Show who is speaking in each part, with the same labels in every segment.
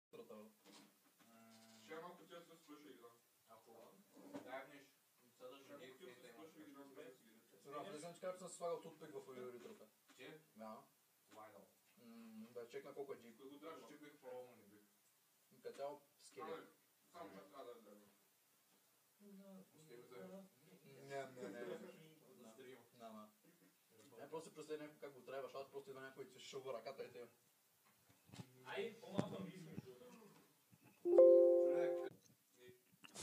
Speaker 1: Е,
Speaker 2: сейчас с прошлой игра.
Speaker 3: Да, Агнеш.
Speaker 2: Я хотел с прошлой игра
Speaker 1: Зоран, не знам, че как съм слагал тутпик в Юритрата.
Speaker 3: Че?
Speaker 1: Да.
Speaker 3: Лайдал.
Speaker 1: М, Да чекна колко е джик.
Speaker 2: Кой го
Speaker 3: Даже ти
Speaker 2: драгва?
Speaker 3: бих пробвал, не бих.
Speaker 1: Катал скелет.
Speaker 2: Сам ще трябва да е драгва.
Speaker 3: Пусти го за...
Speaker 1: Не, не, не. не.
Speaker 3: Да стрима.
Speaker 1: Да, да. Не, просто се представя някой как го трябваш, аз просто идва някой и ти шува ръката и те.
Speaker 4: Ай, по-малко английски между другото.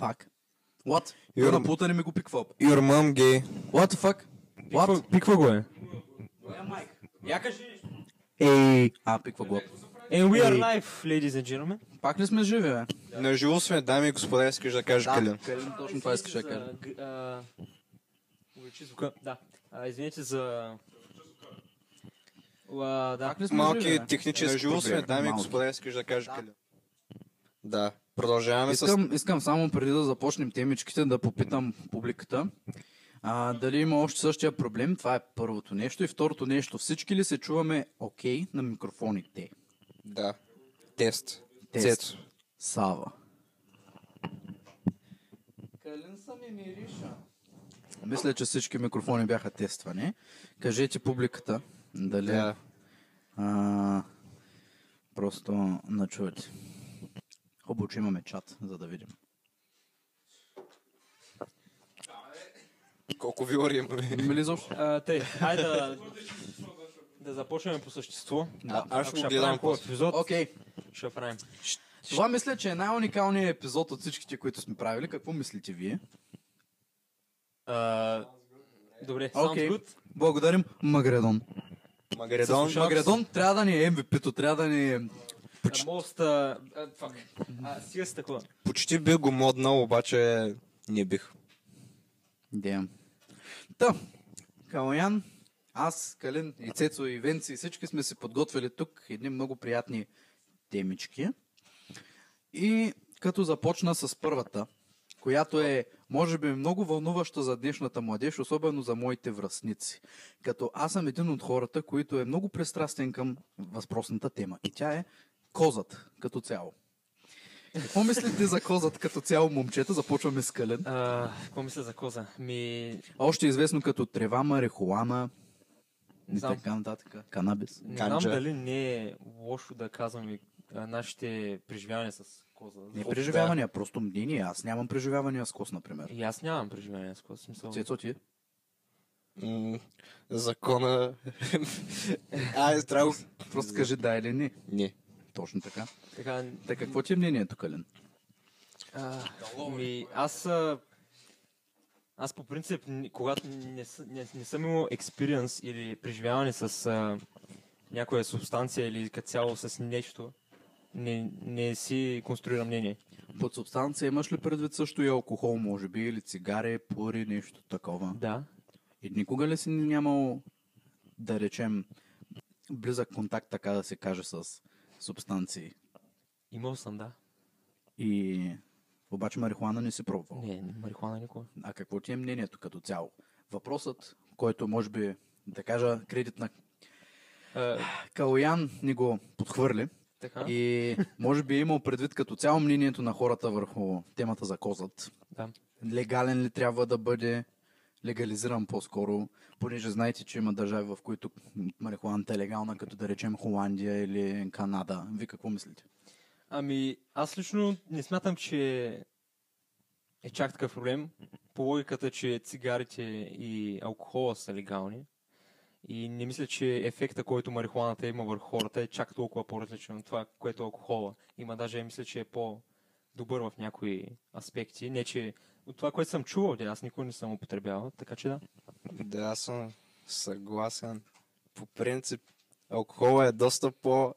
Speaker 5: Fuck. What?
Speaker 6: Your-
Speaker 5: Напутане ми го пиквап.
Speaker 6: Your mom gay.
Speaker 5: What the fuck? What?
Speaker 6: Пиква, пиква го е.
Speaker 5: Моя майк. Я кажи.
Speaker 6: Ей,
Speaker 5: А, пиква го.
Speaker 6: And we are
Speaker 7: live, ladies and gentlemen.
Speaker 5: Пак ли сме живи, бе?
Speaker 6: на живо сме, дами и господа, искаш да кажеш Калин.
Speaker 5: Калин, точно това искаш да кажа.
Speaker 7: Увеличи звука. Да. А, извините за... А, да.
Speaker 5: Пак ли сме живи,
Speaker 6: Малки
Speaker 5: бе?
Speaker 6: технически На живо сме,
Speaker 5: проблеми.
Speaker 6: дами и
Speaker 5: Малки.
Speaker 6: господа, искаш да кажеш
Speaker 5: Да.
Speaker 6: Калин. Да, продължаваме с...
Speaker 5: Искам, искам само преди да започнем темичките да попитам публиката. А, дали има още същия проблем? Това е първото нещо. И второто нещо. Всички ли се чуваме окей на микрофоните?
Speaker 6: Да. Тест.
Speaker 5: Тест.
Speaker 6: Цето.
Speaker 5: Сава. Калин са ми мириша. Мисля, че всички микрофони бяха тествани. Кажете публиката дали
Speaker 6: Да.
Speaker 5: а, просто начувате. Хубаво, че имаме чат, за да видим.
Speaker 6: Колко вилари имаме.
Speaker 5: Има ли изобщо?
Speaker 7: А, тъй, айде да, да започнем по същество.
Speaker 5: Да.
Speaker 6: Аз
Speaker 7: Ако
Speaker 6: ще го
Speaker 7: ще
Speaker 6: гледам
Speaker 7: правим хубав
Speaker 6: после.
Speaker 7: епизод,
Speaker 5: Окей.
Speaker 7: ще правим.
Speaker 5: Това мисля, че е най-уникалният епизод от всичките, които сме правили. Какво мислите вие?
Speaker 7: Добре, sounds
Speaker 5: Окей.
Speaker 7: good.
Speaker 5: Благодарим Магредон.
Speaker 6: Магредон.
Speaker 5: Магредон трябва да ни е MVP-то, трябва да ни е...
Speaker 7: А, Most... а, а, fuck. А, Сега с такова.
Speaker 6: Почти би го моднал, обаче не бих.
Speaker 5: Дем. Та, Калоян, аз, Калин и Цецо и Венци, всички сме се подготвили тук едни много приятни темички. И като започна с първата, която е, може би, много вълнуваща за днешната младеж, особено за моите връзници. Като аз съм един от хората, които е много пристрастен към възпросната тема. И тя е козът като цяло. Какво мислите за козът като цяло, момчета? Започваме с Калин.
Speaker 7: А, какво мисля за коза? Ми...
Speaker 5: Още е известно като трева, марихуана и
Speaker 7: Знам.
Speaker 5: така нататък. Канабис.
Speaker 7: Не
Speaker 6: Ганджа.
Speaker 7: знам дали не е лошо да казваме а, нашите преживявания с коза.
Speaker 5: Не е
Speaker 7: Защото-
Speaker 5: преживявания, просто мнение. Аз нямам преживявания с кос, например.
Speaker 7: И аз нямам преживявания с коза. в Смисъл...
Speaker 5: Цецо ти? е?
Speaker 6: М, Закона... Ай, трябва... го-
Speaker 5: Просто кажи да или не.
Speaker 6: Не.
Speaker 5: Точно така.
Speaker 7: Така,
Speaker 5: Така, какво ти е мнението, Калин?
Speaker 7: А, ми, аз, а, аз по принцип, н- когато не, съ- не, не съм имал експириенс или преживяване с а, някоя субстанция или като цяло с нещо, не, не си конструирам мнение.
Speaker 5: Под субстанция имаш ли предвид също и алкохол, може би, или цигари, пури, нещо такова?
Speaker 7: Да.
Speaker 5: И никога ли си нямал, да речем, близък контакт, така да се каже, с субстанции?
Speaker 7: Имал съм, да.
Speaker 5: И обаче марихуана не си пробвал.
Speaker 7: Не, марихуана никога.
Speaker 5: А какво ти е мнението като цяло? Въпросът, който може би да кажа кредит на
Speaker 7: А,
Speaker 5: Калоян ни го подхвърли
Speaker 7: Е, така. И...
Speaker 5: и може би е имал предвид като цяло мнението на хората върху темата за козът.
Speaker 7: Да.
Speaker 5: Легален ли трябва да бъде легализиран по-скоро, понеже знаете, че има държави, в които марихуаната е легална, като да речем Холандия или Канада. Вие какво мислите?
Speaker 7: Ами, аз лично не смятам, че е чак такъв проблем. По логиката, че цигарите и алкохола са легални. И не мисля, че ефекта, който марихуаната има върху хората е чак толкова по-различен от това, което алкохола има. Даже мисля, че е по-добър в някои аспекти. Не, че от това, което съм чувал, де, аз никога не съм употребявал, така че да.
Speaker 6: Да, аз съм съгласен. По принцип, алкохола е доста по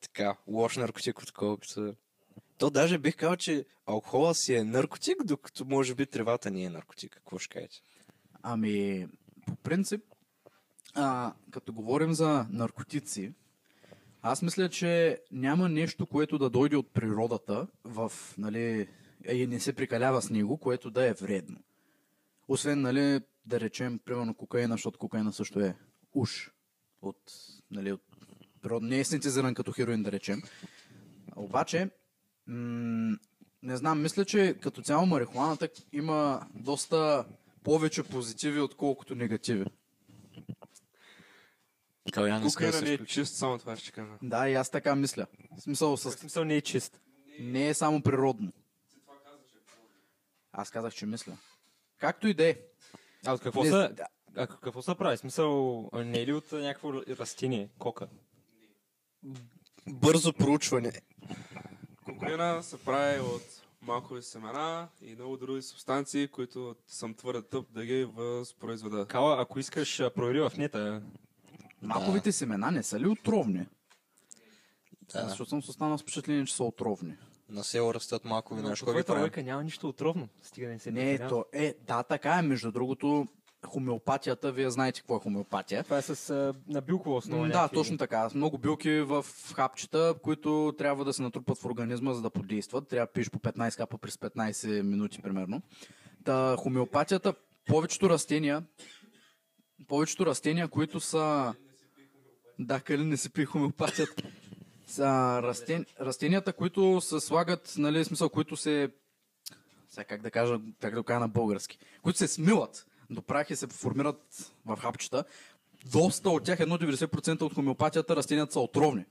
Speaker 6: така, лош наркотик, отколкото... То даже бих казал, че алкохола си е наркотик, докато може би тревата ни е наркотик. Какво ще кажете?
Speaker 5: Ами, по принцип, а, като говорим за наркотици, аз мисля, че няма нещо, което да дойде от природата в, нали, и не се прикалява с него, което да е вредно. Освен, нали, да речем, примерно кокаина, защото кокаина също е уж от, нали, от природ... не е синтезиран като хероин, да речем. Обаче, м- Не знам, мисля, че като цяло марихуаната има доста повече позитиви, отколкото негативи.
Speaker 6: Калян иска да
Speaker 8: Кокаина не
Speaker 6: се
Speaker 8: е
Speaker 6: включи.
Speaker 8: чист, само това ще кажа.
Speaker 5: Да, и аз така мисля. В смисъл,
Speaker 7: В
Speaker 5: с...
Speaker 7: смисъл не е чист.
Speaker 5: не е само природно.
Speaker 2: Ти това каза, че е по-добре.
Speaker 5: Аз казах, че мисля. Както и да е.
Speaker 7: А от какво
Speaker 5: Не
Speaker 7: са...
Speaker 5: зн- да.
Speaker 7: А какво се прави? В Смисъл, а не е ли от а, някакво растение, кока?
Speaker 6: Бързо проучване.
Speaker 8: Кокаина се прави от малкови семена и много други субстанции, които съм твърде тъп да ги възпроизведа.
Speaker 7: Кала, ако искаш, а, провери в нета.
Speaker 5: Маковите семена не са ли отровни? Да. Защото съм с останал с впечатление, че са отровни.
Speaker 6: На село растат макови,
Speaker 7: Но
Speaker 6: знаеш
Speaker 7: по
Speaker 6: кой ги
Speaker 7: твоята
Speaker 6: прави?
Speaker 7: лойка няма нищо отровно. Стига да не се
Speaker 5: Не,
Speaker 7: натирава.
Speaker 5: то е, да, така е. Между другото, хомеопатията, вие знаете какво е хомеопатия.
Speaker 7: Това е с а, на билкова основа.
Speaker 5: да,
Speaker 7: някакви-
Speaker 5: точно така. Много билки в хапчета, които трябва да се натрупат в организма, за да подействат. Трябва да пиеш по 15 капа през 15 минути, примерно. Та, хомеопатията, повечето растения, повечето растения, които са... Да, Калин не си пи хомеопатията. Са растен... растенията, които се слагат, нали, в смисъл, които се... Сега как да кажа, как да кажа на български. Които се смилат до прах и се формират в хапчета доста от тях, едно 90% от хомеопатията, растенията са отровни.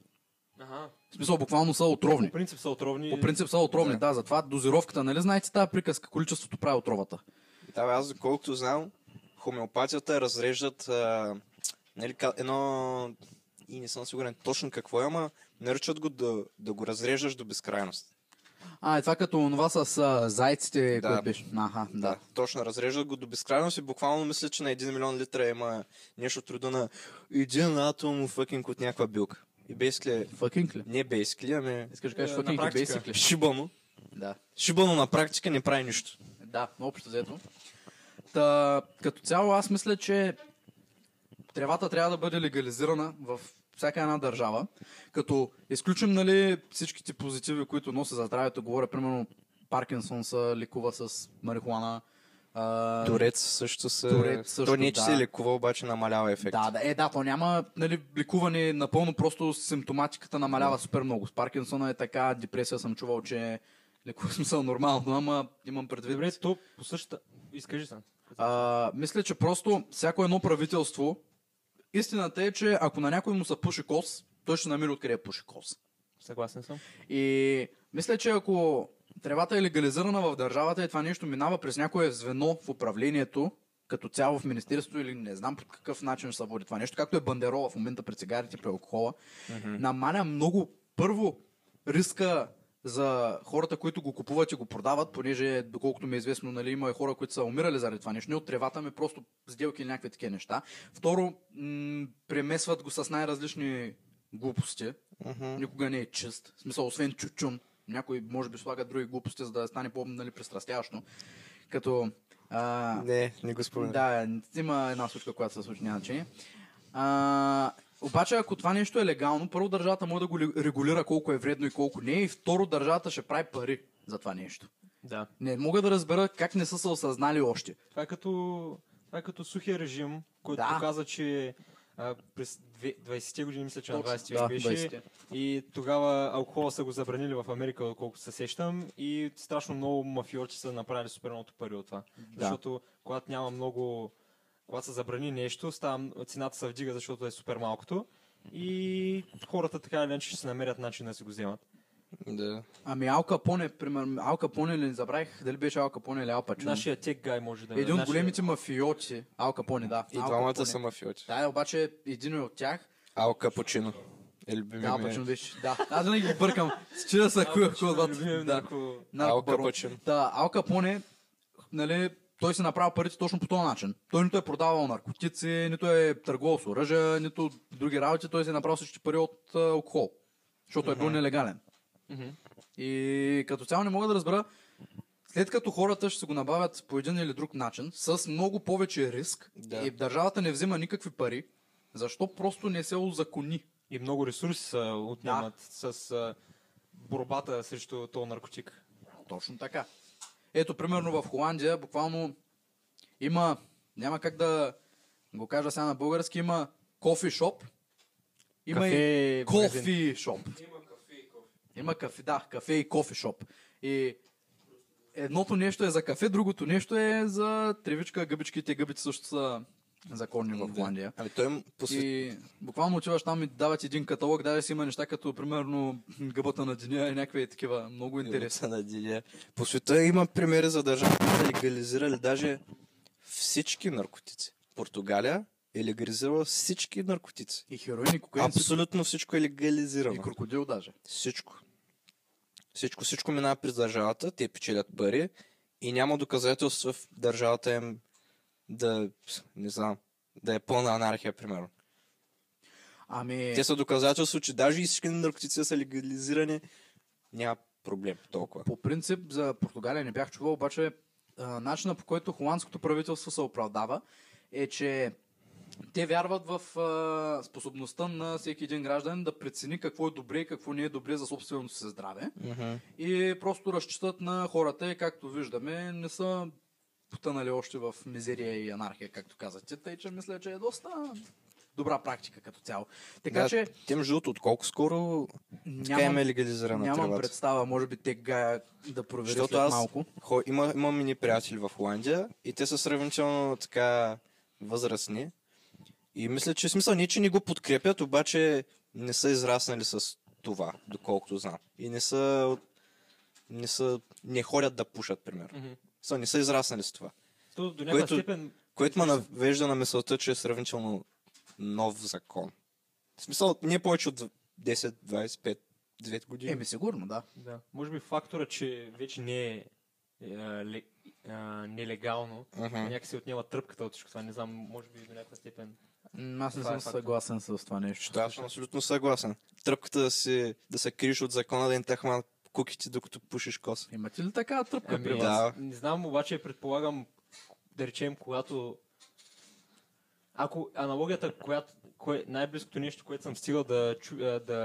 Speaker 7: Ага.
Speaker 5: В смисъл, буквално са
Speaker 7: По
Speaker 5: отровни.
Speaker 7: принцип са отровни.
Speaker 5: По принцип са отровни, да, затова дозировката, нали знаете тази приказка, количеството прави отровата.
Speaker 6: Да, бе, аз доколкото знам, хомеопатията разреждат а, нали, ка- едно... И не съм сигурен точно какво е, ама наричат го да, да го разреждаш до безкрайност.
Speaker 5: А, е това като това с а, зайците,
Speaker 6: Да.
Speaker 5: които беше. Аха, да.
Speaker 6: Е, Точно, разреждат го до безкрайност и буквално мисля, че на 1 милион литра има нещо от труда на един атом фъкинг от някаква билка. И basically,
Speaker 5: Фъкинг ли?
Speaker 6: не basically, ами
Speaker 5: Искаш да кажеш
Speaker 7: Е,
Speaker 5: фъкинг
Speaker 7: на
Speaker 5: и
Speaker 7: практика.
Speaker 5: бейсик ли?
Speaker 6: шибано.
Speaker 5: Да.
Speaker 6: Шибано на практика не прави нищо.
Speaker 5: Да, общо взето. Та, като цяло аз мисля, че тревата трябва да бъде легализирана в всяка една държава, като изключим нали, всичките позитиви, които носи за здравето. Говоря, примерно, Паркинсон се лекува с марихуана. А,
Speaker 6: Торец също се...
Speaker 5: Турец също,
Speaker 6: То не, че
Speaker 5: да.
Speaker 6: се лекува, обаче намалява ефект.
Speaker 5: Да, да, е, да, то няма нали, лекуване напълно, просто симптоматиката намалява супер много. С Паркинсона е така, депресия съм чувал, че лекува в смисъл нормално, ама имам предвид.
Speaker 7: Добре, то по същата... Изкажи сам.
Speaker 5: А, мисля, че просто всяко едно правителство, истината е, че ако на някой му се пуши кос, той ще намери откъде е пуши кос.
Speaker 7: Съгласен съм.
Speaker 5: И мисля, че ако тревата е легализирана в държавата и това нещо минава през някое звено в управлението, като цяло в министерство или не знам по какъв начин ще се води това нещо, както е бандерола в момента при цигарите, при алкохола, намаля много първо риска за хората, които го купуват и го продават, понеже, доколкото ми е известно, нали, има и хора, които са умирали заради това нещо. Не от тревата ми, просто сделки или някакви такива неща. Второ, м- премесват го с най-различни глупости, никога не е чист. В смисъл, освен чучун. Някой може би слага други глупости, за да стане по-нали, пристрастяващо. Като... А,
Speaker 6: Не, не го спомням.
Speaker 5: да, има една случка, която се случи, няма значение. А, обаче, ако това нещо е легално, първо държавата може да го ли- регулира колко е вредно и колко не е, и второ държавата ще прави пари за това нещо.
Speaker 7: Да.
Speaker 5: Не мога да разбера как не са се осъзнали още.
Speaker 7: Това е като, това е като сухия режим, който
Speaker 5: Да.
Speaker 7: показа, че а, през две- 20-те години, мисля, че на 20-те
Speaker 5: да,
Speaker 7: беше.
Speaker 5: 20-те.
Speaker 7: И тогава алкохола са го забранили в Америка, колкото се сещам. И страшно много мафиоти са направили супер много пари от това.
Speaker 5: Да.
Speaker 7: Защото когато няма много... Когато се забрани нещо, става, цената се вдига, защото е супер малкото. И хората така или иначе ще се намерят начин да си го вземат.
Speaker 6: Да.
Speaker 5: Ами Ал Капоне, примерно, Ал Капоне ли не забравих, дали беше Ал Капоне или Ал Пачино?
Speaker 7: Нашия тек гай може да...
Speaker 5: Е, Един от
Speaker 7: нашия-
Speaker 5: големите мафиоти, Ал Капоне, да.
Speaker 6: Значи, И
Speaker 5: Ал
Speaker 6: двамата
Speaker 5: Капоне.
Speaker 6: са мафиоти.
Speaker 5: Да, обаче един е от тях
Speaker 6: Ал Капучино. Е любимия
Speaker 5: Да,
Speaker 6: ми.
Speaker 5: Пачино беше. Да, аз винаги ги бъркам. С чира са кой е
Speaker 7: е
Speaker 5: кой от двата. Да.
Speaker 7: Ако-
Speaker 5: Нарко
Speaker 6: Ал
Speaker 5: барон.
Speaker 6: Капачино.
Speaker 5: Нали, Да, Ал Капоне, нали, той си направил парите точно по този начин. Той нито е продавал наркотици, нито е търговал с оръжия, нито други работи. Той си е направил всички пари от а, алкохол. Защото е бил нелегален. И като цяло не мога да разбера, след като хората ще се го набавят по един или друг начин, с много повече риск
Speaker 6: Да.
Speaker 5: и държавата не взема никакви пари, защо просто не се озакони?
Speaker 7: И много ресурси се отнемат с а, борбата срещу този наркотик.
Speaker 5: Точно така. Ето, примерно в Холандия, буквално има, няма как да го кажа сега на български, има кофи шоп. Има
Speaker 7: Кафе,
Speaker 5: и
Speaker 7: магазин.
Speaker 5: кофи шоп.
Speaker 2: Има кафе и кофе.
Speaker 5: Има кафе, да, кафе и кофи шоп. И едното нещо е за кафе, другото нещо е за тревичка, гъбичките. Гъбите също са законни в Холандия.
Speaker 6: Ами той им посвети...
Speaker 5: И буквално отиваш там и дават един каталог, даже си има неща като примерно гъбата на деня и някакви такива
Speaker 7: Е,
Speaker 5: много интересни.
Speaker 6: Интереса на деня. По света има примери за държави, които са легализирали даже всички наркотици. Португалия е легализирала всички наркотици.
Speaker 5: И хероин, и кокаин, всичко.
Speaker 6: Абсолютно всичко е легализирано.
Speaker 5: и крокодил даже.
Speaker 6: Всичко. Всичко, всичко минава през държавата, те печелят пари и няма доказателства в държавата им да, не знам, да е пълна анархия, примерно.
Speaker 5: Ами,
Speaker 6: Те са доказателство, че даже и всички наркотици са легализирани, няма проблем толкова.
Speaker 5: по принцип за Португалия не бях чувал, обаче а, начина по който холандското правителство се оправдава е, че те вярват в а, способността на всеки един гражданин да прецени какво е добре и какво не е добре за собственото си здраве.
Speaker 6: Мгм.
Speaker 5: И просто разчитат на хората и както виждаме не са потънали още в мизерия и анархия, както казахте. Тъй, че мисля, че е доста добра практика като цяло. Така
Speaker 6: Да,
Speaker 5: че
Speaker 6: Те между другото, от колко скоро така им
Speaker 5: нямам,
Speaker 6: е легализирана
Speaker 5: нямам
Speaker 6: тревата.
Speaker 5: представа, може би те гая да проверя
Speaker 6: Защото
Speaker 5: след
Speaker 6: аз-
Speaker 5: малко.
Speaker 6: Хо, има, имам мини приятели в Холандия и те са сравнително така възрастни. И мисля, че в смисъл не, че не го подкрепят, обаче не са израснали с това, доколкото знам. И не са, от- не са, не ходят да пушат, примерно.
Speaker 7: Мгм.
Speaker 6: Са, не са израснали с това.
Speaker 7: То до някаква
Speaker 6: Което-
Speaker 7: степен
Speaker 6: Което ме навежда на мисълта, че е сравнително нов закон. В смисъл, не повече от 10, 25, 2 години.
Speaker 5: Еми, сигурно, да.
Speaker 7: Да. Може би фактора, че вече не е, е, ле, а, нелегално,
Speaker 6: Мгм.
Speaker 7: uh-huh. някакси отнема тръпката от всичко това. Не знам, може би до някаква степен.
Speaker 5: М, Аз не
Speaker 7: Това е
Speaker 5: съм
Speaker 7: факт.
Speaker 5: съгласен с това нещо.
Speaker 6: Що аз съм абсолютно съгласен. Тръпката да, си, да се криш от закона, да не тахма куките, докато пушиш коса.
Speaker 5: Имате ли такава тръпка при
Speaker 7: Ами,
Speaker 5: вас?
Speaker 6: да.
Speaker 7: аз не знам, обаче предполагам, да речем, когато... Ако аналогията, която, кое, най-близкото нещо, което съм стигал да, чу, а, да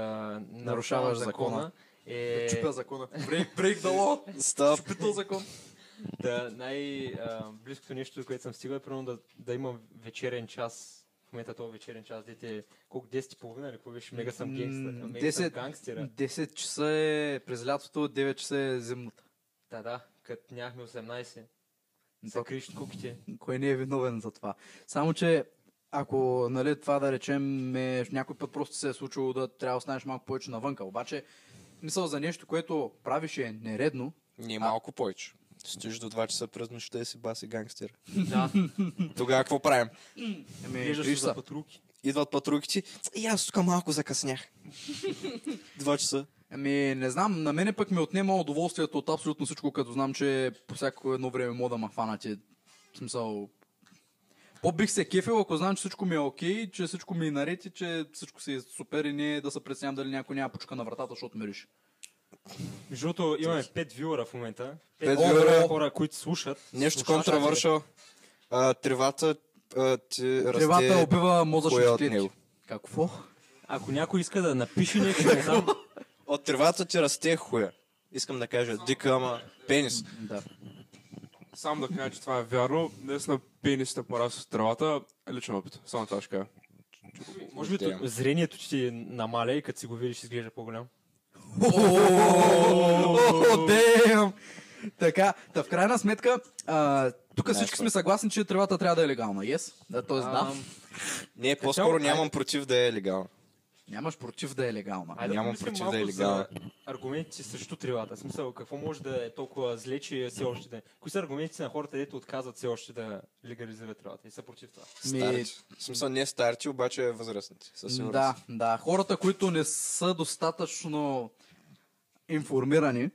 Speaker 7: нарушавам
Speaker 5: закона.
Speaker 7: е...
Speaker 3: Чупя закона.
Speaker 5: Брейк, брейк дало!
Speaker 6: Став,
Speaker 5: Питал закон.
Speaker 7: Да, най-близкото нещо, до което съм стигал е примерно да, да имам вечерен час. В момента този вечерен час, дете, е колко 10 и половина или какво беше, мега съм гангстър.
Speaker 5: М,
Speaker 7: Мега
Speaker 5: 10.
Speaker 7: съм гангстера.
Speaker 5: 10 часа е през лятото, 9 часа е зимната.
Speaker 7: Да, да, като нямахме 18. Се
Speaker 5: То-
Speaker 7: криш от куките.
Speaker 5: Кой не е виновен за това? Само, че ако нали, това да речем, е, някой път просто се е случило да трябва да останеш малко повече навънка. Обаче, мисъл за нещо, което правиш е нередно,
Speaker 6: не малко повече. Стоиш до 2 часа през нощта и си баси гангстер.
Speaker 7: Да,
Speaker 6: Тогава какво правим?
Speaker 5: еми,
Speaker 7: виждаш се
Speaker 5: криш
Speaker 7: за
Speaker 5: са.
Speaker 7: патрулки.
Speaker 6: Идват патрулките. И аз тук малко закъснях. 2 часа.
Speaker 5: Ами, не знам, на мене пък ми отнема удоволствието от абсолютно всичко, като знам, че по всяко едно време мога да ма хванате. В смисъл... По-бих се кефил, ако знам, че всичко ми е окей, че всичко ми е наред и че всичко си е супер и не е да се преценям дали някой няма почка на вратата, защото мириш.
Speaker 7: Между другото, имаме 5 вюера в момента.
Speaker 6: Пет
Speaker 7: 5
Speaker 6: вюера.
Speaker 7: вюера хора, които слушат.
Speaker 6: Нещо
Speaker 7: Слушаш,
Speaker 6: контравършал. Тревата а, ти расте...
Speaker 5: Тревата е убива
Speaker 6: кое
Speaker 5: мозъчните
Speaker 6: от
Speaker 5: клетки.
Speaker 6: него?
Speaker 5: Какво?
Speaker 7: Ако някой иска да напише нещо, не знам.
Speaker 6: От тревата ти расте хуя. Искам да кажа дика, ама пенис.
Speaker 5: Да.
Speaker 8: Само да кажа, че това е вярно. Днес на пенисите пора с тревата. Личен опит. Само това ще кажа.
Speaker 7: Може би
Speaker 6: Damn.
Speaker 7: то- зрението ти ти намаля и като си го видиш, изглежда по-голям.
Speaker 5: О, дем! Така, та в крайна сметка, а, тук всички сме съгласни, че тревата трябва да е легална. Yes? Да, т.е. да.
Speaker 7: Ам,
Speaker 6: Не, по-скоро нямам против да е легално.
Speaker 5: Нямаш против да е легална.
Speaker 7: Айде
Speaker 6: Нямам
Speaker 7: помислим
Speaker 6: против
Speaker 7: малко
Speaker 6: да е
Speaker 7: за
Speaker 6: легална.
Speaker 7: Аргументите срещу трилата. В смисъл, какво може да е толкова зле, че все още да. е? Кои са аргументите на хората, дето отказват все още да легализират трилата и са против това?
Speaker 5: Ми-
Speaker 6: Старти. В смисъл не старти, обаче възрастните. Със сигурност.
Speaker 5: Да, да. Хората, които не са достатъчно информирани,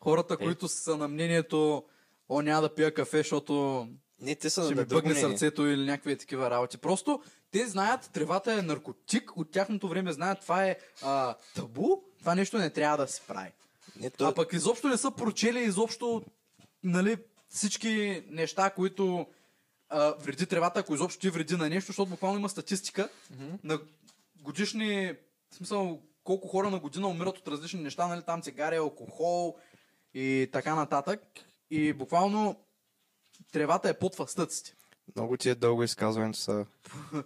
Speaker 5: хората, които са на мнението, о, няма да пия кафе, защото
Speaker 6: Не, те са
Speaker 5: ще
Speaker 6: на
Speaker 5: ми
Speaker 6: друго
Speaker 5: бъгне
Speaker 6: мнение.
Speaker 5: сърцето или някакви такива работи. Просто те знаят, тревата е наркотик, от тяхното време знаят, това е а, табу, това нещо не трябва да се прави.
Speaker 6: Не, то...
Speaker 5: А пък изобщо не са прочели изобщо нали, всички неща, които а, вреди тревата, ако изобщо ти вреди на нещо, защото буквално има статистика mm-hmm. на годишни, в смисъл колко хора на година умират от различни неща, нали, там цигари, алкохол и така нататък. И буквално тревата е под фастъците.
Speaker 6: Много ти е дълго изказването са.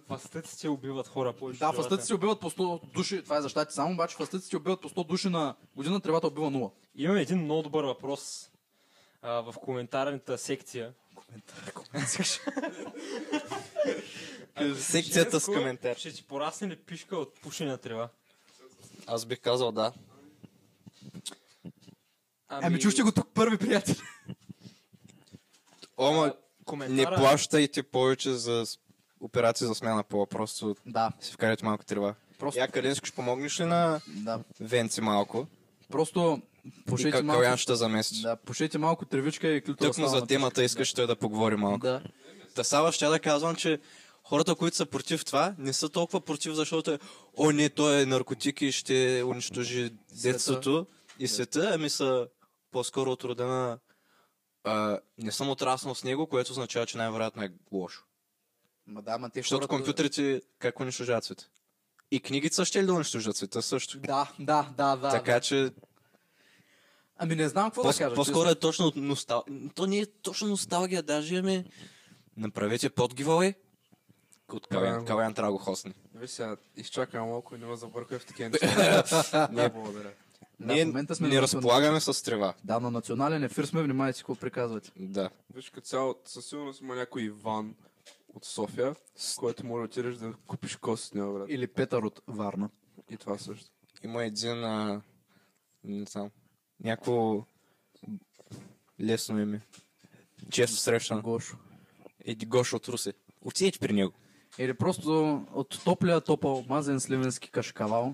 Speaker 7: Фастъците убиват хора повече.
Speaker 5: Да,
Speaker 7: от трилата.
Speaker 5: фастъците убиват по 100 души, това е за щати само, обаче фастъците убиват по 100 души на година, тревата убива 0.
Speaker 7: Имаме един много добър въпрос. а, в коментарната секция.
Speaker 5: Е,
Speaker 6: Е, Секцията с коментар.
Speaker 7: Ще ти порасне ли пишка от пушене на трева?
Speaker 6: Аз бих казал да.
Speaker 5: Ами чуште го тук първи, приятели. Е,
Speaker 6: Ома, не
Speaker 7: коментара,
Speaker 6: плащайте повече за с- операции за смяна пола, просто
Speaker 5: Да,
Speaker 6: си вкарайте малко трева.
Speaker 5: Просто-
Speaker 6: Просто... Я, Калинско, ще помогнеш ли на
Speaker 5: да.
Speaker 6: Венци малко?
Speaker 5: Просто
Speaker 6: и
Speaker 5: пушете
Speaker 6: как
Speaker 5: малко,
Speaker 6: Калян ще замести? Да.
Speaker 5: да, пушете малко тревичка и клюта
Speaker 6: Тъкмо за темата искаш той да поговори малко.
Speaker 5: Да.
Speaker 6: Та Сава ще я да казвам, че хората, които са против това, не са толкова против, защото е, о не, той е наркотик и ще унищожи детството и света, ами са по-скоро от рода на а, не съм отраснал с него, което означава, че най-вероятно е лошо.
Speaker 5: Ма да, ма те
Speaker 6: Защото
Speaker 5: хората-
Speaker 6: компютрите как унищожават света? И книгите са ще ли да унищожат света също?
Speaker 5: Да, да, да, да.
Speaker 6: така е. че
Speaker 5: Ами не знам какво да
Speaker 6: по-
Speaker 5: кажа.
Speaker 6: по-скоро е точно от носталгия. То не е точно носталгия, даже ами... Направете подгивале от Калян,
Speaker 8: Да.
Speaker 6: Калян трябва да го хосне.
Speaker 8: Виж сега, изчакам малко и не ме забъркай в такива неща. Не, благодаря.
Speaker 5: Да,
Speaker 6: Ние
Speaker 5: в момента сме
Speaker 6: не
Speaker 5: на
Speaker 6: разполагаме с трева.
Speaker 5: Да, на национален ефир сме, внимайте си какво приказвате.
Speaker 6: Да.
Speaker 8: Виж като цяло, със сигурност има някой Иван от София, с който може да отидеш да купиш кост с него, брат.
Speaker 5: Или Петър от Варна.
Speaker 8: И това също.
Speaker 6: Има един... А... Не знам. Някакво... Лесно име. Често срещано.
Speaker 5: Гошо.
Speaker 6: Еди Гош от Руси. Отидете при него.
Speaker 5: Или просто от топля топъл мазен сливенски кашкавал.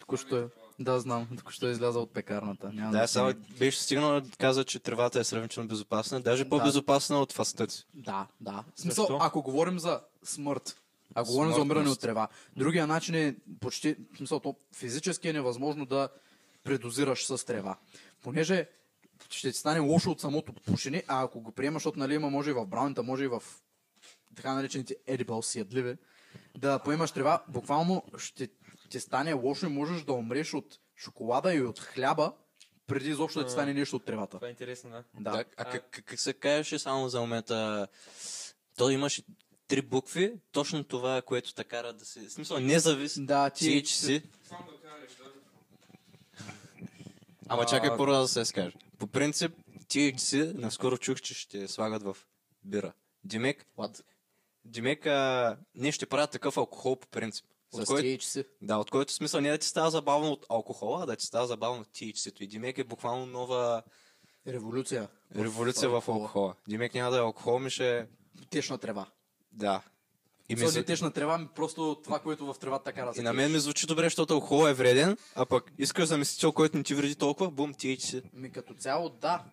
Speaker 5: Току-що е. Да, знам. Току-що е изляза от пекарната. Няма
Speaker 6: Да,
Speaker 5: се
Speaker 6: сега
Speaker 5: ми-
Speaker 6: беше стигнал да каза, че тревата е сравнително безопасна. Даже по-безопасна от фастът.
Speaker 5: Да, да. В смисъл,
Speaker 7: Защо?
Speaker 5: ако говорим за смърт, ако говорим за умиране от
Speaker 6: Смъртност.
Speaker 5: трева, другия начин е почти, в смисъл, то физически е невъзможно да предозираш с трева. Понеже ще ти стане лошо от самото пушене, а ако го приемаш, защото нали, има, може и в брауните, може и в така наречените edibles, ядливи, да поемаш трева, буквално ще ти стане лошо и можеш да умреш от шоколада и от хляба, преди изобщо да ти стане нещо от тревата.
Speaker 7: Това е интересно, да.
Speaker 5: Да.
Speaker 6: а как, как- как се казваше само за момента? То имаше три букви, точно това, е, което те кара да се... В смисъл, не зависи.
Speaker 5: Да, ти...
Speaker 6: THC.
Speaker 2: Само да кажеш, да.
Speaker 6: Ама
Speaker 8: А,
Speaker 6: чакай първо да се скаже. По принцип, THC наскоро чух, че ще слагат в бира. Димек, What? Димек, а, не ще правят такъв алкохол по принцип.
Speaker 5: С
Speaker 6: От който,
Speaker 5: THC.
Speaker 6: да, от който смисъл не е да ти става забавно от алкохола, а да ти става забавно от THC-то. И Димек е буквално нова
Speaker 5: Революция.
Speaker 6: революция в алкохола. Димек няма да е алкохол, ми ще...
Speaker 5: Течна трева.
Speaker 6: Да. И
Speaker 5: И
Speaker 6: ми
Speaker 5: мисля...
Speaker 6: се-
Speaker 5: не течна трева, ми просто това, което в тревата така
Speaker 6: И на мен ми звучи добре, защото алкохол е вреден, а пък искаш заместител, който не ти вреди толкова, бум, ти си.
Speaker 5: Ми като цяло, да.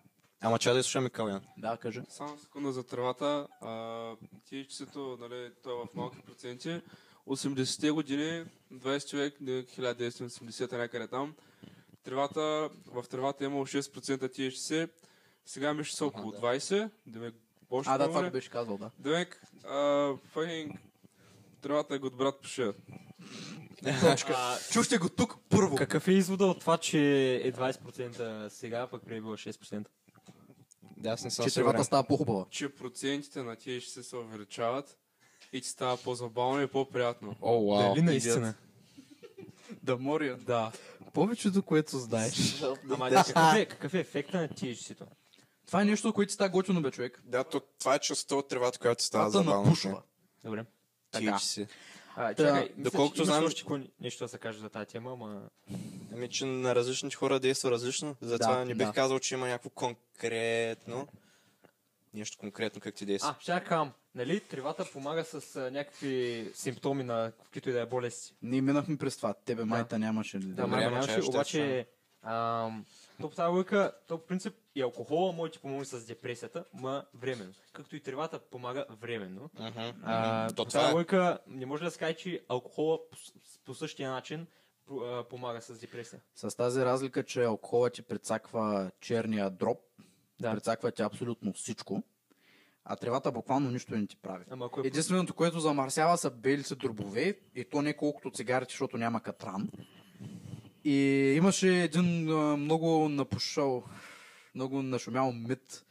Speaker 6: Ама чай да изслушаме Калян.
Speaker 5: Да, кажа.
Speaker 8: Само секунда за тревата. Тичето, нали, той е в малки проценти. 80-те години, 20 човек, не, 1980 някъде там. Тревата, в тревата е имало 6% THC. Сега ми ще са около 20. Демек, още
Speaker 5: А, да, това
Speaker 8: по-добре.
Speaker 5: го беше казал, да.
Speaker 8: Демек, а, fucking, тревата е год брат пише.
Speaker 7: А,
Speaker 5: Чуште го тук първо.
Speaker 7: какъв е извода от това, че е 20% сега, пък преди е било 6%?
Speaker 6: Да, аз не съм
Speaker 5: Че тревата става по-хубава.
Speaker 8: Че процентите на THC се увеличават и ти става по-забавно и по-приятно.
Speaker 6: О, oh,
Speaker 7: Дали наистина?
Speaker 5: Да, моря.
Speaker 7: Да.
Speaker 5: Повечето, което знаеш.
Speaker 7: Ама какъв е, какъв е ефекта на THC-то?
Speaker 5: това е нещо, което ти става готино, бе, човек.
Speaker 6: Да, то, това е частта от тревата, която ти става
Speaker 5: Това те
Speaker 6: забавно.
Speaker 5: напушва.
Speaker 7: Добре.
Speaker 5: Така.
Speaker 6: THC.
Speaker 7: А,
Speaker 5: Та,
Speaker 7: чакай, мисля,
Speaker 6: доколкото
Speaker 7: че имаш
Speaker 6: знам-
Speaker 7: още какво нещо да се каже за тази тема, ама...
Speaker 6: Ами, че на различните хора действа различно, затова
Speaker 5: Да,
Speaker 6: не бих
Speaker 5: да.
Speaker 6: казал, че има някакво конкретно. Нещо конкретно как ти действа.
Speaker 7: А, ще я кам. Нали, тревата помага с а, някакви симптоми на каквито и да е болести.
Speaker 5: Ние минахме през това. Тебе майта нямаше. ли? е?
Speaker 7: Да,
Speaker 6: Добре, ама
Speaker 7: ма,
Speaker 6: чай,
Speaker 7: нямаше,
Speaker 6: ще
Speaker 7: обаче... Ам, то по тази логика, то по принцип и алкохола може да ти помогне с депресията, ма временно. Както и тревата помага временно.
Speaker 6: Мгм.
Speaker 7: А,
Speaker 6: То
Speaker 7: по
Speaker 6: това е.
Speaker 7: тази логика не може да се каже, че алкохола по, с- по същия начин пр- а, помага с депресия.
Speaker 5: С тази разлика, че алкохолът ти прецаква черния дроп,
Speaker 7: Да.
Speaker 5: прецаква ти абсолютно всичко, а тревата буквално нищо не ти прави.
Speaker 7: Ама ако е...
Speaker 5: Единственото, което замърсява са белите дробове и то не колкото цигарите, защото няма катран. И имаше един а, много напушал, много нашумял мит,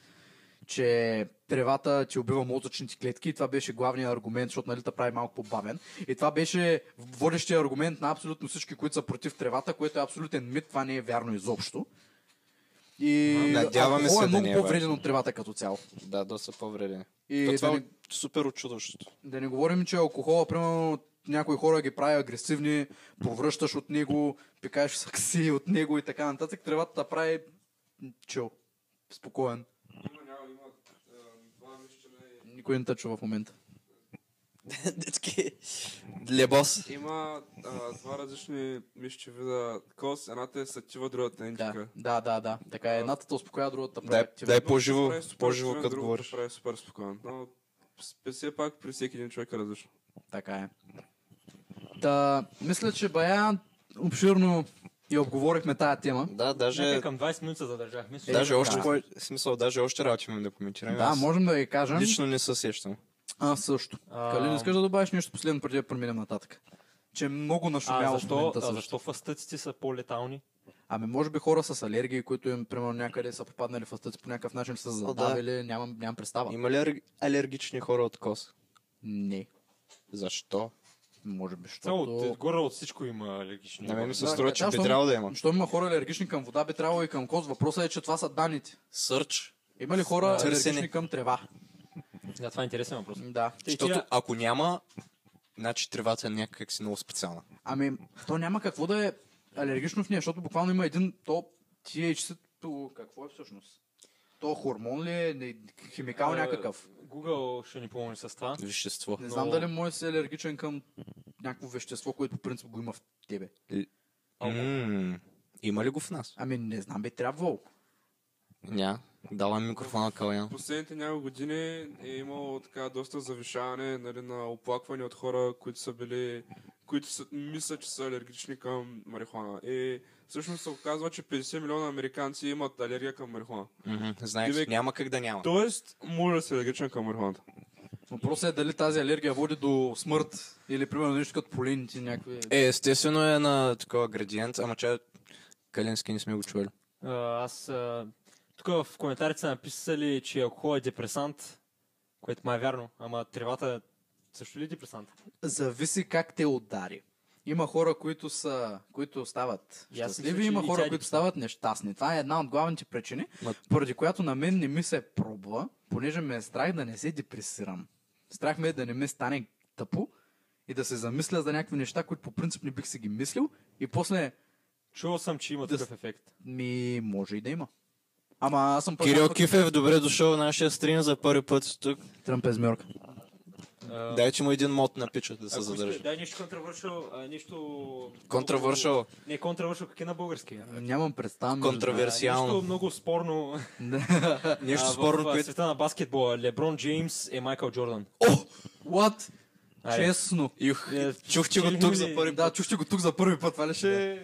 Speaker 5: че тревата ти убива мозъчните клетки и това беше главният аргумент, защото нали те прави малко по-бавен. И това беше водещия аргумент на абсолютно всички, които са против тревата, което е абсолютен мит, това не е вярно изобщо. И
Speaker 6: Надяваме
Speaker 5: алкохол
Speaker 6: се
Speaker 5: е
Speaker 6: да
Speaker 5: много
Speaker 6: не е
Speaker 5: по-вреден от тревата като цяло.
Speaker 6: Да, доста по-вреден.
Speaker 5: И
Speaker 6: То
Speaker 5: да,
Speaker 6: това
Speaker 5: не,
Speaker 6: е супер очудващо.
Speaker 5: да не говорим, че алкохола, примерно, някои хора ги прави агресивни, повръщаш от него, пикаеш сакси от него и така нататък. Тревата те прави чил, спокоен.
Speaker 8: Има, няма, има. а, Това мисля, че не е.
Speaker 5: Никой не тъчва в момента.
Speaker 6: Детски. Лебос.
Speaker 8: Има а, два различни мисля, че вида кос. Едната е сатива, другата е
Speaker 5: Да,
Speaker 8: индика.
Speaker 5: да, да, да. Така е. Едната те успокоява, другата прави.
Speaker 6: Дай,
Speaker 5: активна.
Speaker 6: дай
Speaker 8: Едното
Speaker 6: по-живо,
Speaker 8: прави супер
Speaker 6: по-живо
Speaker 8: активен,
Speaker 6: като
Speaker 8: другото
Speaker 6: говориш.
Speaker 8: прави супер спокоен. Но с- все пак при всеки един човек е различно.
Speaker 5: Така е. Та, мисля, че бая обширно я обговорихме тая тема.
Speaker 6: Да, даже,
Speaker 7: Някъде към 20 минути се задържахме.
Speaker 5: Е,
Speaker 6: даже
Speaker 5: да.
Speaker 6: още, кой, в смисъл, даже още работи имам да коментираме.
Speaker 5: Да,
Speaker 6: Е, Аз
Speaker 5: можем да ги кажем.
Speaker 6: Лично не се сещам.
Speaker 5: А, също.
Speaker 7: А.
Speaker 5: Калин, искаш да добавиш нещо последно, преди да преминем нататък? Че е много нашумяло
Speaker 7: А
Speaker 5: в
Speaker 7: защо,
Speaker 5: момента
Speaker 7: а
Speaker 5: също.
Speaker 7: защо фастъците са по-летални?
Speaker 5: Ами може би хора с алергии, които им, примерно, някъде са попаднали в стъци по някакъв начин, са
Speaker 6: да.
Speaker 5: задавили, нямам, нямам представа.
Speaker 6: Има ли алер- алергични хора от кос?
Speaker 5: Не,
Speaker 6: Защо?
Speaker 5: може би,
Speaker 7: Цяло, от-
Speaker 5: защото...
Speaker 7: горе от всичко има алергични.
Speaker 6: На мен ми
Speaker 7: хора.
Speaker 6: се
Speaker 5: Да, е,
Speaker 6: струва, че
Speaker 5: да,
Speaker 6: би
Speaker 5: щом-
Speaker 6: трябвало да има.
Speaker 5: Що има хора алергични към вода, би трябвало и към коз. Въпросът е, че това са данните.
Speaker 6: Сърч.
Speaker 5: Има ли хора
Speaker 6: Търсене.
Speaker 5: алергични към трева?
Speaker 7: Да, това е интересен въпрос.
Speaker 5: Да.
Speaker 7: Те,
Speaker 6: Защото
Speaker 7: тия-
Speaker 6: ако няма, значи тревата е някак си много специална.
Speaker 5: Ами, то няма какво да е алергично в нея, защото буквално има един то THC, то какво е всъщност? То хормон ли е, не- химикал
Speaker 7: а,
Speaker 5: някакъв?
Speaker 7: Google ще ни помогне с това.
Speaker 6: Вещество.
Speaker 5: Не знам
Speaker 7: но-
Speaker 5: дали може да си алергичен към някакво вещество, което по принцип го има в тебе.
Speaker 6: М, Има ли го в нас?
Speaker 5: Ами не знам, би трябвало.
Speaker 6: Ня. Давам микрофона на Калян.
Speaker 8: Последните няколко години е имало така доста завишаване нали, на оплакване от хора, които са били които са, мислят, че са алергични към марихуана. И всъщност се оказва, че 50 милиона американци имат алергия към марихуана.
Speaker 6: Мгм, Знаех,
Speaker 8: Дивек.
Speaker 6: няма как да няма.
Speaker 8: Тоест, може да си алергичен към марихуаната.
Speaker 5: Въпросът е дали тази алергия води до смърт или примерно нещо като полените някакви.
Speaker 6: Е, естествено е на такова градиент, ама че Калински не сме го чували.
Speaker 7: А, аз... а, Тук в коментарите са написали, че алкохол е депресант, което май е вярно, ама тревата също ли е депресант?
Speaker 5: Зависи как те удари. Има хора, които, са, които стават
Speaker 7: И аз мисля,
Speaker 5: щастливи,
Speaker 7: че
Speaker 5: има
Speaker 7: и
Speaker 5: хора,
Speaker 7: тя е
Speaker 5: които стават нещастни. Това е една от главните причини,
Speaker 6: Ма-
Speaker 5: поради която на мен не ми се пробва, понеже ме е страх да не се депресирам. Страх ме е да не ми стане тъпо и да се замисля за някакви неща, които по принцип не бих си ги мислил и после
Speaker 7: Чувал съм, че има
Speaker 5: Да.
Speaker 7: такъв ефект.
Speaker 5: ми може и да има. Ама аз съм пък
Speaker 6: Кирил
Speaker 5: малко-
Speaker 6: Кифев, добре дошъл в нашия стрим за първи път си тук.
Speaker 7: е
Speaker 5: трапезмьорка.
Speaker 7: А,
Speaker 6: Дайте му един мод на пича да се
Speaker 7: ако
Speaker 6: задържи.
Speaker 7: Ще, дай нещо контравършъл, а, нещо...
Speaker 6: Контравършъл,
Speaker 7: Не, контравършъл, как е на български? а?
Speaker 5: Нямам представа. между
Speaker 7: А,
Speaker 6: контраверсиално.
Speaker 7: Нещо много спорно.
Speaker 5: Да.
Speaker 6: Нещо
Speaker 7: а,
Speaker 6: спорно,
Speaker 7: в, а,
Speaker 6: което...
Speaker 7: света на баскетбола. Леброн Джеймс е Майкъл Джордан.
Speaker 5: О! What?
Speaker 7: Айде.
Speaker 5: Честно.
Speaker 6: Юх,
Speaker 7: Е,
Speaker 6: чухте го
Speaker 7: че-
Speaker 6: тук за първи
Speaker 5: Да,
Speaker 6: път.
Speaker 5: чухте го тук за първи път, това ли ще...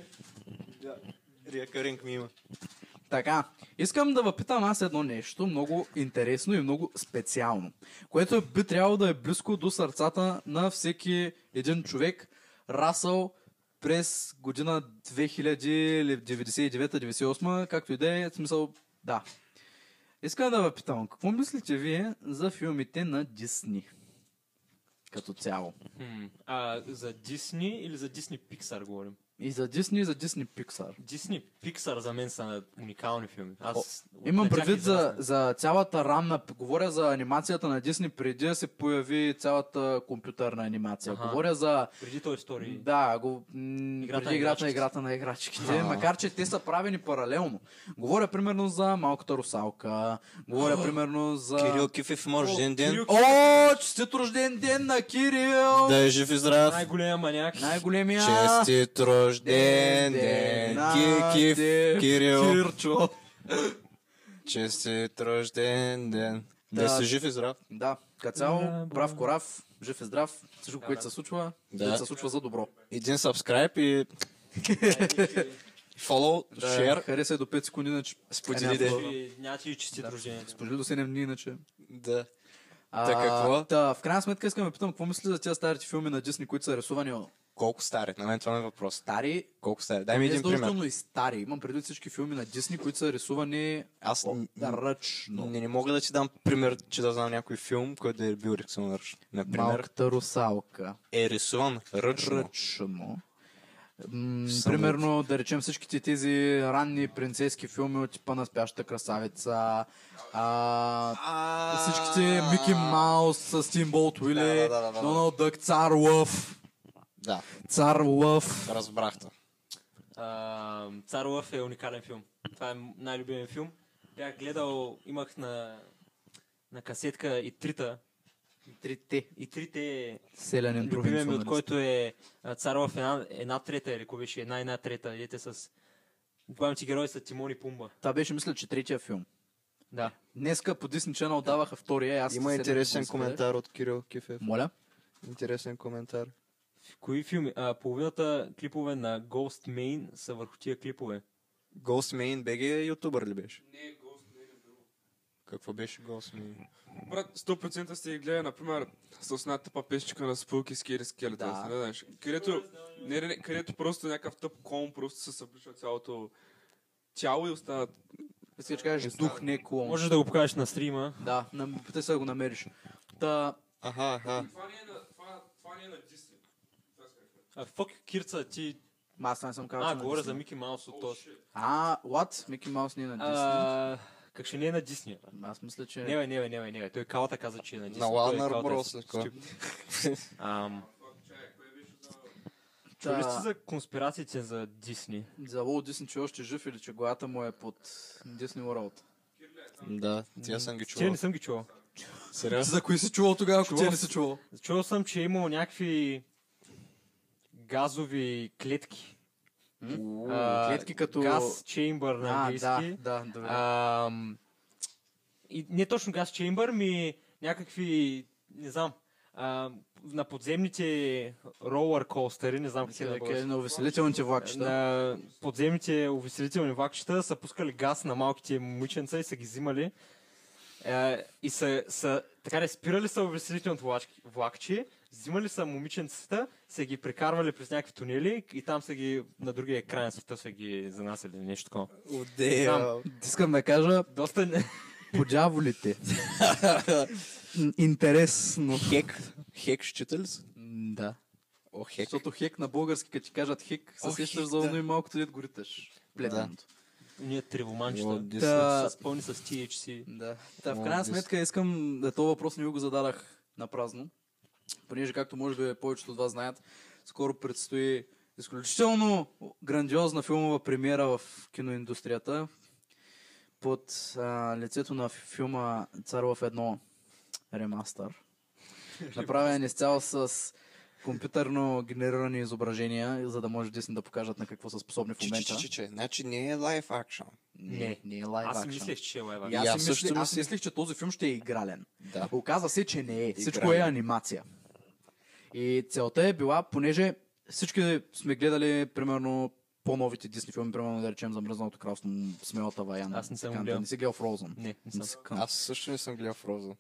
Speaker 6: Реакаринг ми има.
Speaker 5: Така, искам да въпитам аз едно нещо много интересно и много специално, което би трябвало да е близко до сърцата на всеки един човек, расъл през година 2000 или 99-98, както и да е, в смисъл, да. Искам да въпитам, какво мислите вие за филмите на Дисни? Като цяло.
Speaker 7: Хм, А, за Дисни или за Дисни Пиксар говорим?
Speaker 5: И за Дисни, и за Дисни Пиксар.
Speaker 7: Дисни Пиксар за мен са уникални филми. Аз
Speaker 5: Имам
Speaker 7: на тях
Speaker 5: предвид за,
Speaker 7: израснах.
Speaker 5: за цялата рамна, говоря за анимацията на Дисни преди да се появи цялата компютърна анимация.
Speaker 7: Аха.
Speaker 5: Говоря за...
Speaker 7: Преди Той Стори.
Speaker 5: Да, го, м-
Speaker 7: Играта
Speaker 5: преди
Speaker 7: на
Speaker 5: играта на
Speaker 7: играчките.
Speaker 5: играта на играчките, макар че те са правени паралелно. Говоря примерно за Малката русалка, говоря примерно за...
Speaker 6: Кирил Кифев, може един ден
Speaker 5: О, честит рожден ден на Кирил!
Speaker 6: да е жив и здрав.
Speaker 7: Най-големия маняк.
Speaker 5: Най-големия...
Speaker 6: Честит рожден ден,
Speaker 5: на
Speaker 6: Ки- Киф,
Speaker 5: те,
Speaker 6: Кирил.
Speaker 5: Кирчо.
Speaker 6: Честит рожден ден. Да
Speaker 5: Да.
Speaker 6: си жив и здрав.
Speaker 5: Да, като цяло,
Speaker 7: Да,
Speaker 5: брав корав, жив и здрав, всичко, което се случва,
Speaker 6: Да.
Speaker 5: Е, да. се случва за добро.
Speaker 6: Един subscribe и... Follow, share.
Speaker 5: Харесай до 5 секунди, иначе
Speaker 6: Сподели
Speaker 5: Е,
Speaker 6: да.
Speaker 5: някакво-
Speaker 7: Че Няма ти честит
Speaker 5: Да.
Speaker 7: рождението.
Speaker 5: сподели до 7 дни, иначе.
Speaker 6: Да.
Speaker 5: А,
Speaker 6: Та какво?
Speaker 5: Та, в крайна сметка искам да питам, какво мислите за тези старите филми на Дисни, които са рисувани о,
Speaker 6: Колко стари? На мен това ми е въпрос.
Speaker 5: стари,
Speaker 6: Колко стари? Дай ми един пример.
Speaker 5: задължително и стари. Имам предвид всички филми на Дисни, които са рисувани
Speaker 6: Аз
Speaker 5: о,
Speaker 6: н-
Speaker 5: да, ръчно.
Speaker 6: не, не мога да ти дам пример, че да знам някой филм, който да е бил рисуван ръчно. Например,
Speaker 5: Малката русалка.
Speaker 6: е рисуван ръчно.
Speaker 5: Ръчно. М,
Speaker 6: Само-
Speaker 5: примерно, да речем всичките тези ранни принцески филми от типа на спящата красавица, а, всичките Мики Маус, Стим Болт Уили,
Speaker 6: да, да, да, да.
Speaker 5: Доналд Дък, Цар Лъв,
Speaker 6: Да,
Speaker 5: Цар Лъв.
Speaker 6: разбрахте.
Speaker 7: А, Цар Лъв е уникален филм. Това е м- най-любимен филм. Бях гледал, имах на, на касетка и трите.
Speaker 5: Трите.
Speaker 7: И трите
Speaker 5: Селянин
Speaker 7: любимия ми, от
Speaker 5: провинциалист.
Speaker 7: който е а, Цар Лъв една, една трета, или кой беше, една една трета. Идете с... Главните герои са Тимон и Пумба.
Speaker 5: Това беше, мисля, че третия филм.
Speaker 7: Да.
Speaker 5: Днеска по Disney Channel даваха втория. и Аз
Speaker 6: Има
Speaker 5: седнах да
Speaker 6: интересен
Speaker 5: го изгледах.
Speaker 6: коментар от Кирил Кифев.
Speaker 5: Моля.
Speaker 6: Интересен коментар.
Speaker 7: В кои филми? А, половината клипове на Ghost Main са върху тия клипове.
Speaker 6: Ghostmain BG ютубър ли беше?
Speaker 8: Не, гост, не е било.
Speaker 6: Какво беше Ghostmain?
Speaker 8: Брат, 100% сте ги гледали, например, с една тъпа песчика на спилки с Кири Скелета,
Speaker 5: Да.
Speaker 8: не знаеш. Където, не, не, не, където просто някакъв тъп клон просто се съблича цялото тяло и остават.
Speaker 5: Искаш да кажеш Е, дух, не клон.
Speaker 7: Може да го покажеш на стрима.
Speaker 5: Да, нам- опитай се да го намериш. Та,
Speaker 6: Аха, аха.
Speaker 8: Това не е на, това, това не е на Disney. Това исках да кажа.
Speaker 7: А, фок, Кирца, ти...
Speaker 5: ма аз не съм казал,
Speaker 7: А,
Speaker 5: че на
Speaker 7: говоря
Speaker 5: Disney.
Speaker 7: за Мики Маус от
Speaker 8: О,
Speaker 7: този.
Speaker 8: shit.
Speaker 5: А, what? Мики Маус не е на Disney.
Speaker 7: А, как ще не е на Дисни? бе?
Speaker 5: Аз мисля, че...
Speaker 7: Не, бе, не, бе, не, бе, не. бе. Той Калата каза, че е на Дисни.
Speaker 6: На
Speaker 7: Той
Speaker 6: Warner
Speaker 7: Калата е
Speaker 6: Bros.
Speaker 7: с-
Speaker 6: ли кой?
Speaker 7: стюп. Ам,
Speaker 8: Това, чай, кое беше за...
Speaker 5: Та,
Speaker 7: Чули сте за конспирациите за Дисни?
Speaker 5: За Уолт Дисни, че още е жив или че главата му е под Дисни Уорлд.
Speaker 6: Да, тя съм ги
Speaker 7: Те
Speaker 6: чувал.
Speaker 7: не съм ги чувал.
Speaker 6: Сериозно?
Speaker 5: За кои си чувал тогава, ако
Speaker 7: Чувал
Speaker 5: тя не
Speaker 7: с-
Speaker 5: си чувал?
Speaker 7: Чувал съм, че е имал някакви газови клетки. А,
Speaker 5: Клетки като...
Speaker 7: Газ чеймбър на
Speaker 5: А, да,
Speaker 7: английски.
Speaker 5: да, добре.
Speaker 7: Ам, и не точно газ чеймбър, ми някакви, не знам, а, на подземните ролър костери, не знам как се
Speaker 5: Сега да
Speaker 7: наричат.
Speaker 5: кажа е на увеселителните влакчета.
Speaker 7: на подземните увеселителни влакчета са пускали газ на малките момиченца и са ги взимали. Е, и са, са, така да спирали са увеселителното влачки- влакче, взимали са момиченцата, са ги прекарвали през някакви тунели и там са ги на другия край на света са ги занасяли нещо такова.
Speaker 6: Одея.
Speaker 5: Искам да кажа,
Speaker 7: Доста не...
Speaker 5: подяволите. Интересно.
Speaker 6: Хек. Хек счита ли се?
Speaker 5: М, Да.
Speaker 6: О, хек.
Speaker 5: Защото хек на български, като ти кажат хек, се
Speaker 6: О,
Speaker 5: сещаш
Speaker 6: хек,
Speaker 5: за оно
Speaker 6: да.
Speaker 5: и малкото дед го риташ. Плетеното.
Speaker 7: Ние
Speaker 6: О,
Speaker 7: тревоманчета.
Speaker 6: дисък.
Speaker 5: Та-
Speaker 7: С пълни с THC.
Speaker 5: Да. Та, в
Speaker 6: О,
Speaker 5: крайна
Speaker 6: дис-
Speaker 5: сметка искам, да, този въпрос не го зададах на празно, понеже както може да е, повечето от вас знаят, скоро предстои изключително грандиозна филмова премиера в киноиндустрията под а, лицето на филма Царов едно ремастър. Направен изцяло с компютърно генерирани изображения, за да може Дисни да покажат на какво са способни в
Speaker 6: Че, че,
Speaker 5: момента.
Speaker 6: че, че, че. Значи не е лайф акшн.
Speaker 5: Не, не е лайв
Speaker 7: Аз си мислех, че е лайва.
Speaker 5: и аз,
Speaker 6: И
Speaker 5: аз,
Speaker 6: аз също
Speaker 5: мислех, аз
Speaker 6: мислех.
Speaker 5: мислех, че този филм ще е игрален.
Speaker 6: Да.
Speaker 5: Оказа се, че не е. Всичко е
Speaker 6: Игрален.
Speaker 5: анимация. И целта е била, понеже всички сме гледали, примерно, по-новите Дисни филми, примерно, да речем, Замръзналото кралство, м, Смелата Ваяна.
Speaker 7: Аз не съм
Speaker 5: така,
Speaker 7: гледал.
Speaker 5: Не си гледал Фрозен.
Speaker 7: Не, не
Speaker 5: Не
Speaker 7: съм.
Speaker 5: си кън.
Speaker 6: Аз също не съм гледал Фрозен.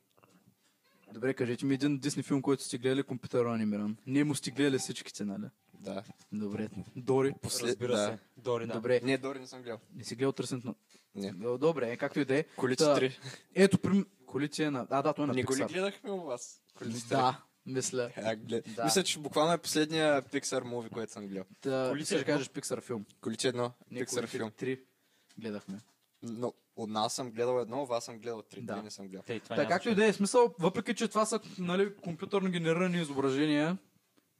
Speaker 5: Добре, кажете ми един Дисни филм, който сте гледали компютърно анимиран. Ние му сте гледали всичките, нали?
Speaker 6: Да.
Speaker 5: Добре. Дори.
Speaker 6: После...
Speaker 7: Разбира
Speaker 6: да.
Speaker 7: се. Дори да.
Speaker 5: Добре.
Speaker 6: Не, Дори не съм гледал.
Speaker 5: Не си гледал търсенето на...
Speaker 6: Не.
Speaker 5: Добре, както и да е.
Speaker 6: Колите
Speaker 5: Та,
Speaker 6: 3.
Speaker 5: Ето, прим... колите е на... А, да, той е на
Speaker 6: Не го ли
Speaker 5: Pixar.
Speaker 6: гледахме у вас? Колите 3.
Speaker 5: Да, мисля.
Speaker 6: А, глед...
Speaker 5: Да.
Speaker 6: Мисля, че буквално е последния Pixar муви, който съм гледал.
Speaker 5: Та,
Speaker 7: Колите
Speaker 5: ще
Speaker 7: едно.
Speaker 5: кажеш Pixar филм.
Speaker 6: Колите едно,
Speaker 5: Не,
Speaker 6: Pixar
Speaker 5: Колите
Speaker 6: филм.
Speaker 5: Три гледахме.
Speaker 6: Но от нас съм гледал едно, от вас съм гледал три.
Speaker 5: Да.
Speaker 6: Да. не съм гледал.
Speaker 7: Те, това
Speaker 5: Така
Speaker 7: няма
Speaker 5: както и да е смисъл, въпреки че това са нали, компютърно генерирани изображения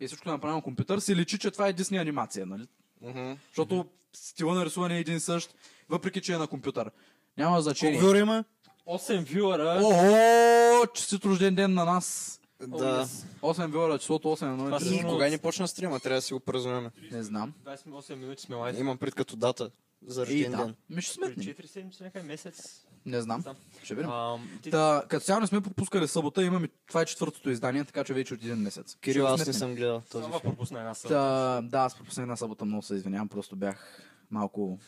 Speaker 5: и всичко е направено на компютър, се личи, че това е Дисни анимация, нали?
Speaker 6: Мгм.
Speaker 5: Защото стила на рисуване е един и същ, въпреки че е на компютър. Няма значение.
Speaker 6: има?
Speaker 7: значение. 8 вюара.
Speaker 5: Ого, честит рожден ден на нас.
Speaker 6: Да.
Speaker 5: 8 виора, числото 8 е едно и
Speaker 7: Това
Speaker 5: три.
Speaker 7: си
Speaker 6: И
Speaker 7: Сигурно-
Speaker 6: кога ни почна стрима? Трябва да си го празнуваме.
Speaker 5: Не знам.
Speaker 7: 28 минути сме лайв.
Speaker 6: Имам пред като дата за
Speaker 5: И
Speaker 6: рожден
Speaker 5: да,
Speaker 6: ден.
Speaker 5: ми ще
Speaker 7: Преди
Speaker 5: сметнем.
Speaker 7: 4 седмици, някъде месец.
Speaker 5: Не знам.
Speaker 7: Знам.
Speaker 5: Ще видим.
Speaker 7: Ам, ти-
Speaker 5: Та, като сега не сме пропускали събота, имаме, това е четвъртото издание, така че вече от един месец.
Speaker 6: Кирил,
Speaker 5: Ще го
Speaker 6: аз не
Speaker 5: сметнем.
Speaker 6: съм гледал този
Speaker 7: Слава пропусна една събота.
Speaker 5: Та, да, аз пропуснах една събота, много се извинявам, просто бях малко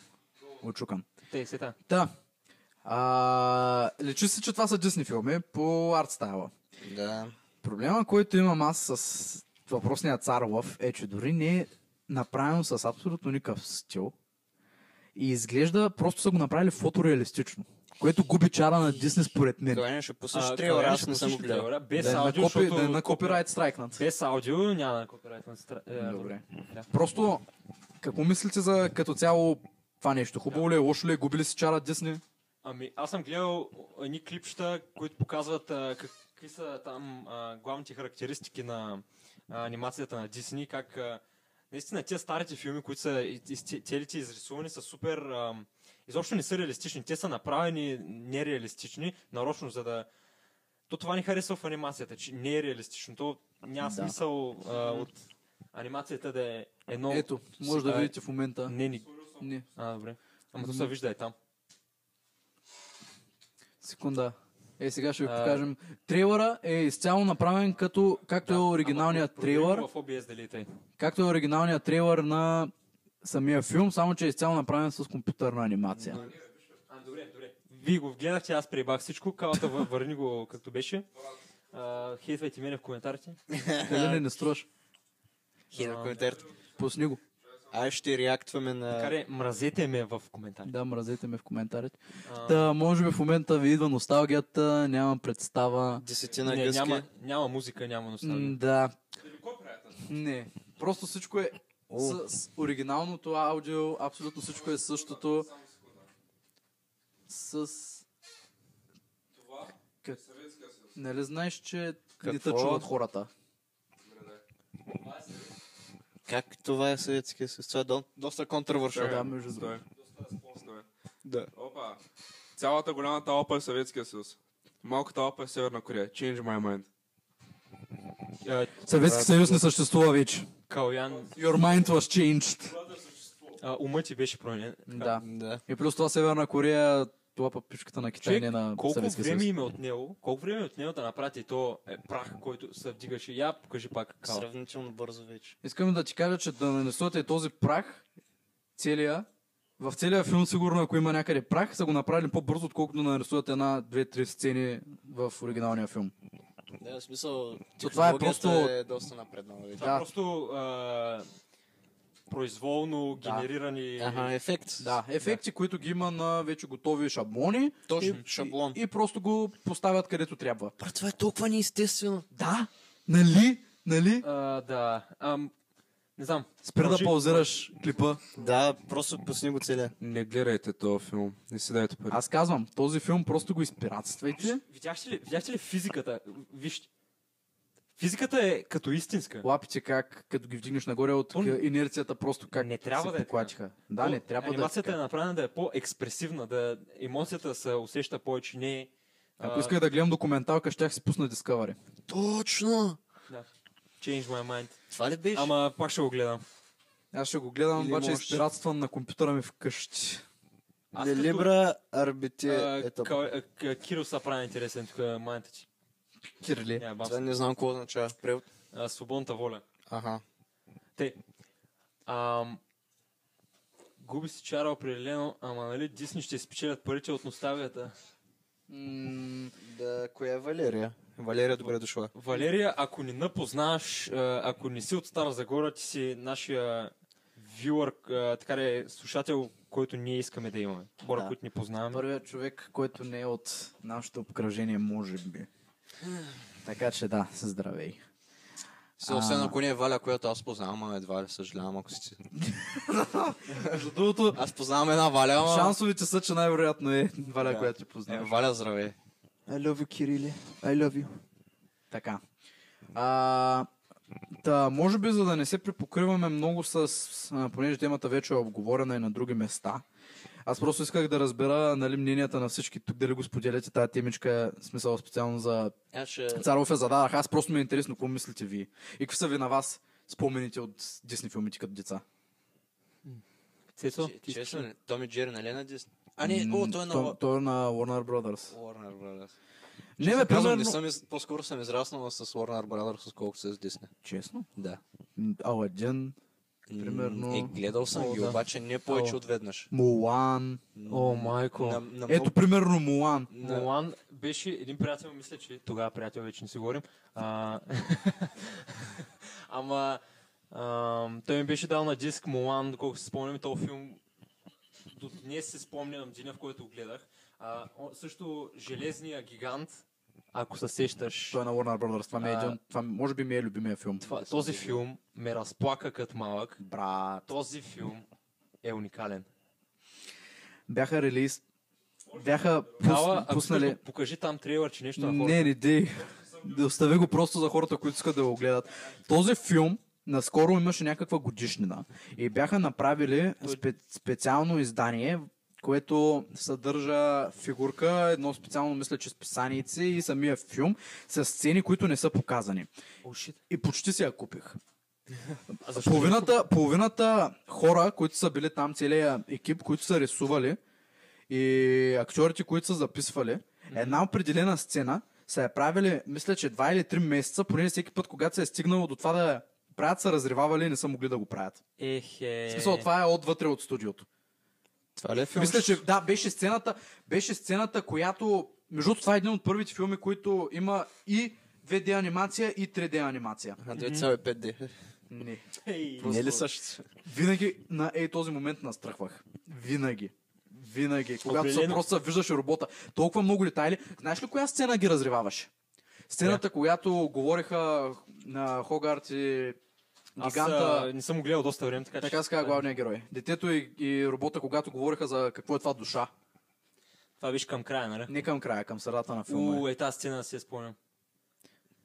Speaker 5: очукан.
Speaker 7: Те, сета.
Speaker 5: Та, а, лечи се, че това са Дисни филми по арт стайла.
Speaker 6: филм. Да.
Speaker 5: Проблема, който имам аз с въпросния цар Лъв е, че дори не е направено с абсолютно никакъв стил и изглежда, просто са го направили фотореалистично. което губи чара на Дисни според мен.
Speaker 6: Калайна Е, ще пуснеш
Speaker 7: А,
Speaker 6: трейлера,
Speaker 7: Калайна
Speaker 6: аз
Speaker 7: ще
Speaker 6: не съм го
Speaker 7: пуснеш
Speaker 6: гледал.
Speaker 7: трейлера, Без
Speaker 5: Да е на,
Speaker 7: аудио,
Speaker 5: копи,
Speaker 7: защото...
Speaker 5: да е на копирайт страйкнат.
Speaker 7: Без аудио няма на копирайт на стра... е,
Speaker 5: Добре.
Speaker 7: Да.
Speaker 5: Просто, какво мислите за като цяло това нещо? Хубаво ли е, лошо ли е, губи ли си чара Дисни?
Speaker 7: Ами, аз съм гледал едни клипчета, които показват а, какви са там а, главните характеристики на а, анимацията на Дисни, как а, наистина тези старите филми, които са и- и- те- целите изрисувани, са супер... А, изобщо не са реалистични. Те са направени нереалистични, нарочно, за да... То това не харесва в анимацията, че не е реалистично. То няма
Speaker 5: Да.
Speaker 7: смисъл а, от анимацията да е едно...
Speaker 5: Ето, може да
Speaker 7: сега е.
Speaker 5: видите в момента.
Speaker 7: Не, не.
Speaker 5: Не.
Speaker 7: А, добре. Ама то се вижда е там.
Speaker 5: Секунда. Е, сега ще ви
Speaker 7: А.
Speaker 5: покажем. Трейлъра е изцяло направен като, както е оригиналният
Speaker 7: Ама
Speaker 5: трейлър,
Speaker 7: проверим В OBS дали е тъй.
Speaker 5: както е оригиналният трейлър на самия филм, само че е изцяло направен с компютърна анимация.
Speaker 7: А, добре, добре. Вие го гледахте, аз прибах всичко. Калата вър- върни го както беше. А, хейтвайте мене в коментарите.
Speaker 5: Дали Нали не, не струваш?
Speaker 6: Хида
Speaker 7: А,
Speaker 6: коментарите.
Speaker 5: Пусни го.
Speaker 6: Аз ще реактваме
Speaker 7: Така
Speaker 6: на...
Speaker 7: де, мразете ме в коментарите.
Speaker 5: Да, мразете ме в коментарите.
Speaker 7: А,
Speaker 5: Та, може би в момента ви идва носталгията, нямам представа.
Speaker 6: Десетина
Speaker 7: не,
Speaker 6: гъски.
Speaker 7: няма, няма музика, няма
Speaker 5: М,
Speaker 7: носталгия.
Speaker 5: да,
Speaker 2: Далеко приятел.
Speaker 5: не. Просто всичко е
Speaker 6: О,
Speaker 5: с, с оригиналното аудио, абсолютно всичко е същото.
Speaker 2: Само секунда.
Speaker 5: С...
Speaker 2: Това
Speaker 5: Как-
Speaker 2: е Съветския съюз.
Speaker 5: Нали знаеш, че не те
Speaker 6: Какво?
Speaker 5: чуват хората?
Speaker 2: Добре, да.
Speaker 6: Как това е съветския съюз? Това е до- доста контравършно.
Speaker 5: Да, между другото.
Speaker 8: Стой. Стой.
Speaker 6: Да.
Speaker 8: Опа. Цялата голямата опа е Съветския съюз. Малката опа е Северна Корея. Change my mind.
Speaker 7: А,
Speaker 5: Съветски съюз не съществува вече.
Speaker 7: Каоян,
Speaker 5: Your mind was changed.
Speaker 7: а, умът ти беше променен.
Speaker 5: Да.
Speaker 6: Да.
Speaker 5: И плюс това Северна Корея, това пък пишката на Китай,
Speaker 7: Човек,
Speaker 5: не на
Speaker 7: Колко
Speaker 5: Съветския
Speaker 7: време
Speaker 5: съюз.
Speaker 7: им е отнело, колко време е отнело да направите то е, прах, който се вдигаше? Я покажи пак, Као.
Speaker 6: Сравнително бързо вече.
Speaker 5: Искам да ти кажа, че да нанесете този прах, целия, в целия филм, сигурно, ако има някъде прах, са го направили по-бързо, отколкото да нарисуват една, две, три сцени в оригиналния филм.
Speaker 6: Да, в смисъл,
Speaker 5: То това е
Speaker 6: технологията
Speaker 5: просто-
Speaker 6: е доста напреднала вече.
Speaker 7: Това
Speaker 5: да.
Speaker 7: просто а, произволно
Speaker 5: Да.
Speaker 7: генерирани...
Speaker 6: Ага, ефект.
Speaker 5: Да, ефекти, които ги има на вече готови шаблони.
Speaker 6: Точно,
Speaker 5: и,
Speaker 6: шаблон.
Speaker 5: И, и просто го поставят където трябва.
Speaker 6: Брат, това е толкова неестествено.
Speaker 5: Да, нали? Нали?
Speaker 7: А, да. Ам, не знам.
Speaker 5: Спри да
Speaker 7: Продължи.
Speaker 5: паузираш клипа.
Speaker 6: Да, просто пусни го целия.
Speaker 8: Не гледайте този филм. Не си дайте пари.
Speaker 5: Аз казвам, този филм просто го изпиратствайте.
Speaker 7: Видяхте ли, видяхте ли физиката? Вижте. Физиката е като истинска.
Speaker 5: Лапите как, като ги вдигнеш нагоре от
Speaker 7: То не-
Speaker 5: къ- инерцията, просто как
Speaker 7: Не трябва
Speaker 5: се
Speaker 7: да е така.
Speaker 5: поклатиха. Да, не
Speaker 7: То
Speaker 5: трябва да е
Speaker 7: Анимацията е,
Speaker 5: така.
Speaker 7: направена да е по-експресивна, да емоцията се усеща повече, не е,
Speaker 5: Ако
Speaker 7: а,
Speaker 5: исках да гледам документалка, щях си пусна Discovery.
Speaker 6: Точно!
Speaker 7: Change my mind.
Speaker 6: Това ли беше?
Speaker 7: Ама пак ще го гледам.
Speaker 5: Аз ще го гледам,
Speaker 6: Или
Speaker 5: обаче
Speaker 6: можеш-
Speaker 5: изпиратстван на компютъра ми вкъщи.
Speaker 7: Аз
Speaker 6: Не,
Speaker 7: като-
Speaker 6: Либра
Speaker 5: е
Speaker 6: арбите
Speaker 7: А,
Speaker 6: ето.
Speaker 7: Ка- а, Кирил са прави интересен тук майната ти.
Speaker 5: Кирли.
Speaker 7: Няма
Speaker 6: Това
Speaker 7: бавно.
Speaker 6: не знам какво означава в превод.
Speaker 7: А, Свободната воля.
Speaker 6: Аха.
Speaker 7: Те. Ам, губи си чара определено, ама нали Дисни ще спечелят парите от носталията.
Speaker 5: М,
Speaker 6: Да, коя е Валерия? Валерия, добре е дошла.
Speaker 7: Валерия, ако не напознаваш, а, ако не си от Стара Загора, ти си нашия вюър, а, така да е, слушател, който ние искаме да имаме. Хора,
Speaker 5: Да.
Speaker 7: които не познаваме.
Speaker 5: Първият човек, който не е от нашето обкръжение, може би. Така че да, здравей.
Speaker 6: Се, освен ако не е Валя, която аз познавам, ама едва ли съжалявам, ако си...
Speaker 5: Между другото,
Speaker 6: Аз познавам една Валя, ама...
Speaker 5: шансовете са, че най-вероятно е Валя,
Speaker 6: Да.
Speaker 5: която ти
Speaker 6: Е,
Speaker 5: познаваш.
Speaker 6: Валя, здравей. I love you, Кириле. I love you.
Speaker 5: Така. А, та, може би, за да не се припокриваме много с... а, Понеже темата вече е обговорена и на други места. Аз просто исках да разбера нали, мненията на всички тук, дали го споделяте тази темичка, в смисъл специално за
Speaker 6: Аз ще...
Speaker 5: Царов я зададах. Аз просто ми е интересно, какво мислите вие. И какви са ви на вас спомените от Дисни филмите като деца?
Speaker 7: Цецо,
Speaker 6: Че-
Speaker 7: ти
Speaker 6: Честно
Speaker 7: искаш ли?
Speaker 6: ли? Томи Джери, нали е на Дисни? А не,
Speaker 5: М,
Speaker 6: о, той е на...
Speaker 5: то-
Speaker 6: Ла-
Speaker 5: Той е на Warner Brothers.
Speaker 6: Warner Brothers.
Speaker 5: Не, бе,
Speaker 6: Казвам, не
Speaker 5: примерно...
Speaker 6: съм, из- по-скоро съм израснал с Warner Brothers, отколкото с Дисни.
Speaker 5: Честно?
Speaker 6: Да.
Speaker 5: М, Аладдин,
Speaker 6: М,
Speaker 5: Примерно-
Speaker 6: Е, гледал съм
Speaker 7: О,
Speaker 6: ги,
Speaker 7: да.
Speaker 6: обаче не повече
Speaker 7: О.
Speaker 6: от веднъж.
Speaker 5: Мулан...
Speaker 7: О, майко.
Speaker 6: На, на
Speaker 5: Ето, примерно Мулан.
Speaker 6: много- на-
Speaker 7: Молан беше един приятел, мисля, че тогава приятел вече не си говорим. А... Ама ам, той ми беше дал на диск Молан, доколко си спомням, този филм до днес си спомням деня, в който го гледах. А, о, също Железния гигант, ако се сещаш.
Speaker 5: Той е на Warner Brothers. Това, ми е
Speaker 7: А.
Speaker 5: един, това може би ми е любимия филм.
Speaker 7: Това, този филм ме разплака като малък.
Speaker 5: Брат.
Speaker 7: Този филм е уникален.
Speaker 5: Бяха релиз. Бяха
Speaker 7: Кала,
Speaker 5: пус,
Speaker 7: ако
Speaker 5: пуснали.
Speaker 7: искаш, покажи там трейлър, че нещо на
Speaker 5: Не,
Speaker 7: хората.
Speaker 5: не, дей. Да остави го просто за хората, които искат да го гледат. Този филм наскоро имаше някаква годишнина и бяха направили спе, специално издание, което съдържа фигурка, едно специално, мисля, че списаници и самия филм с сцени, които не са показани.
Speaker 7: О, шит.
Speaker 5: И почти си я купих.
Speaker 7: А защо?
Speaker 5: Половината, половината хора, които са били там, целият екип, които са рисували и актьорите, които са записвали, една определена сцена са я правили, мисля, че 2 или 3 месеца, поне всеки път, когато се е стигнало до това да я правят, са разривавали и не са могли да го правят.
Speaker 7: Ех, е...
Speaker 5: В смисъл, това е отвътре от студиото.
Speaker 6: Това ли е филм?
Speaker 5: Мисля, че да, беше сцената, беше сцената, която... Между другото, това е един от първите филми, които има и 2D анимация и 3D анимация.
Speaker 6: А 2,5D.
Speaker 5: Не.
Speaker 7: Ей.
Speaker 6: Не е ли също?
Speaker 5: Винаги на ей този момент настръхвах. Винаги. Винаги. Когато се
Speaker 7: Определено.
Speaker 5: просто се виждаше робота. Толкова много детайли. Знаеш ли коя сцена ги разриваваше? Сцената, когато говореха на Хогарт и
Speaker 7: Аз
Speaker 5: гиганта.
Speaker 7: а, не съм го гледал доста време, така че...
Speaker 5: Така се казва главният герой. Детето и, и робота, когато говореха за какво е това душа.
Speaker 7: Това беше към края, нали?
Speaker 5: Не към края, към средата на филма.
Speaker 7: У,
Speaker 5: Е.
Speaker 7: е тази сцена си я спомням.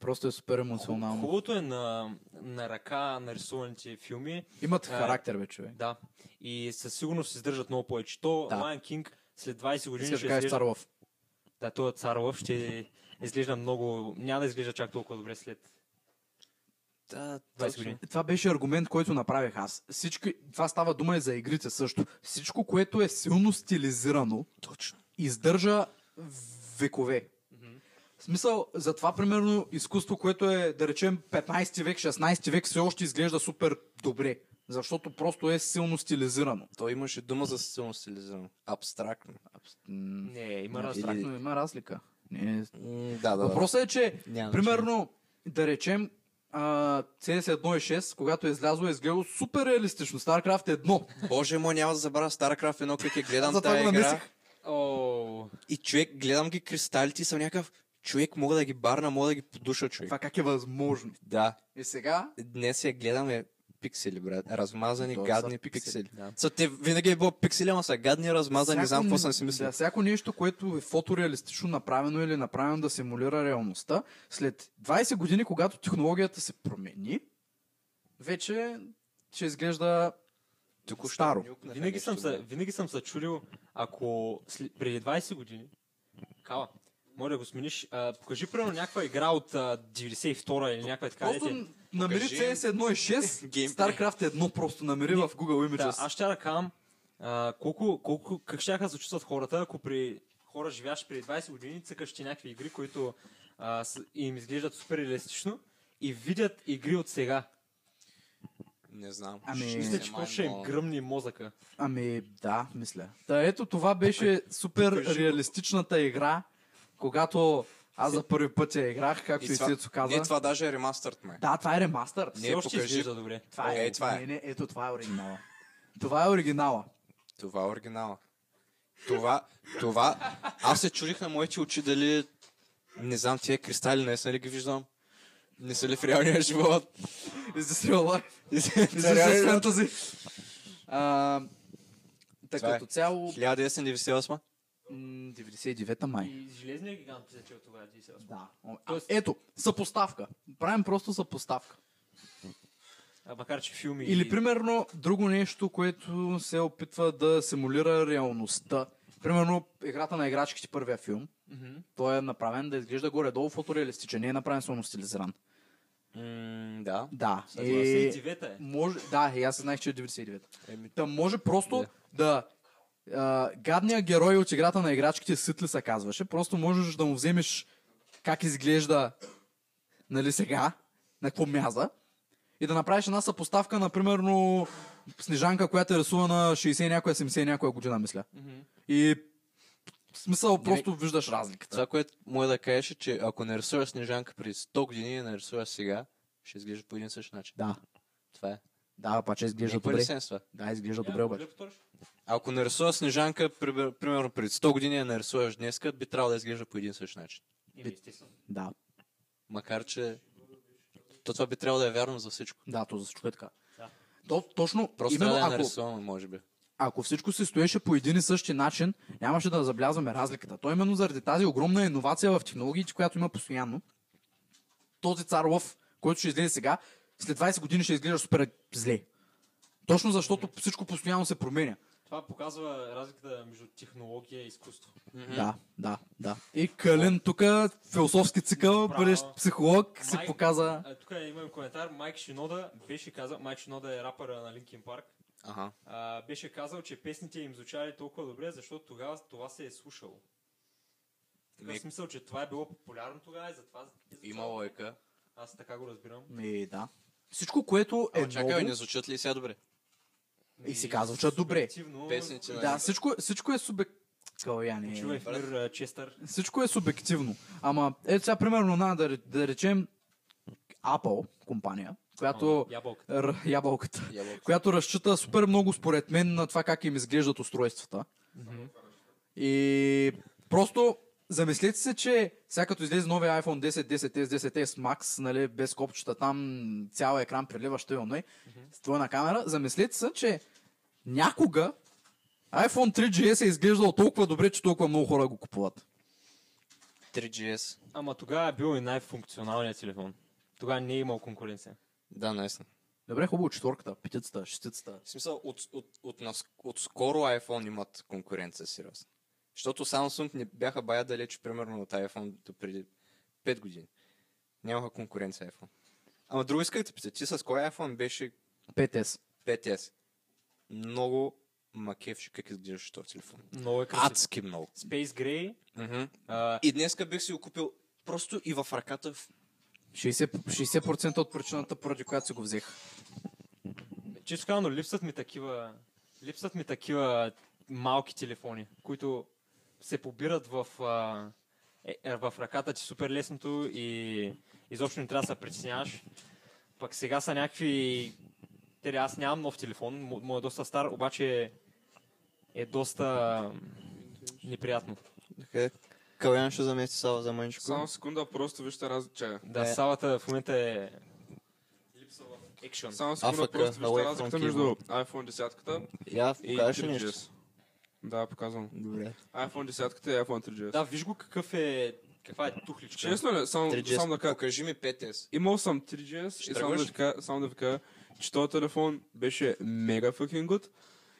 Speaker 5: Просто е супер емоционално.
Speaker 7: Хубавото е на, на ръка нарисуваните филми,
Speaker 5: Имат
Speaker 7: А,
Speaker 5: характер, бе, човек.
Speaker 7: да. И със сигурност се издържат много повече. То
Speaker 5: Да.
Speaker 7: Lion King след 20 години
Speaker 5: Искаш
Speaker 7: ще
Speaker 5: да кажеш
Speaker 7: изглежда...
Speaker 5: Старлов.
Speaker 7: Да, той е цар лъв ще изглежда много... Няма да изглежда чак толкова добре след
Speaker 6: Да,
Speaker 7: 20 години.
Speaker 5: Това беше аргумент, който направих аз. Всички, това става дума и за игрите също. Всичко, което е силно стилизирано,
Speaker 6: Точно.
Speaker 5: издържа векове. В смисъл, за това примерно изкуство, което е, да речем, 15 век, 16 век, все още изглежда супер добре. Защото просто е силно стилизирано.
Speaker 6: Той имаше дума за силно стилизирано. Абстрактно.
Speaker 7: Не, има
Speaker 5: Има
Speaker 7: раз.
Speaker 5: абстрактно, има разлика. Не,
Speaker 6: М, Да, да.
Speaker 5: Въпросът е, че
Speaker 6: Няма
Speaker 5: Примерно, да речем, а, CS 1.6, когато е излязло, е изгледало супер реалистично. StarCraft 1.
Speaker 6: значение. Боже мой, няма да забравя StarCraft едно, как я гледам
Speaker 5: Затова
Speaker 6: тази
Speaker 5: го
Speaker 6: игра.
Speaker 5: намислих.
Speaker 7: О,
Speaker 6: И човек, гледам ги кристалите и съм някакъв... Човек, мога да ги барна, мога да ги подуша, човек.
Speaker 5: Това как е възможно?
Speaker 6: Да.
Speaker 5: И сега,
Speaker 6: Днес я гледаме пиксели, брат. Размазани,
Speaker 5: Той са
Speaker 6: гадни
Speaker 5: пиксели,
Speaker 6: пиксели.
Speaker 7: да.
Speaker 6: Са, те винаги е било пиксели, ама са гадни, размазани, не знам какво съм си мислил.
Speaker 5: Да, всяко нещо, което е фотореалистично направено или е направено да симулира реалността, след 20 години, когато технологията се промени, вече ще изглежда
Speaker 6: Току-що
Speaker 5: старо.
Speaker 6: нюкнаха
Speaker 7: винаги,
Speaker 6: нещо,
Speaker 7: съм се,
Speaker 6: брат.
Speaker 7: винаги съм се чудил, ако след, преди 20 години... Кала, може да го смениш. А, покажи, примерно, някаква игра от а, 92-а или някаква така. дете-
Speaker 5: Просто намери
Speaker 6: покажи
Speaker 5: CS 1.6,
Speaker 6: геймплей.
Speaker 5: StarCraft 1 просто намери в Google
Speaker 7: Да,
Speaker 5: Images.
Speaker 7: аз ще да кажам, а, колко, колко, как ще да се чувстват хората, ако при хора живяеш преди 20 години, цъкаш ти някакви игри, които а, с, им изглеждат супер реалистично и видят игри от сега.
Speaker 6: Не знам.
Speaker 5: Ами,
Speaker 6: Ще
Speaker 7: Мисля,
Speaker 6: се
Speaker 7: че какво ще им
Speaker 6: маймол.
Speaker 7: гръмни мозъка.
Speaker 5: Ами да, мисля. Ами, Та ето това беше супер реалистичната игра, когато аз за първи път я играх, както и,
Speaker 6: това-
Speaker 5: Цецо каза.
Speaker 6: Не, това даже е ремастърт, ме.
Speaker 5: Да, това е ремастър.
Speaker 7: Все още
Speaker 6: покажи.
Speaker 7: изглежда добре.
Speaker 5: Това е.
Speaker 6: Е, това е.
Speaker 5: Не, не, ето това е оригинала. Това е оригинала.
Speaker 6: Това е оригинала. Това, това... Аз се чудих на моите очи дали... Не знам, тия кристали наистина ли ги виждам? Не са ли в реалния живот?
Speaker 5: Is this real life? Is
Speaker 6: За
Speaker 5: this
Speaker 6: реалния
Speaker 5: real
Speaker 6: живот.
Speaker 5: fantasy? А, Така
Speaker 6: Това е.
Speaker 5: като цяло,
Speaker 6: 1998?
Speaker 5: м, 99-та май.
Speaker 7: И железният гигант се чел тогава.
Speaker 5: Да. О, а, Ето, съпоставка. Правим просто съпоставка.
Speaker 7: А макар, че филми...
Speaker 5: Или примерно друго нещо, което се опитва да симулира реалността. Примерно играта на играчките, първия филм.
Speaker 7: Мгм.
Speaker 5: Той е направен да изглежда горе-долу фотореалистичен. Не е направен само стилизиран.
Speaker 6: М, да.
Speaker 5: Да.
Speaker 7: Е...
Speaker 5: Е,
Speaker 7: 99-та е.
Speaker 5: може, да, и аз знаех, че е 99.
Speaker 6: Еми, е.
Speaker 5: Та може просто да... А, гадният герой от играта на играчките Ситли се казваше. Просто можеш да му вземеш как изглежда нали сега, на какво мяза и да направиш една съпоставка, например, Снежанка, която е рисувана 60 някоя, 70 някоя година, мисля. И в смисъл просто виждаш разликата.
Speaker 6: Това, което мога да кажеш е, че ако нарисуваш Снежанка преди 100 години и я нарисуваш сега, ще изглежда по един и същ начин.
Speaker 5: Да.
Speaker 6: Това е.
Speaker 5: Да, паче изглежда
Speaker 6: Никаква
Speaker 5: добре.
Speaker 6: лисенства.
Speaker 5: Да, изглежда
Speaker 4: Я,
Speaker 5: добре обаче.
Speaker 6: е?
Speaker 4: Лев Торш,
Speaker 6: Ако нарисува Снежанка, прибе- примерно пред 100 години я нарисуваш днеска, би трябвало да изглежда по един същ начин.
Speaker 4: Еми, естествено.
Speaker 5: Да,
Speaker 6: Макар, че то това би трябвало да е вярно за всичко.
Speaker 5: да, то за всичко е така.
Speaker 4: Да.
Speaker 5: То, точно,
Speaker 6: Просто е
Speaker 5: именно
Speaker 6: трябва да я
Speaker 5: ако,
Speaker 6: нарисуваме, може би.
Speaker 5: ако всичко се стоеше по един и същи начин, нямаше да забелязваме разликата. То именно заради тази огромна иновация в технологиите, която има постоянно, този цар лъв, който ще излезе сега, след 20 години ще изглежда супер зле. Точно защото всичко постоянно се променя.
Speaker 7: Това показва разликата между технология и изкуство.
Speaker 5: Да, да, да. И Калин тук, философски цикъл,
Speaker 7: Браво.
Speaker 5: бъдещ психолог, си
Speaker 7: Май-
Speaker 5: показа...
Speaker 7: А, тук имам коментар. Майк Шинода беше казал, Майк Шинода е рапъра на Линкин Парк,
Speaker 6: Ага.
Speaker 7: а, беше казал, че песните им звучали толкова добре, защото тогава това се е слушало. Така
Speaker 6: Ми-
Speaker 7: в смисъл, че това е било популярно тогава и затова... е звучало.
Speaker 6: Има лойка.
Speaker 7: Аз така го разбирам.
Speaker 5: Ми, Ами, да. Всичко, което е
Speaker 6: Ама чакай,
Speaker 5: ново,
Speaker 6: не звучат ли сега добре?
Speaker 5: И си казва, че е добре.
Speaker 7: Субективно-
Speaker 6: Песните на
Speaker 5: да,
Speaker 6: Линкин
Speaker 5: всичко, всичко е субект... е- Калояне.
Speaker 7: Чувай в мир, а, Честър.
Speaker 5: Всичко е субективно. Ама, ето сега, примерно, на, да, ре- да речем Apple компания, която...
Speaker 7: О, Ябълката.
Speaker 5: Р- ябълката.
Speaker 6: Ябълката.
Speaker 5: Която разчита супер много, според мен, на това как им изглеждат устройствата. И просто замислете се, че сега като излезе новия iPhone 10, 10S, 10S Max, нали, без копчета там, цял екран прилива, ще имаме, с двойна камера, замислете се, че някога iPhone 3GS е изглеждал толкова добре, че толкова много хора го купуват.
Speaker 6: 3GS.
Speaker 7: Ама тогава е бил и най-функционалният телефон. Тогава не е имал конкуренция.
Speaker 6: Да, наистина.
Speaker 5: Добре, хубаво, четворката, петицата, шестицата.
Speaker 6: В смисъл, от, от, от, нас- от скоро iPhone имат конкуренция сериозно. Защото Samsung не бяха бая далеч, примерно, от iPhone до преди 5 години. Нямаха конкуренция iPhone. Ама друго исках да пита, ти с кой iPhone беше
Speaker 5: 5S.
Speaker 6: 5S? Много макевши как изглеждаш този телефон.
Speaker 7: Много е красив.
Speaker 6: Адски много.
Speaker 7: Space Gray.
Speaker 6: Мгм.
Speaker 7: а,
Speaker 6: И днеска бих си го купил просто и в ръката. в-
Speaker 5: 60%, 60% от причината, поради която си го взех.
Speaker 7: Често казано, липсват ми такива, липсват ми такива малки телефони, които се побират в, а, е, е, в ръката ти супер лесното и изобщо не трябва да се притесняваш. Пък сега са някакви... Тере, аз нямам нов телефон, мо- моят е доста стар, обаче е, е доста неприятно.
Speaker 6: е. Калян ще замести Сава за мъничко.
Speaker 8: Само секунда, просто вижте различа.
Speaker 7: Да, салата в момента е... Липсва в екшън.
Speaker 8: Само секунда,
Speaker 6: Афака,
Speaker 8: просто
Speaker 6: away
Speaker 8: вижте
Speaker 6: from
Speaker 8: разликата
Speaker 6: keyboard.
Speaker 8: между iPhone 10
Speaker 6: Я
Speaker 8: и
Speaker 6: покажеш ли нещо?
Speaker 8: 3GS. Да, показвам.
Speaker 6: Добре.
Speaker 8: iPhone 10 и iPhone 3GS.
Speaker 7: Да, виж го какъв е... Каква е тухличка.
Speaker 8: Честно ли? Само, само да
Speaker 6: 3GS.
Speaker 8: кажа.
Speaker 6: Покажи ми 5S.
Speaker 8: Имал съм 3GS и само да,
Speaker 6: тръгваш?
Speaker 8: ви кажа, само да ви кажа, че този телефон беше мега fucking good.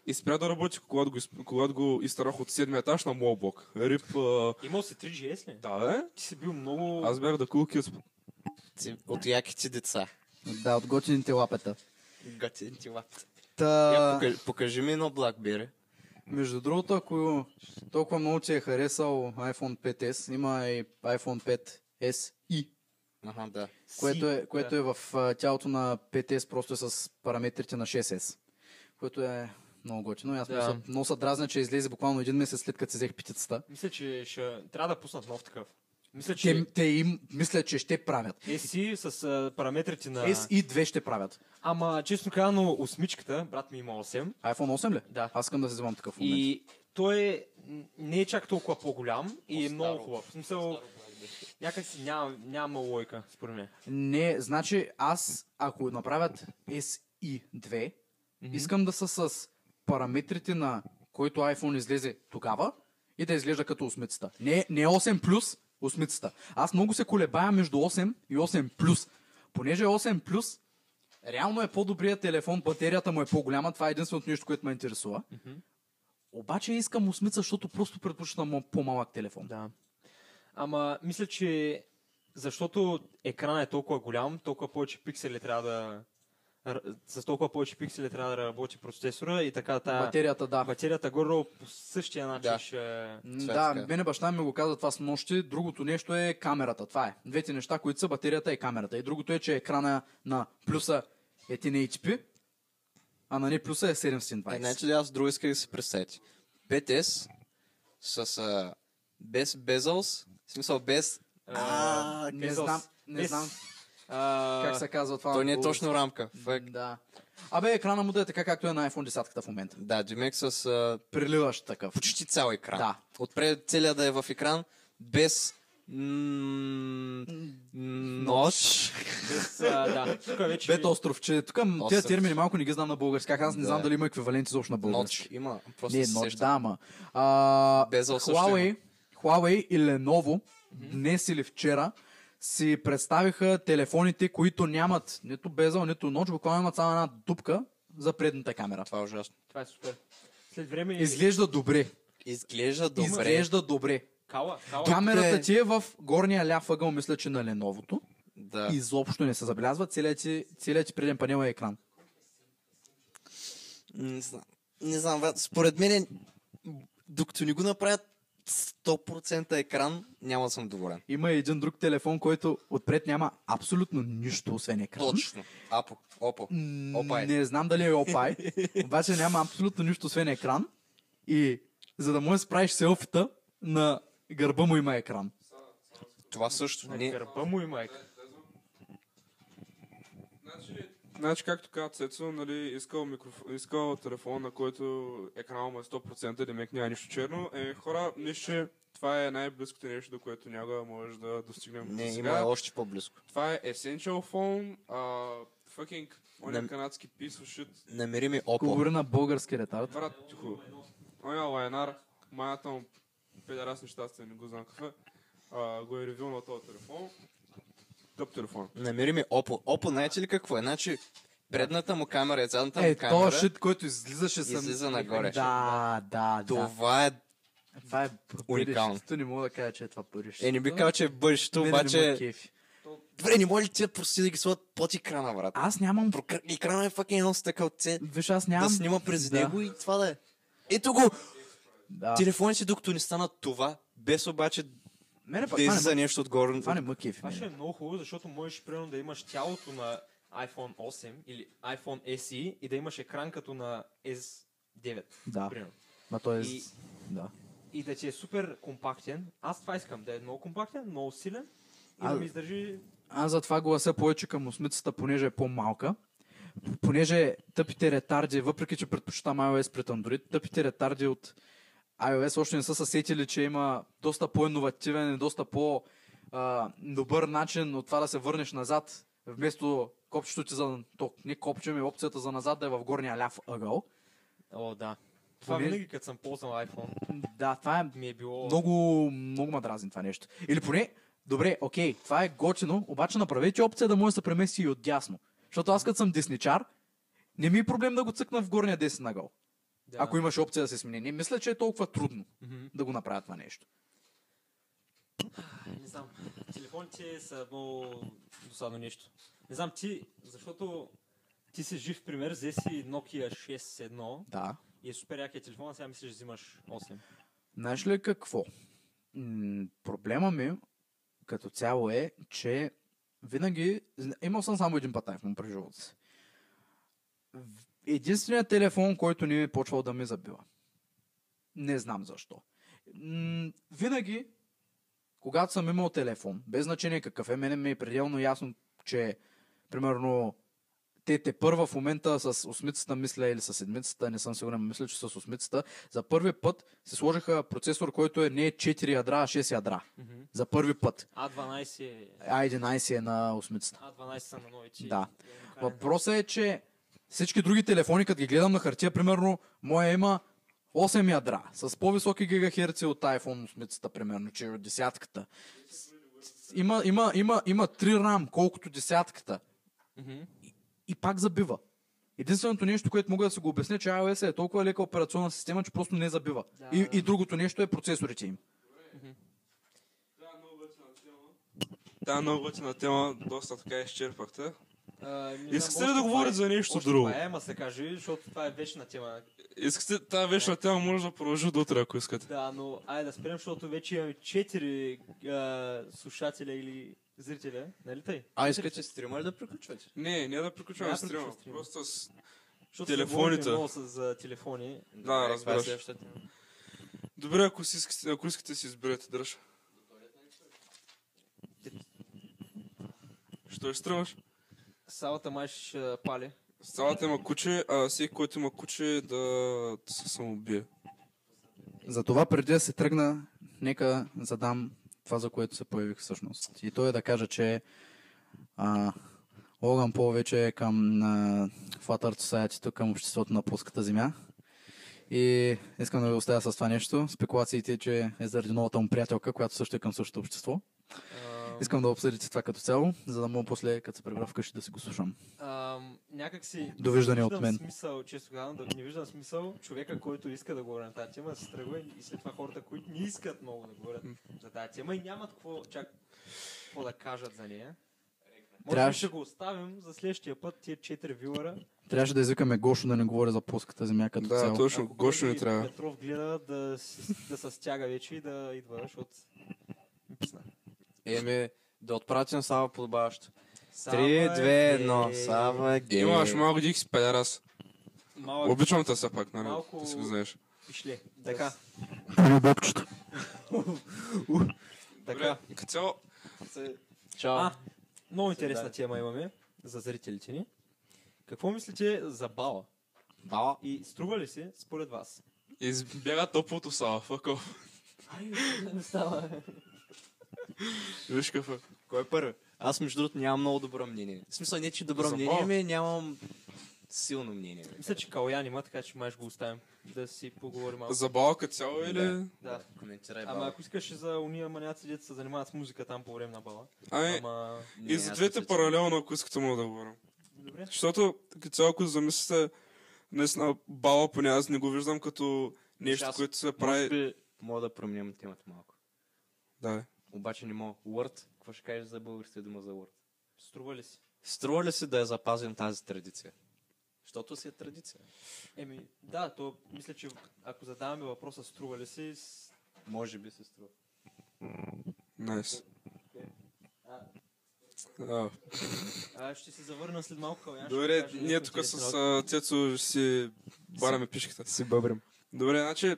Speaker 8: И спря да работи, когато го, изп- когато го изтарах от седмия етаж на моят блок. Рип, а,
Speaker 7: Имал си 3GS ли?
Speaker 8: да, бе.
Speaker 7: Ти си бил много...
Speaker 8: Аз бях да cool kids.
Speaker 6: Ти- От яките деца.
Speaker 5: Да, от готините лапета.
Speaker 6: Готин ти лапта. Я,
Speaker 5: Та...
Speaker 6: покажи, покажи ми едно BlackBerry.
Speaker 5: Между другото, ако толкова много ти е харесал iPhone 5S, има и iPhone 5S и,
Speaker 6: Ага, да.
Speaker 5: което е, което е в а, тялото на 5S, просто е с параметрите на 6S, което е много готино. И Аз
Speaker 7: Да.
Speaker 5: да. много, се, много се дразня, че излезе буквално един месец след като си взех петицата.
Speaker 7: Мисля, че ще... трябва да пуснат нов такъв. Мисля, че
Speaker 5: Те, те им мислят, че ще правят.
Speaker 7: SE с а, параметрите на...
Speaker 5: S E и 2 ще правят.
Speaker 7: Ама, честно казано, осмичката, брат ми е има 8.
Speaker 5: iPhone 8 ли?
Speaker 7: Да.
Speaker 5: Аз искам да се вземам такъв в момента. И...
Speaker 7: И той е... н- не е чак толкова по-голям и е много хубав. В смисъл, някакси няма, няма лойка, според мен.
Speaker 5: Не, значи аз, ако направят S и 2, Искам да са с параметрите на който iPhone излезе тогава и да изглежда като осмицата. Не, не 8 плюс, осмицата. Аз много се колебая между 8 и 8 плюс. Понеже 8 плюс реално е по-добрият телефон, батерията му е по-голяма, това е единственото нещо, което ме интересува. Обаче искам осмица, защото просто предпочитам мо- по-малък телефон.
Speaker 7: Да. Ама, мисля, че защото екранът е толкова голям, толкова повече пиксели трябва да... р- С толкова повече пиксели трябва да работи процесора и така тая...
Speaker 5: Батерията, да.
Speaker 7: Батерията горе по същия начин
Speaker 6: Да.
Speaker 7: ще...
Speaker 5: М,
Speaker 6: Това е
Speaker 5: Да,
Speaker 6: така.
Speaker 5: мене баща ми го каза това с нощи. Другото нещо е камерата. Това е. Двете неща, които са батерията и камерата. И другото е, че екрана на плюса е 1080p, а на не плюса е 720.
Speaker 6: Е, значи ли аз друго исках да се представите. 5S с а, без безълс, в смисъл без...
Speaker 7: а,
Speaker 5: не
Speaker 7: е, Bezos.
Speaker 5: знам, не
Speaker 7: Без-
Speaker 5: знам.
Speaker 7: А,
Speaker 5: Как се казва това?
Speaker 6: Е, То не е
Speaker 5: на
Speaker 6: точно
Speaker 5: български?
Speaker 6: рамка. Факт.
Speaker 5: Да. Абе, екрана му да е така, както е на iPhone 10 в момента.
Speaker 6: Да, Джимек с а,
Speaker 5: Приливаш такъв.
Speaker 6: почти цял екран.
Speaker 5: Да.
Speaker 6: Отпред целия да е в екран, без м- нож.
Speaker 7: а, да. Тук вече...
Speaker 5: Бето островче. Тук м,
Speaker 6: Остров.
Speaker 5: тези термини малко не ги знам на български. Как аз не
Speaker 6: Да.
Speaker 5: знам дали има еквивалент изобщо на
Speaker 6: Нож.
Speaker 5: български.
Speaker 6: Има. Просто
Speaker 5: Не,
Speaker 6: се
Speaker 5: ноч,
Speaker 6: сещам.
Speaker 5: да, ама. А,
Speaker 6: Безъл също
Speaker 5: Huawei, Huawei и Lenovo днес или вчера си представиха телефоните, които нямат нито безъл, нито ноч, буквално имат само една дупка за предната камера.
Speaker 6: Това е ужасно.
Speaker 7: Това е супер. След време...
Speaker 5: Изглежда добре.
Speaker 6: Изглежда добре.
Speaker 5: Изглежда добре.
Speaker 7: Кала, кала.
Speaker 5: Камерата
Speaker 6: е.
Speaker 5: ти е в горния ляв ъгъл, мисля, че на Леновото.
Speaker 6: Да.
Speaker 5: Изобщо не се забелязва. Целият ти, целият ти преден панел е екран.
Speaker 6: Не знам. Не знам, брат. според мен, е- докато не го направят 100% екран, няма да съм доволен.
Speaker 5: Има и един друг телефон, който отпред няма абсолютно нищо, освен екран.
Speaker 6: Точно. Апо, опо.
Speaker 5: М,
Speaker 6: Опай.
Speaker 5: Не знам дали е опай, обаче няма абсолютно нищо, освен екран. И за да му да справиш селфита, на гърба му има екран.
Speaker 6: Това също
Speaker 5: е-
Speaker 7: Не.
Speaker 6: не...
Speaker 7: Гърба му има екран.
Speaker 8: Значи, значи, както каза Цецо, нали, искал, микрофон, искал телефон, на който екранът му е 100%, да мек няма нищо черно. Е, хора, мисля, че това е най-близкото нещо, до което някога можеш да достигнем.
Speaker 6: Не,
Speaker 8: до
Speaker 6: има
Speaker 8: сега.
Speaker 6: още по-близко.
Speaker 8: Това е Essential Phone, а, fucking, оня
Speaker 6: Не-
Speaker 8: канадски piece of shit.
Speaker 6: Намери ми опо.
Speaker 5: Говори на български ретард.
Speaker 8: Брат, тихо. Оня лайнар, майната му педерас нещастен, не го знам какъв е. А, го е ревил на този телефон. Тъп телефон.
Speaker 6: Намери ми опо. Опо, знаете ли какво е? Значи, предната му камера е задната му
Speaker 5: Е, то
Speaker 6: камера.
Speaker 5: шит, който излизаше съм...
Speaker 6: Излиза нагоре.
Speaker 5: Да, да, да.
Speaker 6: Това е...
Speaker 5: Това е
Speaker 6: Уникално.
Speaker 5: бъдещето, не мога да кажа, че е това бъдещето.
Speaker 6: Е, не би казал, че е бъдещето,
Speaker 5: Мене не ме
Speaker 6: обаче...
Speaker 5: кефи.
Speaker 6: Добре, не може ли тия прости да ги слагат под екрана, брат?
Speaker 5: Аз нямам...
Speaker 6: Прокр- Екрана е факен едно стъкалце.
Speaker 5: Виж, аз нямам...
Speaker 6: Да снима през
Speaker 5: Да.
Speaker 6: него и това да е. Ето го!
Speaker 5: Да.
Speaker 6: Телефоните, докато не станат това, без обаче
Speaker 5: Мене пък
Speaker 6: да
Speaker 5: това не
Speaker 6: излиза
Speaker 5: ме-
Speaker 6: нещо отгоре.
Speaker 5: това не ме кефи.
Speaker 7: Това ще е
Speaker 5: мене.
Speaker 7: много хубаво, защото можеш примерно да имаш тялото на iPhone 8 или iPhone SE и да имаш екран като на S9.
Speaker 5: Да,
Speaker 7: Примерно.
Speaker 5: ма т.е.
Speaker 7: И-
Speaker 5: да.
Speaker 7: И да ти е супер компактен. Аз това искам, да е много компактен, много силен и
Speaker 5: А-
Speaker 7: да ми издържи
Speaker 5: Аз затова гласа повече към осмицата, понеже е по-малка. Понеже тъпите ретарди, въпреки че предпочитам iOS пред Android, тъпите ретарди от iOS още не са се сетили, че има доста по-инновативен и доста по-добър начин от това да се върнеш назад, вместо копчето ти за... То, не копче, ми опцията за назад да е в горния ляв ъгъл.
Speaker 7: О, да. Това
Speaker 5: Поне-
Speaker 7: винаги, като съм ползвал iPhone,
Speaker 5: Да, това е
Speaker 7: ми е било...
Speaker 5: Много, много ма дразни това нещо. Или поне, добре, окей, това е готино, обаче направете опция да може да се премести и отдясно. Защото аз като съм десничар, не ми е проблем да го цъкна в горния десен ъгъл.
Speaker 7: Да.
Speaker 5: Да. Ако имаш опция да се смени. Не мисля, че е толкова трудно
Speaker 7: Мгм.
Speaker 5: да го направят това нещо.
Speaker 7: Не знам. Телефоните са много досадно нещо. Не знам ти, защото ти си жив пример, взе си Nokia 6.1
Speaker 5: Да.
Speaker 7: и е супер якия телефон, а сега мислиш да взимаш 8.
Speaker 5: Знаеш ли какво? М, проблема ми като цяло е, че винаги... Имал съм само един път iPhone през живота си. В- Единственият телефон, който не е почвал да ми забива. Не знам защо. М, винаги, когато съм имал телефон, без значение какъв е, мене ми е пределно ясно, че примерно те те първа в момента с осмицата, мисля, или с седмицата, не съм сигурен, но мисля, че с осмицата, за първи път се сложиха процесор, който е не 4 ядра, а 6 ядра. За първи път.
Speaker 7: А12 е...
Speaker 5: А11 е на осмицата.
Speaker 7: А12 са на новите.
Speaker 5: Да. Въпросът е, че всички други телефони, като ги гледам на хартия, примерно, моя има 8 ядра, с по-високи гигахерци от iPhone 8, примерно, че е от десятката. С- Има, има, има, има 3 рам, колкото десятката. И, и пак забива. Единственото нещо, което мога да се го обясня, че iOS е толкова лека операционна система, че просто не забива. и, и другото нещо е процесорите им.
Speaker 8: Да, много готина тема, доста така изчерпахте. Искате
Speaker 7: Искате
Speaker 8: ли да говорите за нещо друго?
Speaker 7: Това е, ма се каже, защото това е вечна тема.
Speaker 8: Искате, тази вечна тема може да продължи до утре, ако искате.
Speaker 7: Да, но айде да спрем, защото вече имаме 4 слушателя или зрителя. Нали тъй?
Speaker 6: А, искате стрима ли да приключвате?
Speaker 8: Не, не да
Speaker 7: Няма
Speaker 8: приключваме
Speaker 7: да
Speaker 8: стрима.
Speaker 7: приключваме стрима.
Speaker 8: Просто с...
Speaker 7: Защото
Speaker 8: Телефоните.
Speaker 7: Телефоните. Много с- за телефони.
Speaker 8: Да, разбираш.
Speaker 6: Следващата.
Speaker 8: Добре, ако, си искате, ако искате си изберете, дръж. Що ще стръмаш?
Speaker 7: Салата май ще пали.
Speaker 8: С цялата има куче, а всеки, който има куче, да се самоубие.
Speaker 5: Затова преди да се тръгна, нека задам това, за което се появих всъщност. И то е да кажа, че а, Логан Пол вече е към а, Flat Earth Society, към обществото на плоската земя. И искам да ви оставя с това нещо. Спекулациите, че е заради новата му приятелка, която също е към същото общество. Искам да обсъдите това като цяло, за да мога после, като се прибра вкъщи, да си го слушам.
Speaker 7: Ам, някак си...
Speaker 5: Довиждане
Speaker 7: не
Speaker 5: от мен.
Speaker 7: виждам смисъл, често казвам, да не виждам смисъл човека, който иска да говори на тази тема, да се тръгва и след това хората, които не искат много да говорят за тази тема и нямат какво, чак, какво да кажат за нея. Може би
Speaker 5: Трябваше-
Speaker 7: ще го оставим за следващия път тия четири вилъра.
Speaker 5: Трябваше да извикаме Гошо да не говори за плоската земя като
Speaker 8: Да,
Speaker 5: цяло.
Speaker 8: точно.
Speaker 7: Ако
Speaker 8: Гошо не
Speaker 7: Георги
Speaker 8: трябва.
Speaker 7: Петров гледа да, с- да се стяга вече и да идва, защото... Писна.
Speaker 6: Еме, да отпратим Сава подобаващо.
Speaker 7: Сава
Speaker 6: 3,
Speaker 7: е-
Speaker 6: 2, 1. Сава е ге.
Speaker 8: Имаш малко дикс педарас.
Speaker 7: Малък
Speaker 8: Обичам те все пак, нали?
Speaker 7: Малко-
Speaker 8: Да си го знаеш.
Speaker 7: пишле. Така,
Speaker 5: бобчето.
Speaker 7: така.
Speaker 8: Добре, Като цяло,
Speaker 6: Чао.
Speaker 7: А, Много интересна тема имаме за зрителите ни. Какво мислите за бала?
Speaker 6: Бала.
Speaker 7: И струва ли се според вас?
Speaker 8: избяга топлото сала, факъв.
Speaker 7: Не става.
Speaker 8: Виж какво.
Speaker 6: Кой е първи? Аз между другото нямам много добро мнение. В смисъл не, че добро
Speaker 8: За
Speaker 6: мнение,
Speaker 8: бала.
Speaker 6: ми нямам силно мнение. бе.
Speaker 7: Мисля, че Калян има, така че май ще го оставим да си поговорим малко.
Speaker 8: За бала като цяло или...
Speaker 7: Да.
Speaker 6: Коментирай
Speaker 7: Ама ако искаш и за уния маняци, дето се занимават с музика там по време на бала.
Speaker 8: Ами,
Speaker 7: Ама...
Speaker 8: и за двете паралелно, ако искате, мога да говоря.
Speaker 7: Добре.
Speaker 8: Защото като цяло, ако замислите, наистина бала, поне аз не го виждам като нещо,
Speaker 6: Аз-
Speaker 8: което се
Speaker 6: Може
Speaker 8: прави...
Speaker 6: би мога да променям темата малко.
Speaker 8: Да, е,
Speaker 6: Обаче не мога. Word, какво ще кажеш за българската дума за Word?
Speaker 7: Струва ли си?
Speaker 6: Струва ли си да я запазим тази традиция? Защото си е традиция.
Speaker 7: Еми, да, то мисля, че ако задаваме въпроса струва ли си, с-
Speaker 6: Може би се струва.
Speaker 8: найс. А,
Speaker 7: а, ще се завърна след малко Калян. ще ми
Speaker 8: Добре,
Speaker 7: каже
Speaker 8: ние
Speaker 7: нещо
Speaker 8: тук с
Speaker 7: интересно.
Speaker 8: а, Цецо ще си бараме пишката.
Speaker 6: Си бъбрим.
Speaker 8: Добре, значи,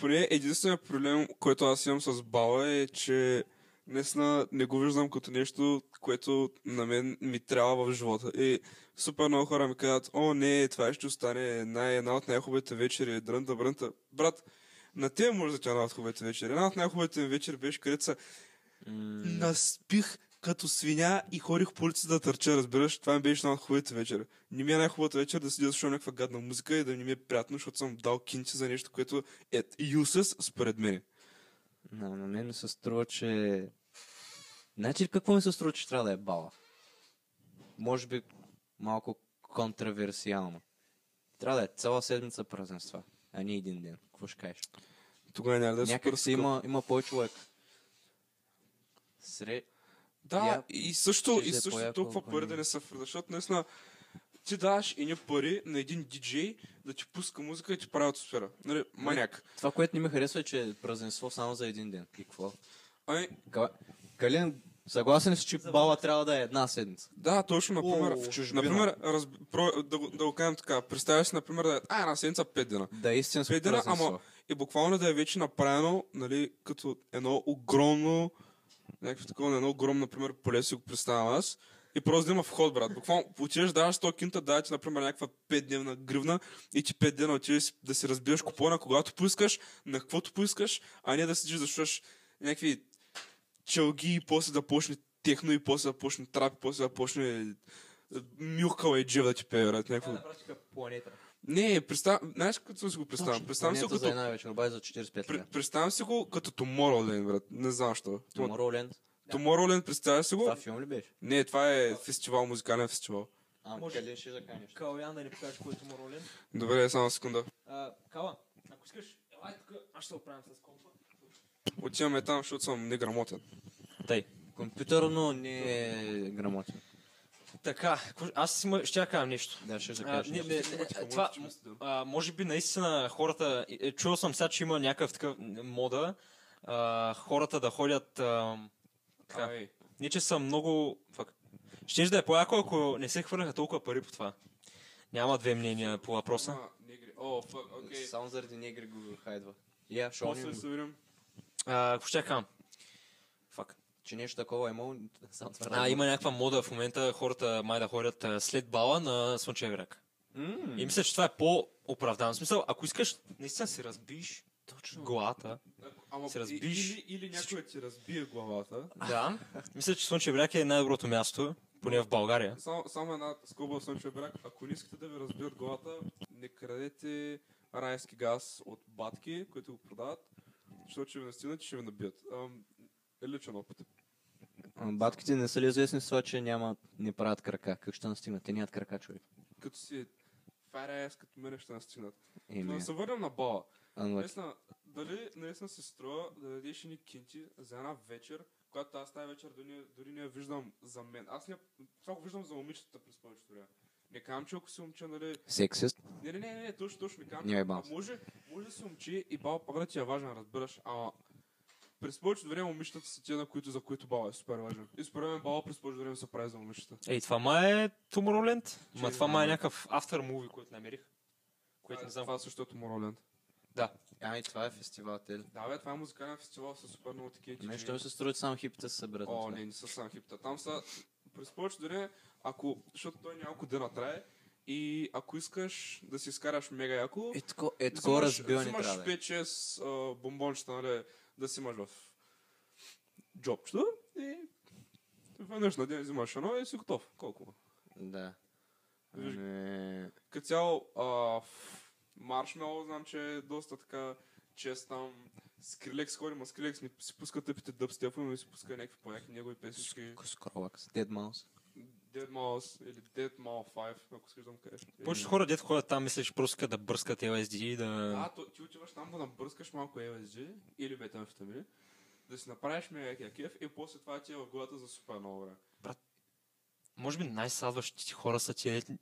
Speaker 8: поне единственият проблем, който аз имам с бала е, че наистина не го виждам като нещо, което на мен ми трябва в живота. И супер много хора ми казват, о не, това ще остане най- една от най-хубавите вечери, дрънта, брънта. Брат, на те може да ти е една от хубавите вечери. Една от най-хубавите ми вечери беше, където са наспих като свиня и ходих по улицата да търча, разбираш? Това ми беше една от хубавите вечери. Не ми е най-хубавата вечер да седя да слушам някаква гадна музика и да не ми е приятно, защото съм дал кинче за нещо, което е useless според мен.
Speaker 6: На, на мен ми се струва, че... Знаете ли какво ми се струва, че трябва да е бала? Може би малко контраверсиално. Трябва да е цяла седмица празненства, а не един ден. Какво ще кажеш?
Speaker 8: Тогава няма да е супер
Speaker 6: Някак си
Speaker 8: скъпо.
Speaker 6: има, има повече човек. Сре...
Speaker 8: Да,
Speaker 6: Я-
Speaker 8: и също,
Speaker 6: ще
Speaker 8: и
Speaker 6: да е
Speaker 8: също
Speaker 6: по-яко,
Speaker 8: толкова
Speaker 6: ако
Speaker 8: пари
Speaker 6: не.
Speaker 8: да не са вреда, защото наистина ти даваш едни пари на един диджей да ти пуска музика и ти прави атмосфера. Нали, маняк.
Speaker 6: Това, което не ми харесва е, че е празненство само за един ден. И какво?
Speaker 8: Ами,
Speaker 6: Кала- Калин, съгласен ли си, че бала трябва да е една седмица.
Speaker 8: Да, точно, например,
Speaker 6: О,
Speaker 8: в
Speaker 6: в
Speaker 8: чужбина.
Speaker 6: чужбина.
Speaker 8: Например, раз, про, да, го- да го кажем така, представяш си, например, да е, а, една седмица, пет дена.
Speaker 6: Да е истинско
Speaker 8: Пет дена,
Speaker 6: празненство.
Speaker 8: ама и буквално да е вече направено, нали, като едно огромно, някакво такова, едно огромно, например, поле си го представям аз. И просто да има вход, брат. Буквално отиваш, даваш 100 кинта, даваш ти, например, някаква 5-дневна гривна и ти 5 дена отиваш си- да си разбиеш купона, когато поискаш, на каквото поискаш, а не да седиш да слушаш някакви чалги и после да почне техно и после да почне трап, и после да почне мюхкала и джев да ти пее, брат. Някакво...
Speaker 7: Това е на практика планета.
Speaker 8: Не, представ... знаеш като си го представям?
Speaker 6: Точно, е
Speaker 8: Представям си го
Speaker 6: планета
Speaker 8: като
Speaker 6: за една вечер, обаче за 45 лева.
Speaker 8: Пр- представям си го като Tomorrowland, брат. Не знам що. Tomorrowland,
Speaker 6: Tomorrowland.
Speaker 8: Tomorrowland представяш си го?
Speaker 6: Това филм ли беше?
Speaker 8: Не, това е фестивал, музикален фестивал.
Speaker 6: А,
Speaker 7: Може.
Speaker 6: Калин ще заканеш.
Speaker 7: Калян да ни покаже кой е Туморолен.
Speaker 8: Добре, само секунда.
Speaker 7: А, Кала, ако искаш, елай тук, аз ще оправям с компа.
Speaker 8: Отиваме там, защото съм неграмотен.
Speaker 6: Тъй. Компютърно не е грамотен.
Speaker 7: Така, какво- аз има, ще я кажа нещо.
Speaker 6: Да, ще
Speaker 7: А,
Speaker 6: закажеш.
Speaker 7: не, не, не, Е, това, а, може би наистина хората, е, е, чувал съм сега, че има някакъв такъв мода, а, хората да ходят, а, така,
Speaker 8: Ай,
Speaker 7: не че са много, фак, щеш да е по-яко, ако не се хвърляха толкова пари по това. Няма две мнения по въпроса.
Speaker 8: а, негри. О, фак, окей.
Speaker 6: Само заради негри го хайдва. Я, шо
Speaker 8: После ще се видим.
Speaker 7: А, какво ще я кажа? Фак.
Speaker 6: че нещо такова е имало. Само това
Speaker 7: А, има някаква мода в момента хората май да ходят а, след бала на Слънчев бряг. И мисля, че това е по-оправдан. В Смисъл, ако искаш, наистина си разбиш точно главата.
Speaker 8: Ама,
Speaker 7: Се
Speaker 8: и-
Speaker 7: разбиш.
Speaker 8: Или, или някой ти разбие главата.
Speaker 7: Да. Мисля, че Слънчев бряг е най-доброто място, поне в България.
Speaker 8: Само, само една скоба в Слънчев бряг. Ако не искате да ви разбият главата, не крадете райски газ от батки, които го продават, защото ще ви настигнат и ще ви набият. Ам, е личен опит.
Speaker 6: Батките не са ли известни с това, че нямат, не правят крака? Как ще настигнат? Те нямат крака, човек.
Speaker 8: Като си фарайс, като мене ще настигнат. Но
Speaker 6: Еми,
Speaker 8: да се върнем на бала.
Speaker 6: unlucky.
Speaker 8: Наистина, дали наистина се струва да дадеш ни кинти за една вечер, която аз тази вечер дори, дори не я виждам за мен. Аз не, я- това го виждам за момичетата през повечето време. Не казвам, че ако си момче, нали...
Speaker 6: сексист.
Speaker 8: Не, не, не, не, точно, точно не казвам.
Speaker 6: Не,
Speaker 8: че-
Speaker 6: бе, бал
Speaker 8: а може, може да си момче и бал пак да ти е важен, разбираш. Ама през повечето време момичетата са тия, на които, за които бал е супер важен. И според мен бал през повечето време се прави за момичета.
Speaker 7: Ей, това май е Tomorrowland. Ма това май е някакъв автор муви, който намерих. Което не знам.
Speaker 8: Това също е Tomorrowland.
Speaker 6: Ами, това е фестивал, те ли?
Speaker 8: Да, бе, това е музикален фестивал с супер много такива. DJ.
Speaker 6: Нещо се струва, че само хипите се съберат. на
Speaker 8: О,
Speaker 6: това.
Speaker 8: не, не са само хипта. Там са, през повечето дори, ако, защото той няколко дена трае, и ако искаш да си изкараш мега яко,
Speaker 6: Е, тако, е, тако разбиване
Speaker 8: взимаш
Speaker 6: трябва да е.
Speaker 8: 5-6 а, бомбончета, нали, да си имаш в джобчето и веднъж на ден взимаш едно и си готов. Колко? му.
Speaker 6: Да.
Speaker 8: Виж-
Speaker 6: Ами,
Speaker 8: Като цяло, а, в Маршмело знам, че е доста така чест там. Скрилекс хори, ма Скрилекс не си пуска тъпите дъбстепа, но си пуска някакви по-яки негови песнички.
Speaker 6: Скролакс, Dead Mouse.
Speaker 8: Dead Mouse или Dead Mouse 5, ако искаш да му кажеш.
Speaker 7: Повечето хора, дето ходят там, мисля, че просто искат да бръскат LSD и да...
Speaker 8: Да, то, ти отиваш там да набърскаш малко LSG или бетамфетамини, да си направиш мега кеф и после това ти е в главата за супер много време.
Speaker 7: Може би най-садващите хора са тия, дето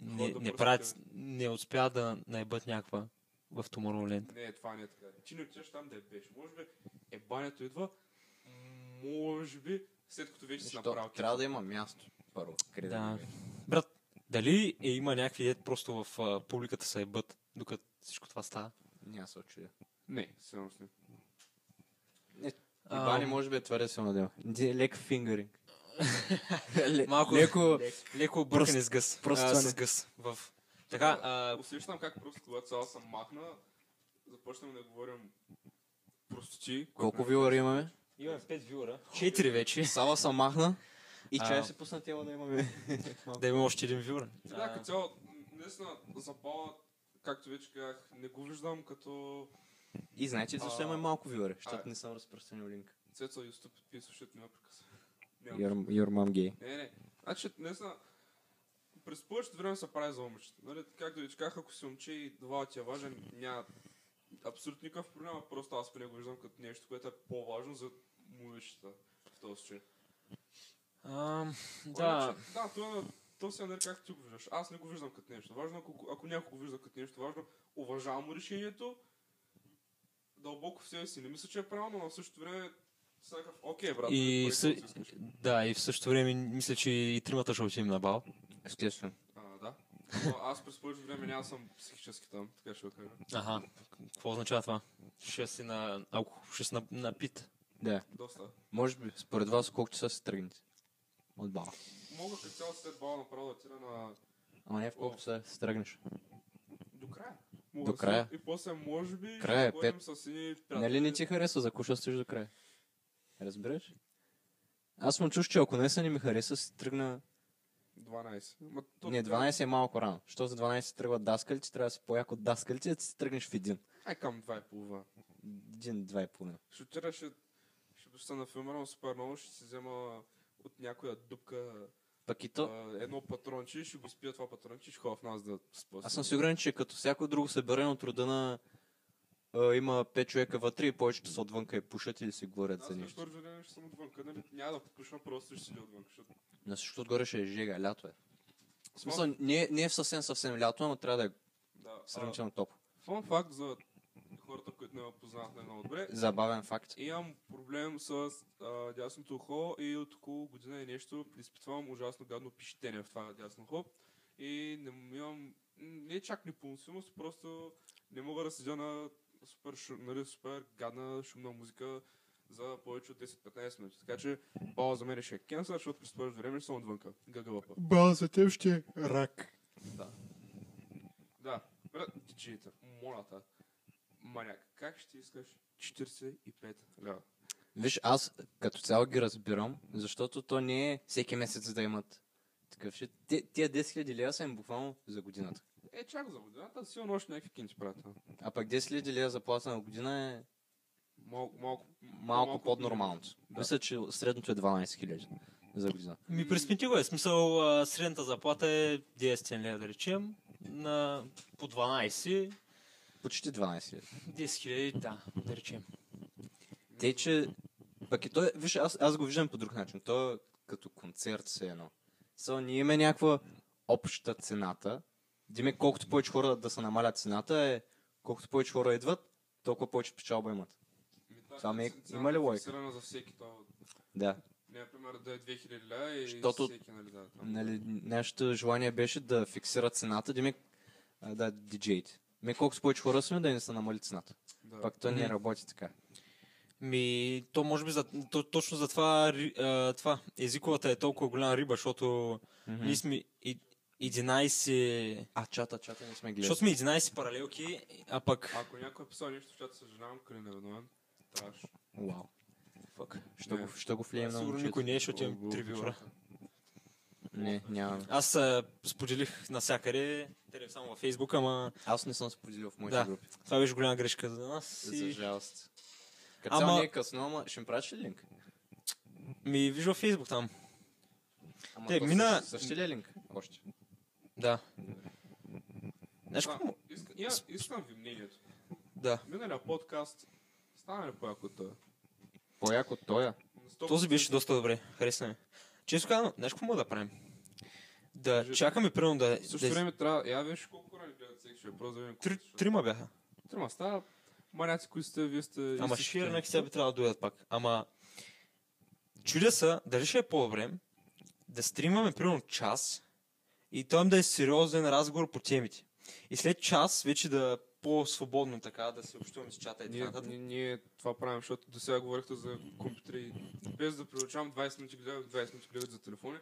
Speaker 7: не,
Speaker 8: да
Speaker 7: не,
Speaker 8: бръскат
Speaker 7: правят, не успяват да наебат някаква в Tomorrowland.
Speaker 8: Не, това не е така. Ти не отиваш там да е беше. Може би е банято идва, може би след като вече си направил
Speaker 6: Защо? Трябва да има място. Първо. Къде
Speaker 7: Да.
Speaker 6: да. е? ги бе?
Speaker 7: Брат, дали е, има някакви дет просто в а, публиката са ебът, докато всичко това става?
Speaker 6: Няма се очудя.
Speaker 8: Не, сигурно не.
Speaker 6: И Бани може би е твърде силна дема. Лек фингеринг.
Speaker 7: е, Малко-
Speaker 6: Леко...
Speaker 7: Леко бъркане с гъс.
Speaker 6: просто
Speaker 7: а,
Speaker 6: това
Speaker 7: с
Speaker 6: не.
Speaker 7: гъс. В... Така, а,
Speaker 8: Усещам как просто когато цяла съм махна, започнем да говорим простоти. което
Speaker 6: Колко
Speaker 8: не-
Speaker 6: вилъра имаме?
Speaker 7: имаме 5 вюра. 4 вече.
Speaker 6: Сала са махна. И
Speaker 7: А.
Speaker 6: чай се пусна тема да имаме.
Speaker 7: Да има още един вюра.
Speaker 8: Да, като цяло, м, наистина, запала, както вече казах, не го виждам като
Speaker 6: И знаете ли защо
Speaker 8: А.
Speaker 6: има малко вилъра?
Speaker 8: Абе.
Speaker 6: Защото не съм разпространил линк.
Speaker 8: Цецо и Ступ и слушат ми прекъсва.
Speaker 6: Your mom gay.
Speaker 8: Не, не. Значи, не знам. През повечето време се прави за момичета. Нали? Както ви казах, ако си момче и два ти е важен, няма абсолютно никакъв проблем, а просто аз поне го виждам като нещо, което е по-важно за момичета в този случай.
Speaker 7: А, да,
Speaker 8: Иначе, да, то, е- то се нали както ти го виждаш. Аз не го виждам като нещо. Важно, ако, го- ако някой го вижда като нещо важно, уважавам му решението. Дълбоко в себе си не мисля, че е правилно, но в същото време с някакъв, окей, брат,
Speaker 7: И
Speaker 8: нали,
Speaker 7: се-
Speaker 8: пари, каквото си искаш».
Speaker 7: да, и в същото време мисля, че и тримата ще отидем на бал.
Speaker 6: Естествено.
Speaker 8: А, да. Но аз през повечето време няма съм психически там, така ще го кажа.
Speaker 7: Ага, какво означава това? Ще си на алкохол, ще си на, напит.
Speaker 6: Да.
Speaker 8: Доста.
Speaker 6: Може би, според вас, колко часа се тръгнете? От бала.
Speaker 8: Мога като цяло след бала направо да отида на...
Speaker 6: Ама не в колко часа се тръгнеш.
Speaker 8: До края. Мога
Speaker 6: До
Speaker 8: да си-
Speaker 6: края.
Speaker 8: И после може би...
Speaker 6: Края е
Speaker 8: пет. С едни приятели.
Speaker 6: Нали не ти хареса, закуша стоиш до края. Разбираш? Аз съм чуш, че ако не са не ми хареса, си тръгна...
Speaker 8: 12. Ма, то
Speaker 6: Не,
Speaker 8: трябва-
Speaker 6: 12 е малко рано. Що за 12 тръгват даскалите, трябва да си по-яко от даскалите, да си тръгнеш в един.
Speaker 8: Ай към 2 и половина.
Speaker 6: Един, два и половина.
Speaker 8: Ще отида, ще... Ще доста на филмирам супер много, ще си взема от някоя дупка
Speaker 6: Пък и то...
Speaker 8: а, едно патронче, ще го спия това патронче, ще ходя в нас да спа.
Speaker 6: Аз съм сигурен, че като всяко друго събиране от рода на... а, има 5 човека вътре и повечето са отвънка и пушат или си говорят
Speaker 8: Аз
Speaker 6: за
Speaker 8: нещо
Speaker 6: нещо.
Speaker 8: време ще съм отвънка, нали? Няма да пушна, просто ще си отвън. Защото...
Speaker 6: На всичко отгоре ще е жега, лято е. В смисъл, не, е- не е съвсем съвсем лято, но трябва да е
Speaker 8: Да. а,
Speaker 6: сравнително топ.
Speaker 8: Фон факт за хората, които не ме познават най-много добре.
Speaker 6: Забавен факт.
Speaker 8: Имам проблем с а, дясното ухо и от около година и нещо изпитвам ужасно гадно пищение в това дясно ухо. И не м- имам, не е чак непоносимост, просто не мога да седя на супер, шу, нали, супер гадна шумна музика. за повече от 10-15 минути. Така че бала за мен ще е кенсъл, защото през повече време ще съм отвънка. Гъгълъпа.
Speaker 6: Бал за теб ще е рак.
Speaker 8: Да, брат, диджейта, моля та. Маняк, как ще искаш 45 лева?
Speaker 6: Виж, аз като цяло ги разбирам, защото то не е всеки месец да имат такъв шит. Те- Тия 10 000 лева са им буквално за годината.
Speaker 8: Е, чак за годината, силно още някакви кинти правят. а.
Speaker 6: А пък 10 000 лева заплата на година е
Speaker 8: Малко, малко,
Speaker 6: малко под нормалното. Мисля, че средното е 12 000 за година.
Speaker 7: Ми пресмети го е. Смисъл, а, средната заплата е 10 лева, да речем. На, по 12,
Speaker 6: Почти 12 000.
Speaker 7: 10 хиляди, да, да речем.
Speaker 6: Те, че... Пък и той, виж, аз, аз го виждам по друг начин. То е като концерт все едно. Со, ние имаме някаква обща цената. Диме, колкото повече хора да се намалят цената, е, колкото повече хора идват, толкова повече печалба имат. Това ми е- има ли логика?
Speaker 8: Фиксирана за всеки това.
Speaker 6: Да.
Speaker 8: Например, да е 2000 ля и
Speaker 6: Щото-
Speaker 8: всеки, нали, да. там.
Speaker 6: Нали, нашето желание беше да фиксират цената, диме, а, да, диджеите. Ме колкото повече хора сме, да не се намали цената.
Speaker 8: Да.
Speaker 6: Пак то не
Speaker 7: Мгм.
Speaker 6: работи така.
Speaker 7: Ми, то може би за, то, точно за това, ри- а, това езиковата е толкова голяма риба, защото ние сме и- 11...
Speaker 6: А, чата, чата не сме гледали.
Speaker 7: Защото сме 11 паралелки, а пък...
Speaker 8: Ако някой е писал нещо, в чата съжалявам, Калин е виновен. Траш.
Speaker 6: Вау.
Speaker 7: Фак.
Speaker 6: Що
Speaker 8: Не.
Speaker 6: го, що го влияем на
Speaker 7: Сигурно
Speaker 6: момчето?
Speaker 7: никой не е, защото имам
Speaker 8: О,
Speaker 7: тривиора.
Speaker 6: Не, нямаме.
Speaker 7: Аз а, споделих навсякъде, телев само във Фейсбук, ама
Speaker 6: Аз не съм споделил в моите
Speaker 7: Да.
Speaker 6: групи.
Speaker 7: това беше голяма грешка за нас.
Speaker 6: За
Speaker 7: И...
Speaker 6: жалост. Като
Speaker 7: Ама-
Speaker 6: ама... не е късно, ама ще им пратиш ли линк?
Speaker 7: Ми, виж във Фейсбук там.
Speaker 6: Ама
Speaker 7: Те,
Speaker 6: то
Speaker 7: мина-
Speaker 6: също- Също ли е линк? Още.
Speaker 7: Да. Знаеш
Speaker 8: Да,
Speaker 7: какво?
Speaker 8: иска- я- Искам ви мнението.
Speaker 7: Да.
Speaker 8: Миналия подкаст стана ли по-яко от този?
Speaker 6: По-яко е. тоя.
Speaker 8: На 100%
Speaker 7: Този беше доста добре. Харесна ми. Често казвам, знаеш какво мога да правим? Да
Speaker 8: Кажи.
Speaker 7: чакаме примерно да...
Speaker 8: В същото
Speaker 7: да-
Speaker 8: време трябва... Я виж колко хора ни гледат всеки ще е просто да видим колко
Speaker 7: Три,
Speaker 8: ще-
Speaker 7: трима бяха.
Speaker 8: Трима става. Маняци, които сте, вие сте...
Speaker 7: Ама
Speaker 8: истински.
Speaker 7: ширнах сега би трябвало да дойдат пак. Ама чудя са, дали ще е по-добре да стримаме примерно час и той им да е сериозен разговор по темите. И след час вече да е по-свободно така да се общуваме с чата
Speaker 6: Е,
Speaker 7: и така
Speaker 8: Ние,
Speaker 7: нататък.
Speaker 8: ние, ние това правим, защото до сега говорихте за компютри. Без да приучавам 20 минути гледат, 20 минути гледат за телефони.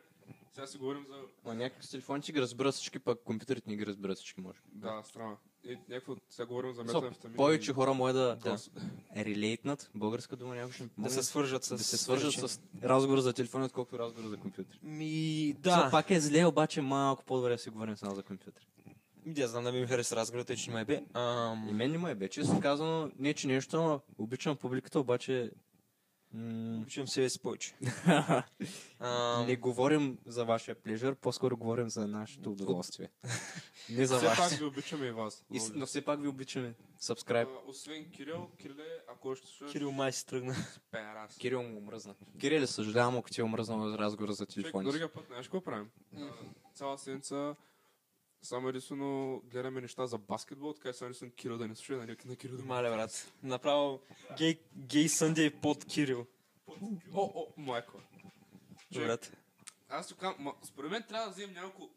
Speaker 8: Сега си говорим за...
Speaker 6: Ма някак с телефоните ги разбират всички, пък компютрите не ги разбират всички, може.
Speaker 8: Да, страна. И някакво... Сега говорим за
Speaker 6: Со,
Speaker 8: метамфетамин.
Speaker 6: повече хора може
Speaker 8: Да.
Speaker 6: да, да. релейтнат. Българска дума някой ще ми
Speaker 7: Да
Speaker 6: помогне.
Speaker 7: се свържат с...
Speaker 6: да се свържат с разговор за телефон, отколкото разговор за компютър.
Speaker 7: Ми,
Speaker 6: Со,
Speaker 7: да.
Speaker 6: пак е зле, обаче малко по-добре да си говорим само за компютър.
Speaker 7: Ми, да, знам да ми хареса разговорът, тъй че не ме бе.
Speaker 6: И
Speaker 7: Ам...
Speaker 6: мен не ме бе, честно казано, не че нещо, ама обичам публиката, обаче м,
Speaker 7: Обичам себе си повече. Ам...
Speaker 6: Не говорим за вашия плежър, по-скоро говорим за нашето удоволствие. Не за
Speaker 8: Все пак
Speaker 6: вашето.
Speaker 8: ви обичаме и вас.
Speaker 6: И с- Но все пак ви обичаме. Сабскрайб.
Speaker 8: А, Освен Кирил, Кириле, ако ще слушаш,
Speaker 7: Кирил май си тръгна.
Speaker 8: перас.
Speaker 6: Кирил му омръзна. Кирил, съжалявам, ако ти е омръзнал разговора за
Speaker 8: Човек,
Speaker 6: телефони.
Speaker 8: Другия път, знаеш какво правим? А, Цяла седмица само единствено гледаме неща за баскетбол, така и само единствено Кирил да не слуша на някакъв на Кирил да му...
Speaker 7: Мале, брат. Направо гей, гей Съндей под Кирил.
Speaker 8: О, о, майко. Човек,
Speaker 7: Брат.
Speaker 8: Аз тук, ма, според мен трябва да вземем няколко...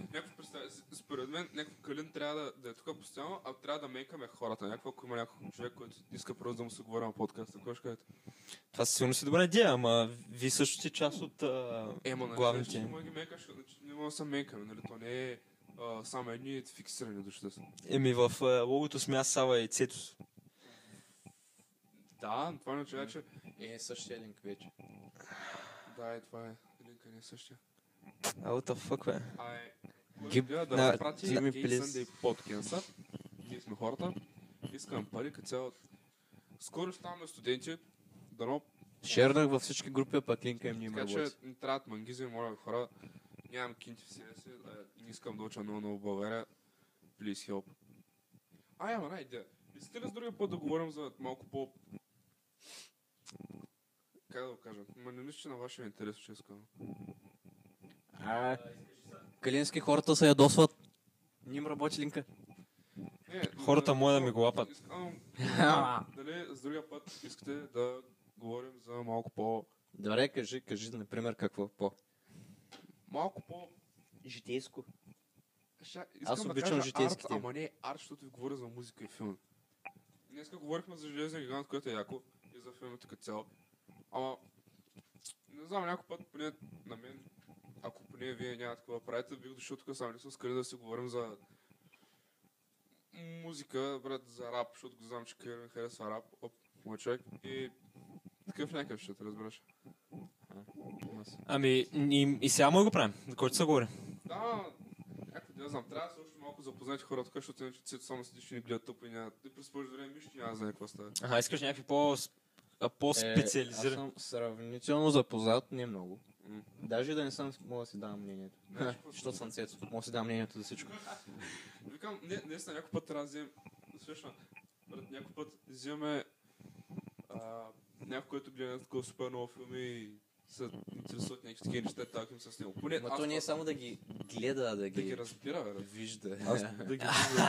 Speaker 8: Някакво представя, с- според мен някакъв калин трябва да, да е тук постоянно, а трябва да мейкаме хората. Някакво, ако има някой човек, който иска просто да му се говори на подкаста, какво ще кажете?
Speaker 7: Това със сигурност е добра идея, ама вие също сте част от а...
Speaker 8: Ема, нали,
Speaker 7: главните.
Speaker 8: знаеш, че Не мога да ги мейкаш, значи не мога да се мейкаме, нали? То не е а, само едни фиксирани души да са.
Speaker 7: Еми в а, логото сме аз, Сава и Цето.
Speaker 8: Да, но това не означава, че...
Speaker 6: Е, същия линк вече.
Speaker 8: Да, и това е. Линка не е същия.
Speaker 7: А, what the fuck, бе?
Speaker 8: А е...
Speaker 6: Гиб-
Speaker 8: Да, да
Speaker 6: на-
Speaker 8: разпрати
Speaker 6: Jimmy,
Speaker 8: Gay
Speaker 6: please.
Speaker 8: Sunday подкинса. Ние сме хората. Искам пари, като цяло... Скоро ще ставаме студенти. Дано
Speaker 6: Шернах във всички групи, а пък линка им не има
Speaker 8: Така че
Speaker 6: работи.
Speaker 8: не трябват мангизи, моля хора. Нямам кинти в себе си, а, не искам да уча много много в България. Please help. А, ама, най идея. Искате ли с другия път да говорим за малко по... Как да го кажа? Ма не мисля, че на вашия е интерес ще искам.
Speaker 6: А, Калински хората се ядосват. Не им работи линка.
Speaker 8: Не,
Speaker 7: Хората
Speaker 8: да-
Speaker 7: моля да ми го лапат.
Speaker 8: Е, Искам... да- Дали с другия път искате да говорим за малко по...
Speaker 6: Добре, кажи, кажи, например, какво по.
Speaker 8: Малко по...
Speaker 6: Житейско.
Speaker 8: Ша,
Speaker 6: Аз обичам житейските.
Speaker 8: Арт, ама не арт, защото ви говоря за музика и филм. Днеска говорихме за Железния гигант, което е яко. И за филмите като цяло. Ама, не знам, някой път поне на мен, ако поне вие няма такова да правите, бих дошъл тук сам с Калин да си говорим за музика, брат, за рап, защото го знам, че Калин харесва рап, оп, мой човек. И такъв някакъв ще те разбереш. Аз.
Speaker 7: Ами, и, и сега мога го правим, за който се говори.
Speaker 8: Да, някакво да знам, трябва да се още малко запознати хората, тук, защото иначе цето само седиш и ни гледат тъпо и няма. И през повече време нищо няма да знае какво става.
Speaker 7: Аха, искаш някакви по, а,
Speaker 9: Е, аз
Speaker 7: по-специализирани.
Speaker 9: съм сравнително запознат, не много.
Speaker 8: М.
Speaker 9: Даже да не съм, мога да си давам мнението.
Speaker 8: Знаеш какво
Speaker 9: Защото съм цецо, мога да си давам мнението за всичко.
Speaker 8: Викам, не, наистина, някой път трябва да вземем, всъщност, брат, някой път взимаме а, някой, който гледа такова супер много филми и се интересуват някакви такива неща, таким с него. Поне
Speaker 6: Ма
Speaker 8: аз
Speaker 6: то не е
Speaker 8: това-
Speaker 6: само да ги гледа, а да
Speaker 8: да ги
Speaker 6: ги
Speaker 8: разбира, бе.
Speaker 6: вижда.
Speaker 8: Аз да ги виждам.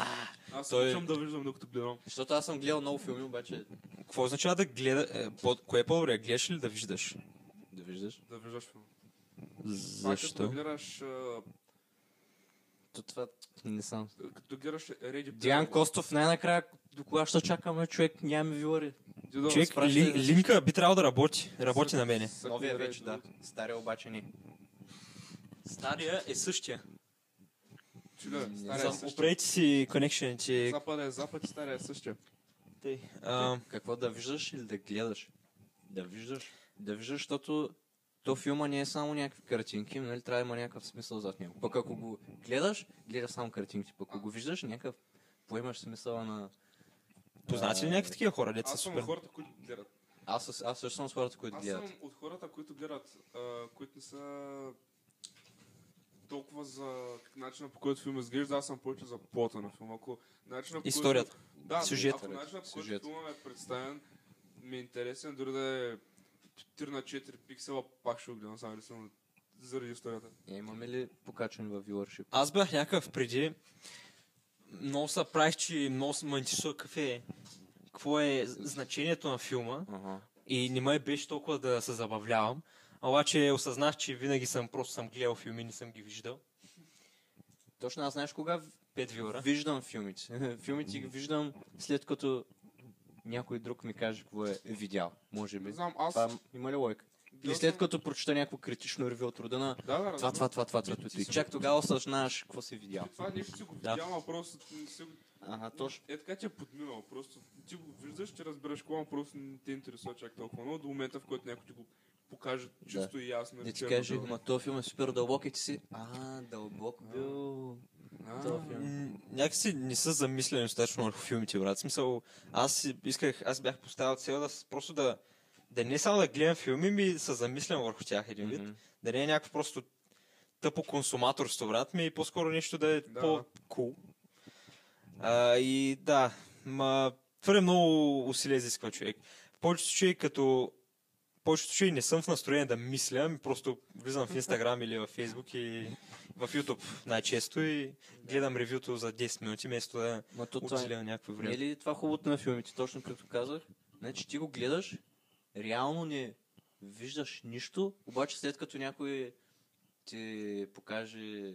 Speaker 8: Аз
Speaker 7: Той-
Speaker 8: обичам да виждам, докато гледам.
Speaker 6: Защото аз съм гледал много филми, обаче
Speaker 7: Какво означава да гледа... Е, по, кое е по-добре? Гледаш ли да виждаш?
Speaker 6: да виждаш.
Speaker 8: Да виждаш филм. Това, Като
Speaker 7: Защо?
Speaker 8: гледаш, а,
Speaker 6: То това
Speaker 9: Не съм.
Speaker 8: като гледаш Ready
Speaker 9: Диан Костов най-накрая, до кога ще чакаме човек, нямаме вилари.
Speaker 8: Дидо,
Speaker 7: Човек,
Speaker 9: спрашай
Speaker 7: ли,
Speaker 9: за-
Speaker 7: линка би трябвало да работи. Работи на мене.
Speaker 8: Съкни
Speaker 9: Новия
Speaker 8: Ready
Speaker 9: вече, да.
Speaker 8: Player.
Speaker 9: Стария обаче не.
Speaker 7: Стария е същия.
Speaker 8: Чиле, стария е
Speaker 7: Сам,
Speaker 8: същия.
Speaker 7: Опрете си конекшените.
Speaker 8: Запада е запад и стария е същия.
Speaker 7: А,
Speaker 6: какво да виждаш или да гледаш? Да виждаш. Да виждаш, защото то филма не е само някакви картинки, нали трябва да има някакъв смисъл зад него. Пък ако го гледаш, гледаш само картинки. Пък ако го виждаш, някакъв поемаш смисъла на...
Speaker 7: познати ли
Speaker 6: А,
Speaker 7: някакви такива хора, деца
Speaker 8: Аз съм от
Speaker 7: Е, супер?
Speaker 8: хората, които гледат.
Speaker 6: Аз, със- аз също съм с хората, които
Speaker 8: Аз
Speaker 6: гледат.
Speaker 8: съм от хората, които гледат, а, които не са толкова за начина по който филм изглежда, аз съм повече за плота на филма. Ако начина, по
Speaker 7: Историята.
Speaker 8: Който, да,
Speaker 7: Сюжета.
Speaker 8: ако начина по който
Speaker 6: Сюжета.
Speaker 8: филма е представен, ми е интересен, дори да е 4 на 4 пиксела, пак ще го гледам само единствено заради историята.
Speaker 6: Е, имаме ли покачване във вилършип?
Speaker 7: Аз бях някакъв преди. Много се правих, че много с- ме интересува какъв е, какво е значението на филма.
Speaker 6: Ага.
Speaker 7: И не ме беше толкова да се забавлявам. А Обаче осъзнах, че винаги съм просто съм гледал филми, не съм ги виждал.
Speaker 6: Точно аз знаеш кога
Speaker 7: Пет вилара.
Speaker 6: виждам филмите. филмите ги виждам след като някой друг ми каже какво е видял. Може
Speaker 8: Не
Speaker 6: би.
Speaker 8: знам, аз...
Speaker 6: Това е има ли лойка? И след като прочета някакво критично ревю от рода на
Speaker 8: Да, да,
Speaker 6: това,
Speaker 8: разбирам.
Speaker 6: това, това, това, това, това. И чак тогава осъзнаваш какво си видял.
Speaker 8: Това нещо си го
Speaker 7: Да.
Speaker 8: видял, а просто не си го...
Speaker 6: Ага, точно.
Speaker 8: Е така, че е подминал. Просто ти го виждаш, ще разбереш какво, но просто не те интересува чак толкова много, до момента, в който някой ти го покаже чисто и ясно.
Speaker 6: Да ти
Speaker 8: черно
Speaker 6: кажа,
Speaker 8: бяло.
Speaker 6: ма този филм е супер дълбок и ти си... А, дълбок бил...
Speaker 8: А,
Speaker 6: този филм.
Speaker 7: М, Някакси не са замислени достатъчно върху филмите, брат. В Смисъл, аз си исках, аз бях поставил цел да с- просто да, да не само да гледам филми, ми да се замислям върху тях един вид.
Speaker 6: Мгм.
Speaker 7: Да не е някакво просто тъпо консуматорство, брат ми, и по-скоро нещо да е
Speaker 8: Да.
Speaker 7: по-кул. А, и да, ма, твърде много усилия изисква човек. В повечето случаи, като в повечето случаи не съм в настроение да мисля, ми просто влизам в Инстаграм или в Фейсбук и в Ютуб най-често и гледам ревюто за 10 минути, вместо да
Speaker 6: Ма то това е
Speaker 7: отделя някакво
Speaker 6: Не
Speaker 7: време.
Speaker 6: е ли това хубавото на филмите, точно като казах? Значи ти го гледаш, реално не виждаш нищо, обаче след като някой ти покаже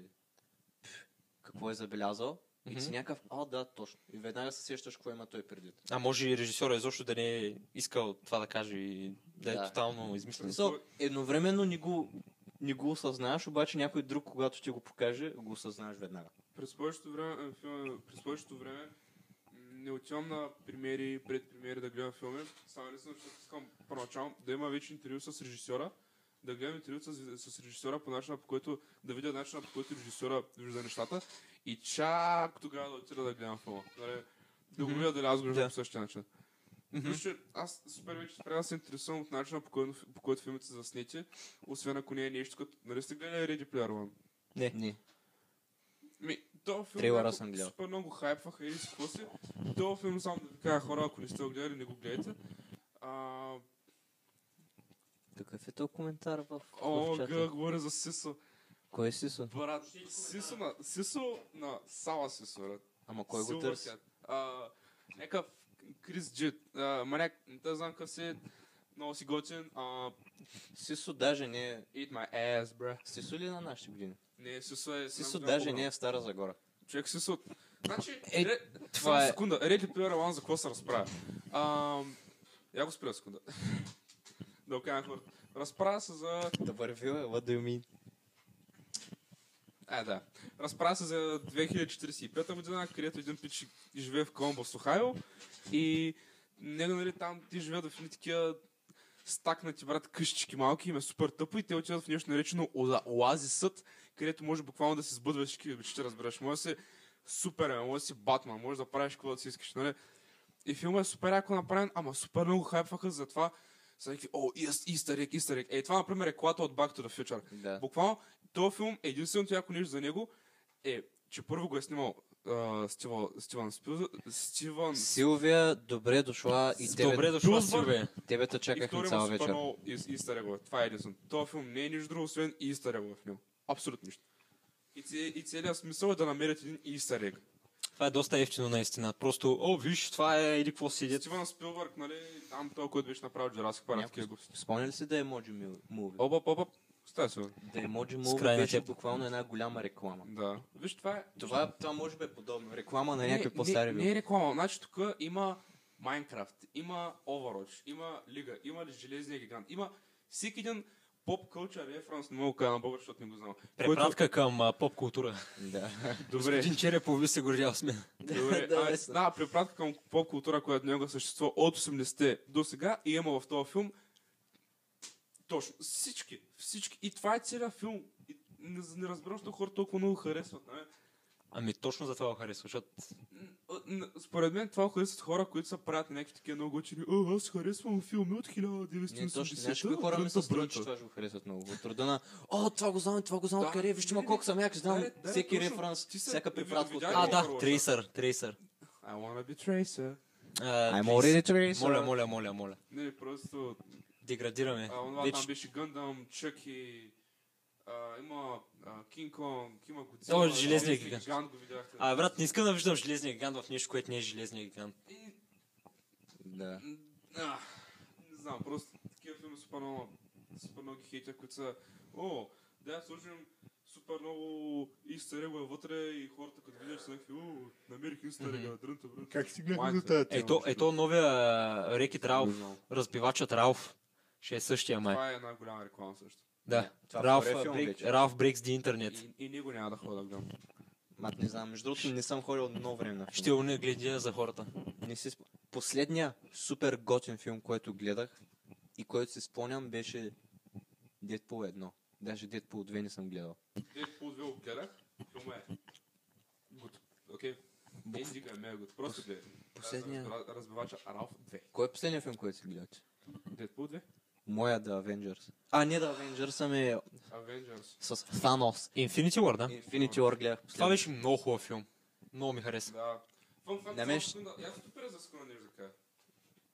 Speaker 6: пф, какво е забелязал, и ти
Speaker 7: Мгм.
Speaker 6: някакъв, а да, точно. И веднага се сещаш какво има той преди.
Speaker 7: А може и режисьора изобщо да не е искал това да каже и да е
Speaker 6: Да.
Speaker 7: тотално
Speaker 6: В
Speaker 7: измислено.
Speaker 6: Смисъл, едновременно не го, не го осъзнаеш, обаче някой друг, когато ти го покаже, го осъзнаеш веднага.
Speaker 8: През повечето време, е, филм, през повечето време м, не отивам на примери и предпримери да гледам филми. Само единствено, защото искам първоначално да има вече интервю с режисьора, да гледам интервю с, с режисьора по начина, по който да видя начина, по който режисьора вижда нещата и чак тогава да отида да гледам филма. Нали, да го
Speaker 7: Мгм.
Speaker 8: видя дали аз го виждам
Speaker 7: Да.
Speaker 8: по същия начин.
Speaker 7: Мгм.
Speaker 8: Плюс, че аз супер вече спря да се интересувам от начина, по който, по който филмите са заснети, освен ако не е нещо като... Нали сте гледали Ready Player One?
Speaker 7: Не.
Speaker 6: Не.
Speaker 8: Ми, то филм
Speaker 6: Трейлъра
Speaker 8: няколко-
Speaker 6: съм гледал.
Speaker 8: Супер много хайпваха и какво си. То филм само да ви кажа хора, ако не сте го гледали, не го гледайте. А,
Speaker 6: Какъв е този коментар в,
Speaker 8: о,
Speaker 6: в
Speaker 8: гъ,
Speaker 6: чата?
Speaker 8: говоря за Сисо.
Speaker 6: Кой е Сисо?
Speaker 8: Брат, Сисо на, Сисо на Сала Сисо, брат.
Speaker 6: Ама кой го
Speaker 8: Silver
Speaker 6: търси?
Speaker 8: Cat. А, някакъв Крис Джит. А, маняк, не те знам какъв си. Много си готин. А,
Speaker 6: Сисо даже не е...
Speaker 8: eat my ass, bruh.
Speaker 6: Сисо ли е на нашите години?
Speaker 8: Не, Сисо е...
Speaker 6: Сисо даже не е в Стара Загора.
Speaker 8: Човек Сисо... Значи,
Speaker 7: Е,
Speaker 8: ре-
Speaker 7: това
Speaker 8: Само
Speaker 7: е-
Speaker 8: Секунда, Ready Player One за какво се разправя? А, Я го спря секунда. да окажа хората. Разправя се за...
Speaker 6: Да върви, what do you mean?
Speaker 8: А, Е, да. Разправя се за 2045 година, където един пич живее в Колумбус, Охайо. И него, нали, там ти живеят в едни такива стакнати, брат, къщички малки, им е супер тъпо и те отиват в нещо наречено ола- оазисът, където може буквално да се сбъдваш всички ще разбереш. Може да си Супермен, може да си Батман, може да правиш каквото си искаш, нали? И филмът е супер яко направен, ама супер много хайпваха за това. Са някакви, о, Easter egg, Easter egg. Ей, това, например, е колата от Back to the Future.
Speaker 6: Да.
Speaker 8: Буквално, този филм, единственото яко нещо за него е, че първо го е снимал а, Стива, Стивън Спилзър, Стивън
Speaker 6: Силвия, добре дошла и тебе,
Speaker 7: Добре дошла,
Speaker 8: Дузбър.
Speaker 7: Силвия.
Speaker 6: тебе те чакахме цяла
Speaker 8: е супер
Speaker 6: вечер.
Speaker 8: много из Easter egg-ове. Това е единствено. Този филм не е нищо друго, освен Easter egg в него. Абсолютно нищо. И, ц- и целият смисъл е да намерят един Easter egg.
Speaker 7: Това е доста ефтино наистина. Просто, о, виж, това е или какво седят.
Speaker 8: Стивън Спилбърг, нали, там той, който беше направил Jurassic Park, такива глупости.
Speaker 10: Спомня ли си да е Emoji Mu- Movie?
Speaker 8: Оп, оп, оп, оп. Стай се.
Speaker 10: Да е Emoji
Speaker 7: С край
Speaker 10: Movie
Speaker 7: на
Speaker 10: беше
Speaker 7: теб.
Speaker 10: буквално една голяма реклама.
Speaker 8: Да. Виж, това е...
Speaker 10: Това, това може би е подобно. Реклама на
Speaker 8: Не,
Speaker 10: някакви
Speaker 8: не,
Speaker 10: по-стари
Speaker 8: Не е реклама. Значи тук има Майнкрафт, има Overwatch, има Лига, има Железния гигант, има всеки един поп кълча референс, не мога да кажа на българ, защото не го знам.
Speaker 7: Препратка към а, поп култура.
Speaker 8: Добре.
Speaker 7: Един черепов би се гордял с мен.
Speaker 8: Добре,
Speaker 10: Да,
Speaker 8: а,
Speaker 10: лесно.
Speaker 8: да, препратка към поп култура, която него съществува от 80-те до сега и има в този филм точно всички, всички. И това е целият филм. И не, не разбирам, защо хората толкова много харесват. нали? Не?
Speaker 7: Ами точно за това го харесва, защото
Speaker 8: Н- н- Според мен това харесват хора, които са правят някакви такива много учени. О, аз харесвам филми от 1980-та.
Speaker 10: Не, точно, знаеш, кои хора ми се
Speaker 8: Брънта,
Speaker 10: струва, че
Speaker 8: брънта.
Speaker 10: това ще го харесват много. От рода на, о, това го знам, това го знам,
Speaker 8: Да.
Speaker 10: откъде, вижте ма
Speaker 8: Не,
Speaker 10: колко съм як, знам
Speaker 8: Да, да,
Speaker 10: всеки
Speaker 8: точно.
Speaker 10: референс,
Speaker 8: Ти се- е
Speaker 10: всяка
Speaker 8: ви-
Speaker 10: препратка
Speaker 8: видя ли
Speaker 10: откъде. е.
Speaker 7: А,
Speaker 8: го
Speaker 7: да,
Speaker 8: първо?
Speaker 7: трейсър, трейсър.
Speaker 8: I wanna be tracer.
Speaker 7: А,
Speaker 6: I'm
Speaker 7: please.
Speaker 6: already tracer.
Speaker 7: Моля, моля, моля, моля.
Speaker 8: Не, просто...
Speaker 7: Деградираме.
Speaker 8: А, онова там
Speaker 7: Вече.
Speaker 8: беше Гъндам, Чък и... А, има а, Кинг Конг, има
Speaker 7: О,
Speaker 8: Годзила.
Speaker 7: Железния
Speaker 8: Железния
Speaker 7: гигант.
Speaker 8: гигант го видяхте.
Speaker 7: А, брат, не искам да виждам железния гигант в нещо, което не е железния гигант.
Speaker 8: И,
Speaker 6: Да.
Speaker 8: м, а, не знам, просто такива филми супер много, супер много ги хейтя, които са... О, да, сложим супер много истерега вътре и хората като видят са някакви, о, намерих истерега, дрънта, брънта. Как си гледах за тази
Speaker 7: Ето, ето новия а, Рекет Ралф, разбивачът Ралф. Ще е същия май.
Speaker 8: Това е една голяма реклама също.
Speaker 7: Да.
Speaker 10: Това
Speaker 7: Ралф,
Speaker 10: втория
Speaker 7: а,
Speaker 10: филм
Speaker 7: брек,
Speaker 10: вече.
Speaker 7: Ралф Брекс ди интернет.
Speaker 8: И, и него няма да ходя да гледам.
Speaker 10: Мат, не знам, между другото не съм ходил много време на филм.
Speaker 7: Ще го не гледа за хората.
Speaker 10: Не си сп... Последния супер готин филм, който гледах и който си спомням беше Дедпул 1. Даже Дедпул 2 не съм гледал.
Speaker 8: Дедпул 2 го гледах, филма е. Гуд. Окей. Не стига, ме е гуд. Просто гледай.
Speaker 10: Последния-
Speaker 8: Раз- Разбивача Ралф 2.
Speaker 10: Кой е последният филм, който си гледате?
Speaker 8: Дедпул 2?
Speaker 10: Моя The Avengers. А, не The Avengers, ами
Speaker 8: Avengers.
Speaker 10: с Thanos.
Speaker 7: Infinity War, да?
Speaker 10: Infinity War гледах
Speaker 7: Това
Speaker 10: последно.
Speaker 7: беше много хубав филм. Много ми хареса.
Speaker 8: Да. Фън факт,
Speaker 10: На мен ще-
Speaker 8: секунда. Аз тук за секунда нещо да кажа.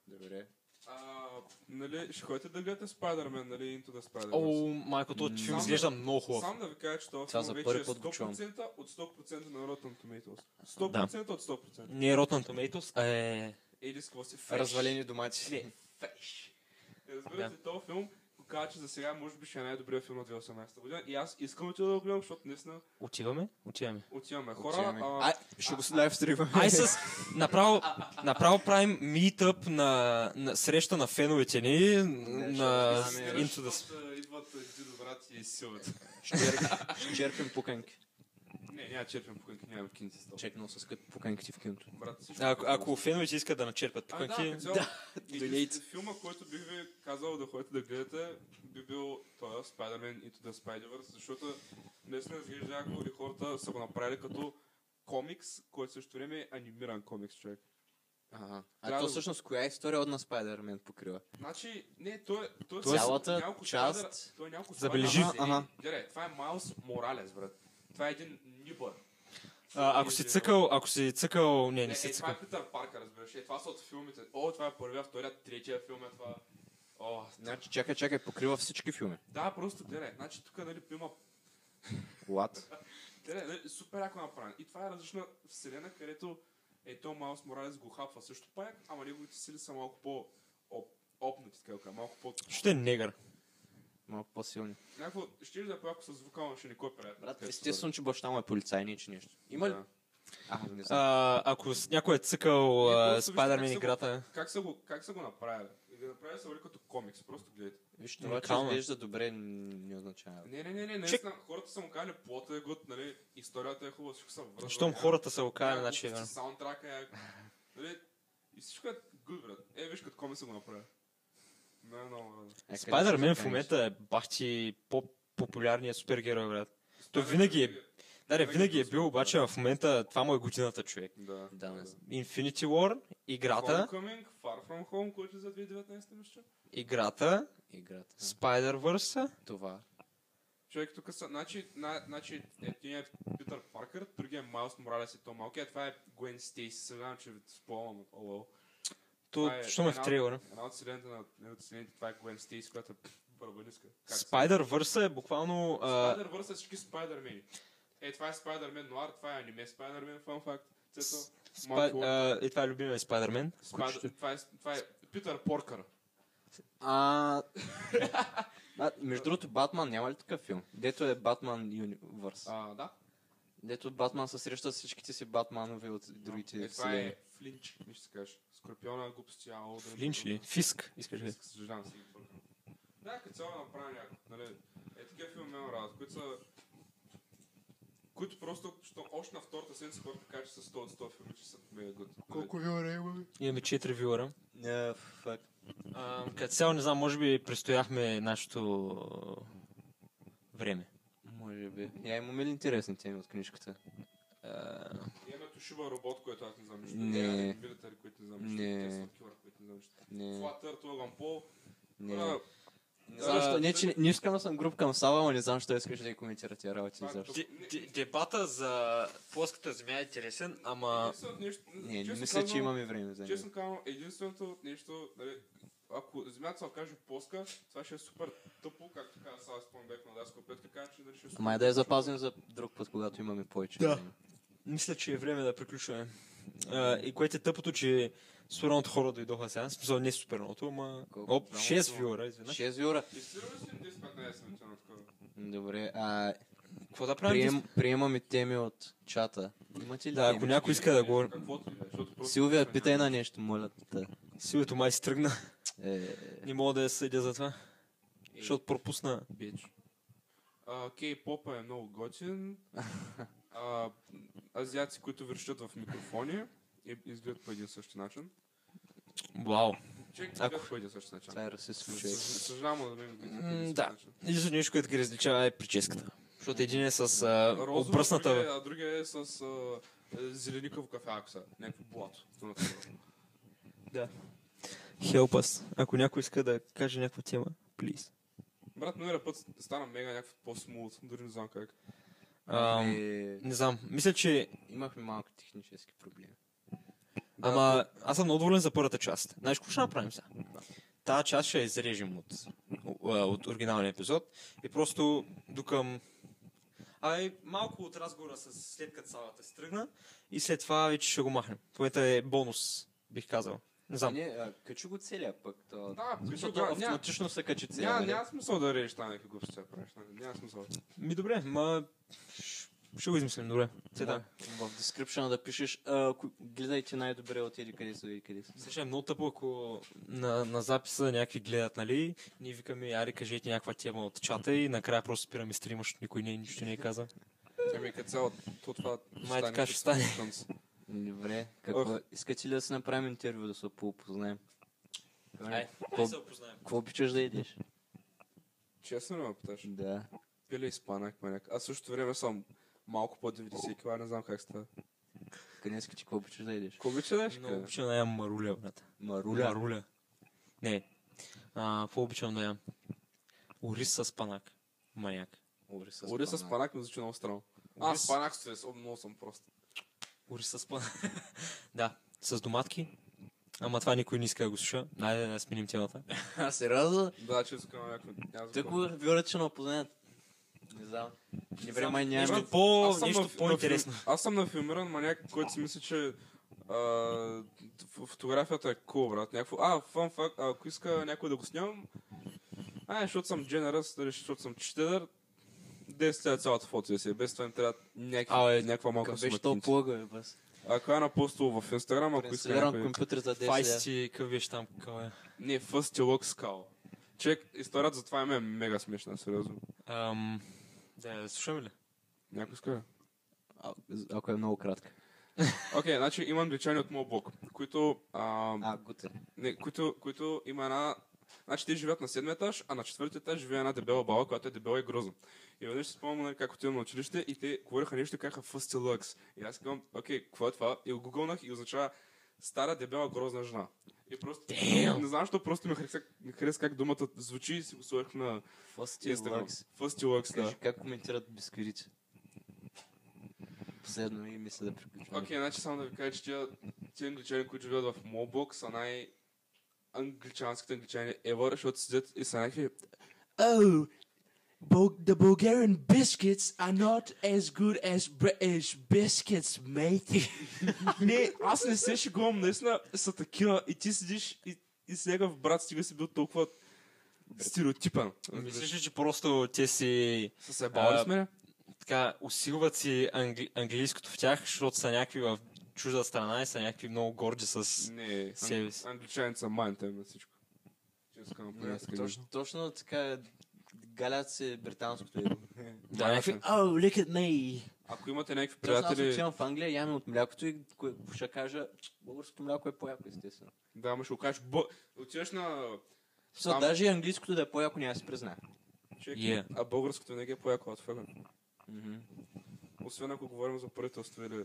Speaker 10: Добре.
Speaker 8: А, нали, ще ходите да гледате Spider-Man, нали, Into the Spider-Verse?
Speaker 7: О, майко, този филм
Speaker 8: Само-
Speaker 7: изглежда много хубав.
Speaker 8: Сам да ви кажа, че това
Speaker 10: Това
Speaker 8: филм
Speaker 10: за
Speaker 8: вече
Speaker 10: първи
Speaker 8: е
Speaker 10: път го чувам.
Speaker 8: 100% от 100% на Rotten Tomatoes. 100% от 100%.
Speaker 7: Не е Rotten Tomatoes, а е...
Speaker 8: Еди с какво си фреш. Е,
Speaker 10: Развалени домати.
Speaker 7: Не, феш.
Speaker 8: Разбирате, този филм го казва, че за сега може би ще е най-добрият филм на 2018 година. И аз искам отида да го гледам, защото наистина
Speaker 7: Отиваме? Отиваме.
Speaker 8: отиваме. Хора,
Speaker 10: Отиваме.
Speaker 8: а,
Speaker 10: Ай, ще го лайв стрима.
Speaker 7: Ай с... Направо, направо правим митъп на, на среща на феновете ни, на
Speaker 8: а,
Speaker 7: Into the... Sp-
Speaker 8: Идват а, дидо брат и силата.
Speaker 10: Ще черпим- ще черпим пуканки.
Speaker 8: Не, няма черпим по кънки, няма кинци стол.
Speaker 10: Чекнал с скъпи пуканките в киното.
Speaker 8: Брат, всичко. е
Speaker 7: Ако, ако феновете искат да начерпят
Speaker 8: а, да,
Speaker 7: пуканки,
Speaker 8: като цяло, един филма, който бих ви казал да ходите да гледате, би бил този Spider-Man Into the Spider-Verse, защото наистина изглежда яко и хората са го направили като комикс, който също време е анимиран комикс, човек.
Speaker 10: Ага.
Speaker 8: Трябва
Speaker 10: А то
Speaker 8: да-
Speaker 10: всъщност коя е история от на Spider-Man покрива?
Speaker 8: Значи, не, той, той,
Speaker 10: Той е цялата
Speaker 8: няколко Spider-
Speaker 10: част.
Speaker 8: той е няколко
Speaker 7: Забележи.
Speaker 8: Spider-Man.
Speaker 10: Ага, ага.
Speaker 8: Гледай, това е Майлз Моралес, брат. Това е един нибър.
Speaker 7: а, ако си цъкал, ако си цъкал, не,
Speaker 8: Не,
Speaker 7: не си
Speaker 8: е, това
Speaker 7: цъкал.
Speaker 8: е Питър Паркър, разбираш. Е, това са от филмите. О, това е първия, втория, третия филм е това. О,
Speaker 10: Значи, чакай, чакай, покрива всички филми.
Speaker 8: да, просто гледай. Значи тук, нали, има
Speaker 10: What?
Speaker 8: Гледай, нали, супер яко направен. И това е различна вселена, където е то Майлз Моралес го хапва също пак, ама неговите сили са малко по оп, опнати, така да кажа, малко по...
Speaker 7: Ще е негър.
Speaker 10: Малко по-силни.
Speaker 8: Някакво, ще да е по-яко с звука, ще не кой прави.
Speaker 10: Брат, естествено, че баща му е полицай, не че нещо. Има ли?
Speaker 8: Да.
Speaker 10: А, не знам.
Speaker 7: А, ако с- някой е цъкал
Speaker 8: Е,
Speaker 7: а,
Speaker 8: просто вижте как
Speaker 7: Spider-Man
Speaker 8: са го-
Speaker 7: играта,
Speaker 8: Как са го, как са го направили? И и да направи сабри като комикс. Просто гледайте.
Speaker 6: Виж, това, че
Speaker 7: Уникално е.
Speaker 6: изглежда добре, не означава.
Speaker 8: Не,
Speaker 6: Е,
Speaker 8: не, не, не, не. Хората са му казали, плота е гуд, нали, историята е хубава, всичко са връзва.
Speaker 7: Щом хората са окаяли, значи е
Speaker 8: е.
Speaker 7: верно.
Speaker 8: Саундтрака е... Нали, и всичко е гуд, брат. Е, виж, като комикс са го направя. Не, много, брат.
Speaker 6: А къде ще
Speaker 7: Спайдермен
Speaker 6: се
Speaker 7: в момента е бахти по-популярният супергерой, брат. Той
Speaker 8: Спайдермен
Speaker 7: винаги е-
Speaker 8: е...
Speaker 7: Да, не,
Speaker 8: Винаги
Speaker 7: винаги е
Speaker 8: го
Speaker 7: бил, обаче в момента това му е годината, човек.
Speaker 8: Да.
Speaker 6: Да, не знам.
Speaker 7: Infinity War, играта,
Speaker 8: Homecoming, Far From Home, който е за 2019 мисля.
Speaker 7: играта,
Speaker 6: Играта.
Speaker 7: Spider-Verse,
Speaker 6: Това.
Speaker 8: Човек тук са, значи, на, значи един е Питър Паркър, другия е Майлс Моралес и то малкият, това е Гуен Стейси, съжалявам, че ви спомням от ОЛО.
Speaker 7: то,
Speaker 8: Това е
Speaker 7: що ме в
Speaker 8: една-
Speaker 7: трейлера.
Speaker 8: Една от селените на една от селените, това е Гуен Стейси, която е барабаниска. Как се-
Speaker 7: Spider-Verse е буквално... а,
Speaker 8: Spider-Verse са всички Spider-Man. Е, това е Spider-Man Noir, това е аниме Spider-Man, фан факт. Цето,
Speaker 7: Спа-
Speaker 8: Monkey
Speaker 7: а, Е, това е любимия Spider-Man.
Speaker 8: Spider- това е, това е Питър Поркър.
Speaker 6: А... а, между другото, Батман няма ли такъв филм? Дето е Батман Юниверс.
Speaker 8: А, да.
Speaker 6: Дето Батман се среща с всичките си Батманове от другите
Speaker 8: Е, това
Speaker 6: вселени.
Speaker 8: е Флинч, ми ще се кажеш. Скорпиона, глупости, ао. да не
Speaker 7: Линч ли?
Speaker 8: помня.
Speaker 7: Фиск, искаш ли?
Speaker 8: Съжалявам се. бъркам. Да, като цяло направи някакво. Нали, е такива филми ме радват, които са... Които просто, що още на втората седмица хората кажат, че са 100 от 100 филми, че са Нали? мега гуд. Колко?
Speaker 7: Имаме 4 вюера.
Speaker 6: Не, фак.
Speaker 7: А, Като цяло, не знам, може би престояхме нашето а, време.
Speaker 6: Може би. Я имаме ли интересни теми от книжката?
Speaker 7: А,
Speaker 8: Имаме Тошиба робот, който аз не знам нищо.
Speaker 6: Не.
Speaker 8: Имаме Милитари, които не знам нищо.
Speaker 6: Не.
Speaker 8: Те са от кивър, които не знам нищо.
Speaker 6: Не,
Speaker 8: Флатър, Логан Пол.
Speaker 6: не.
Speaker 8: Хора,
Speaker 6: Не знам, защо-
Speaker 8: нали,
Speaker 6: не, че не- не искам да съм груб към Сава, но не знам, що искаш да я коментира тия работи.
Speaker 8: това е
Speaker 6: изобщо.
Speaker 8: тук.
Speaker 7: Де-
Speaker 8: Не,
Speaker 7: де- Дебата за плоската земя е интересен, ама...
Speaker 8: единственото нещо-
Speaker 6: Не, не
Speaker 8: честно
Speaker 6: мисля, че
Speaker 8: казано,
Speaker 6: имаме време за него.
Speaker 8: Честно казвам, единственото нещо, нали, ако земята се окаже плоска, това ще е супер тъпо, както каза Сава Спонбек на Даско Петка, каза, че нали ще е супер.
Speaker 6: Ама е да я запазим за друг път, когато имаме повече.
Speaker 7: Да.
Speaker 6: време.
Speaker 7: Мисля, че е време да приключваме. А, и което е тъпото, че супер много хора дойдоха сега. В Смисъл не е супер многото, ама...
Speaker 6: Колко?
Speaker 7: Оп,
Speaker 6: Двамата?
Speaker 7: 6 вюера, изведнъж.
Speaker 6: Шест вюра.
Speaker 8: И сигурно си 10-15 минути на такова.
Speaker 6: Добре, а
Speaker 7: Какво да правим?
Speaker 6: прием, приемаме теми от чата. Имате ли
Speaker 7: Да, ако
Speaker 6: теми?
Speaker 7: някой иска да говори.
Speaker 8: Каквото и да е, защото просто...
Speaker 6: Силвия, питай на нещо, моля. те.
Speaker 7: Силито май си тръгна.
Speaker 6: Е,
Speaker 7: Не мога да я съдя за това. Защото пропусна.
Speaker 8: Бич. А, Кей-попа е много готин. А, азиаци, които вършат в микрофони и изглеждат по един и същи начин.
Speaker 7: Вау.
Speaker 8: Човек
Speaker 7: Ако-
Speaker 8: изглеждат по един и същи начин.
Speaker 6: това е расистско човек.
Speaker 8: Съж- Съжалявам, но да ме изглеждат по един и
Speaker 7: М,
Speaker 8: същи
Speaker 7: да.
Speaker 8: начин.
Speaker 7: Единственото нещо, което ги различава е прическата. Защото един е с а,
Speaker 8: Розово,
Speaker 7: обръсната...
Speaker 8: другия- А другия е с а, е, зеленикаво кафе, ако са. Някакво блато. Но такова.
Speaker 7: Help us. Ако някой иска да каже някаква тема, please.
Speaker 8: Брат, миналия път стана мега някакъв по-смут. Дори не знам как.
Speaker 7: Ам,
Speaker 6: Е,
Speaker 7: не знам. Мисля, че
Speaker 6: имахме малко технически проблеми.
Speaker 7: Ама аз съм много доволен за първата част. Знаеш какво ще направим сега? Тая част ще я изрежем от, а, от оригиналния епизод и просто докъм... Ай, малко от разговора с след като салата се тръгна и след това вече ще го махнем. В момента е бонус, бих казал. Не знам.
Speaker 6: Не, а, качу го целия пък. То...
Speaker 8: Да, пишу,
Speaker 6: Защото
Speaker 8: да, няма,
Speaker 6: автоматично се качи целия.
Speaker 8: няма,
Speaker 6: нали?
Speaker 8: няма смисъл да режеш там някакви глупости. да правиш, нали? Няма смисъл.
Speaker 7: Ми Ами, добре, ма... ш- Ще го измислим, добре. Се да.
Speaker 6: В description да пишеш, а, ко- гледайте най-добре от еди къде са и къде са.
Speaker 7: Също е много тъпо, ако на, на записа някакви гледат, нали? Ние викаме, ари, кажете някаква тема от чата и накрая просто спираме стрима, защото никой не, нищо не е каза.
Speaker 8: Ами като цяло, то това...
Speaker 7: Май така ще стане.
Speaker 6: Добре, какво? Искате ли да си направим интервю, да се поопознаем?
Speaker 7: Ай,
Speaker 6: Какво-
Speaker 7: се опознаем.
Speaker 6: Какво обичаш да идеш?
Speaker 8: Честно ли ме питаш?
Speaker 6: Да.
Speaker 8: Пиле изпанах, маняк. Аз същото време съм малко по 90 кг, не знам как става.
Speaker 6: Днес ти какво обичаш да идеш?
Speaker 8: Какво обичаш?
Speaker 7: Много обичам да ям маруля, брат.
Speaker 6: Маруля.
Speaker 7: Маруля. Не. А, какво обичам да ям? Ориз с панак. Маняк.
Speaker 6: Ури с
Speaker 8: Оре с
Speaker 6: панак.
Speaker 8: панак ми звучи много странно. Аз
Speaker 7: Ориз-
Speaker 8: с панак стрес, о, много съм прост.
Speaker 7: Ориз с панак. да, с доматки. Ама това никой не иска да го слуша. Найде да сменим темата.
Speaker 6: А, сериозно?
Speaker 8: Да, че искам някакво... аз
Speaker 6: Тък
Speaker 8: го-
Speaker 6: го вюрат, че не опознаят. Не знам. Не време няма.
Speaker 7: Нещо, по,
Speaker 8: Аз съм
Speaker 7: нещо
Speaker 8: нафи-
Speaker 7: по-интересно.
Speaker 8: нафи- Аз съм нафилмиран маняк, който си мисли, че а, ф- фотографията е кул, брат. Някакво... А, фан факт, ако иска някой да го снимам, а, защото съм generous, или защото съм читедър, 10 лева цялата фото да си е. Без това им трябва някакви,
Speaker 7: Абе,
Speaker 8: някаква малка
Speaker 6: Беше
Speaker 8: сума.
Speaker 6: толкова плъга, бе, бас.
Speaker 8: А коя е на постол в Инстаграм, ако иска
Speaker 6: Инсталирам
Speaker 8: някой...
Speaker 6: компютър за 10 лева.
Speaker 7: 20 какъв беше там, какво е.
Speaker 8: Не, First Log Skull. Човек, историята за това име е мега смешна, сериозно.
Speaker 7: Ам, да, да слушаме ли?
Speaker 8: Някой иска ли?
Speaker 6: А- Ако е много кратка.
Speaker 8: Окей, значи има англичани от моят блок, които, а,
Speaker 6: А, гуте.
Speaker 8: не, които, които има една... Значи те живеят на седми етаж, а на четвърти етаж живее една дебела баба, която е дебела и грозна. И веднъж си спомням нали, как отивам на училище и те говориха нещо, казаха Fusty Lux. И аз казвам, окей, какво е това? И го гугълнах и означава стара дебела грозна жена. И просто... Не знам, защо просто ми хареса, ми хареса как думата звучи и си го сложих на
Speaker 6: Фости
Speaker 8: Instagram.
Speaker 6: лакс.
Speaker 8: Fusty Lux, да.
Speaker 6: Кажи, как коментират бисквирите? Последно и мисля да приключим.
Speaker 8: Окей, значи само да ви кажа, че тия, тия англичани, които живеят в Мобок, са най- англичанските англичани ever, защото седят и са някакви...
Speaker 6: Oh, Bul- the Bulgarian biscuits are not as good as British biscuits, mate.
Speaker 8: Не, аз не се шегувам, наистина са такива и ти седиш и, и с някакъв брат стига си бил толкова стереотипен.
Speaker 7: Мислиш ли, че просто те си
Speaker 8: Са се бавали
Speaker 7: А,
Speaker 8: с мене?
Speaker 7: така усилват си англи, английското в тях, защото са някакви в чужда страна и са някакви много горди с...
Speaker 8: Не,
Speaker 7: себе си.
Speaker 8: ан- англичаните са майните на всичко. Честно казвам, понякога.
Speaker 6: точно, точно така е. Галят се британското его.
Speaker 7: Да, някакви...
Speaker 6: Oh, look at me.
Speaker 8: Ако имате някакви
Speaker 6: Приятели... Аз
Speaker 8: приятели...
Speaker 6: отивам в Англия, яме от млякото и кое- ще кажа, «Ч, българското мляко е по-яко, естествено.
Speaker 8: Да, ама ще го кажеш... Б... Отиваш на...
Speaker 6: So,
Speaker 8: Ам-
Speaker 6: Даже и английското да е по-яко, няма да си призна.
Speaker 8: Човек,
Speaker 7: Yeah.
Speaker 8: а българското винаги е по-яко от фъгън. Освен ако говорим за правителство или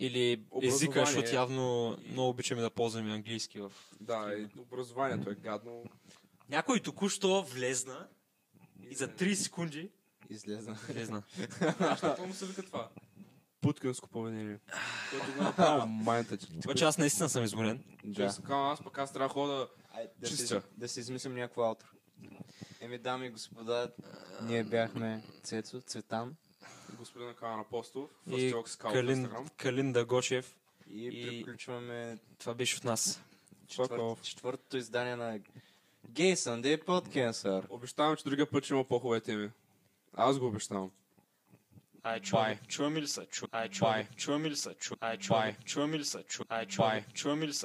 Speaker 7: Или
Speaker 8: Образование.
Speaker 7: езика, защото явно много обичаме да ползваме английски в...
Speaker 8: Да, и образованието е гадно.
Speaker 7: Някой току-що влезна и за 3 секунди
Speaker 6: Излезна.
Speaker 7: влезна.
Speaker 8: Какво му се вика това? Путкинско поведение. Което го направи майната ти.
Speaker 7: Обаче аз наистина съм изморен.
Speaker 6: Да.
Speaker 8: Честно казвам, аз пък аз трябва да хода
Speaker 6: Ай, да,
Speaker 8: Чиста.
Speaker 6: си, да си измислим някакво аутро. Еми, дами и господа, ние бяхме Цецо, Цветан
Speaker 8: господин Калан Апостолов,
Speaker 7: И
Speaker 8: Фастиок Скал в
Speaker 7: Калин,
Speaker 8: Инстаграм.
Speaker 7: Калин Дагошев.
Speaker 6: и,
Speaker 7: И-
Speaker 6: приключваме
Speaker 7: Това беше от нас.
Speaker 6: четвър...
Speaker 8: Чаков.
Speaker 6: четвъртото издание на Gay Sunday Podcast.
Speaker 8: Обещавам, че другия път ще има по-хубави теми. Аз го обещавам.
Speaker 7: Ай, чуваме, чуваме ли са? Чу... Ай, чуваме, чуваме ли са? Чу... Ай, чуваме, чуваме ли са? Чу... Ай, чуваме, чуваме ли са?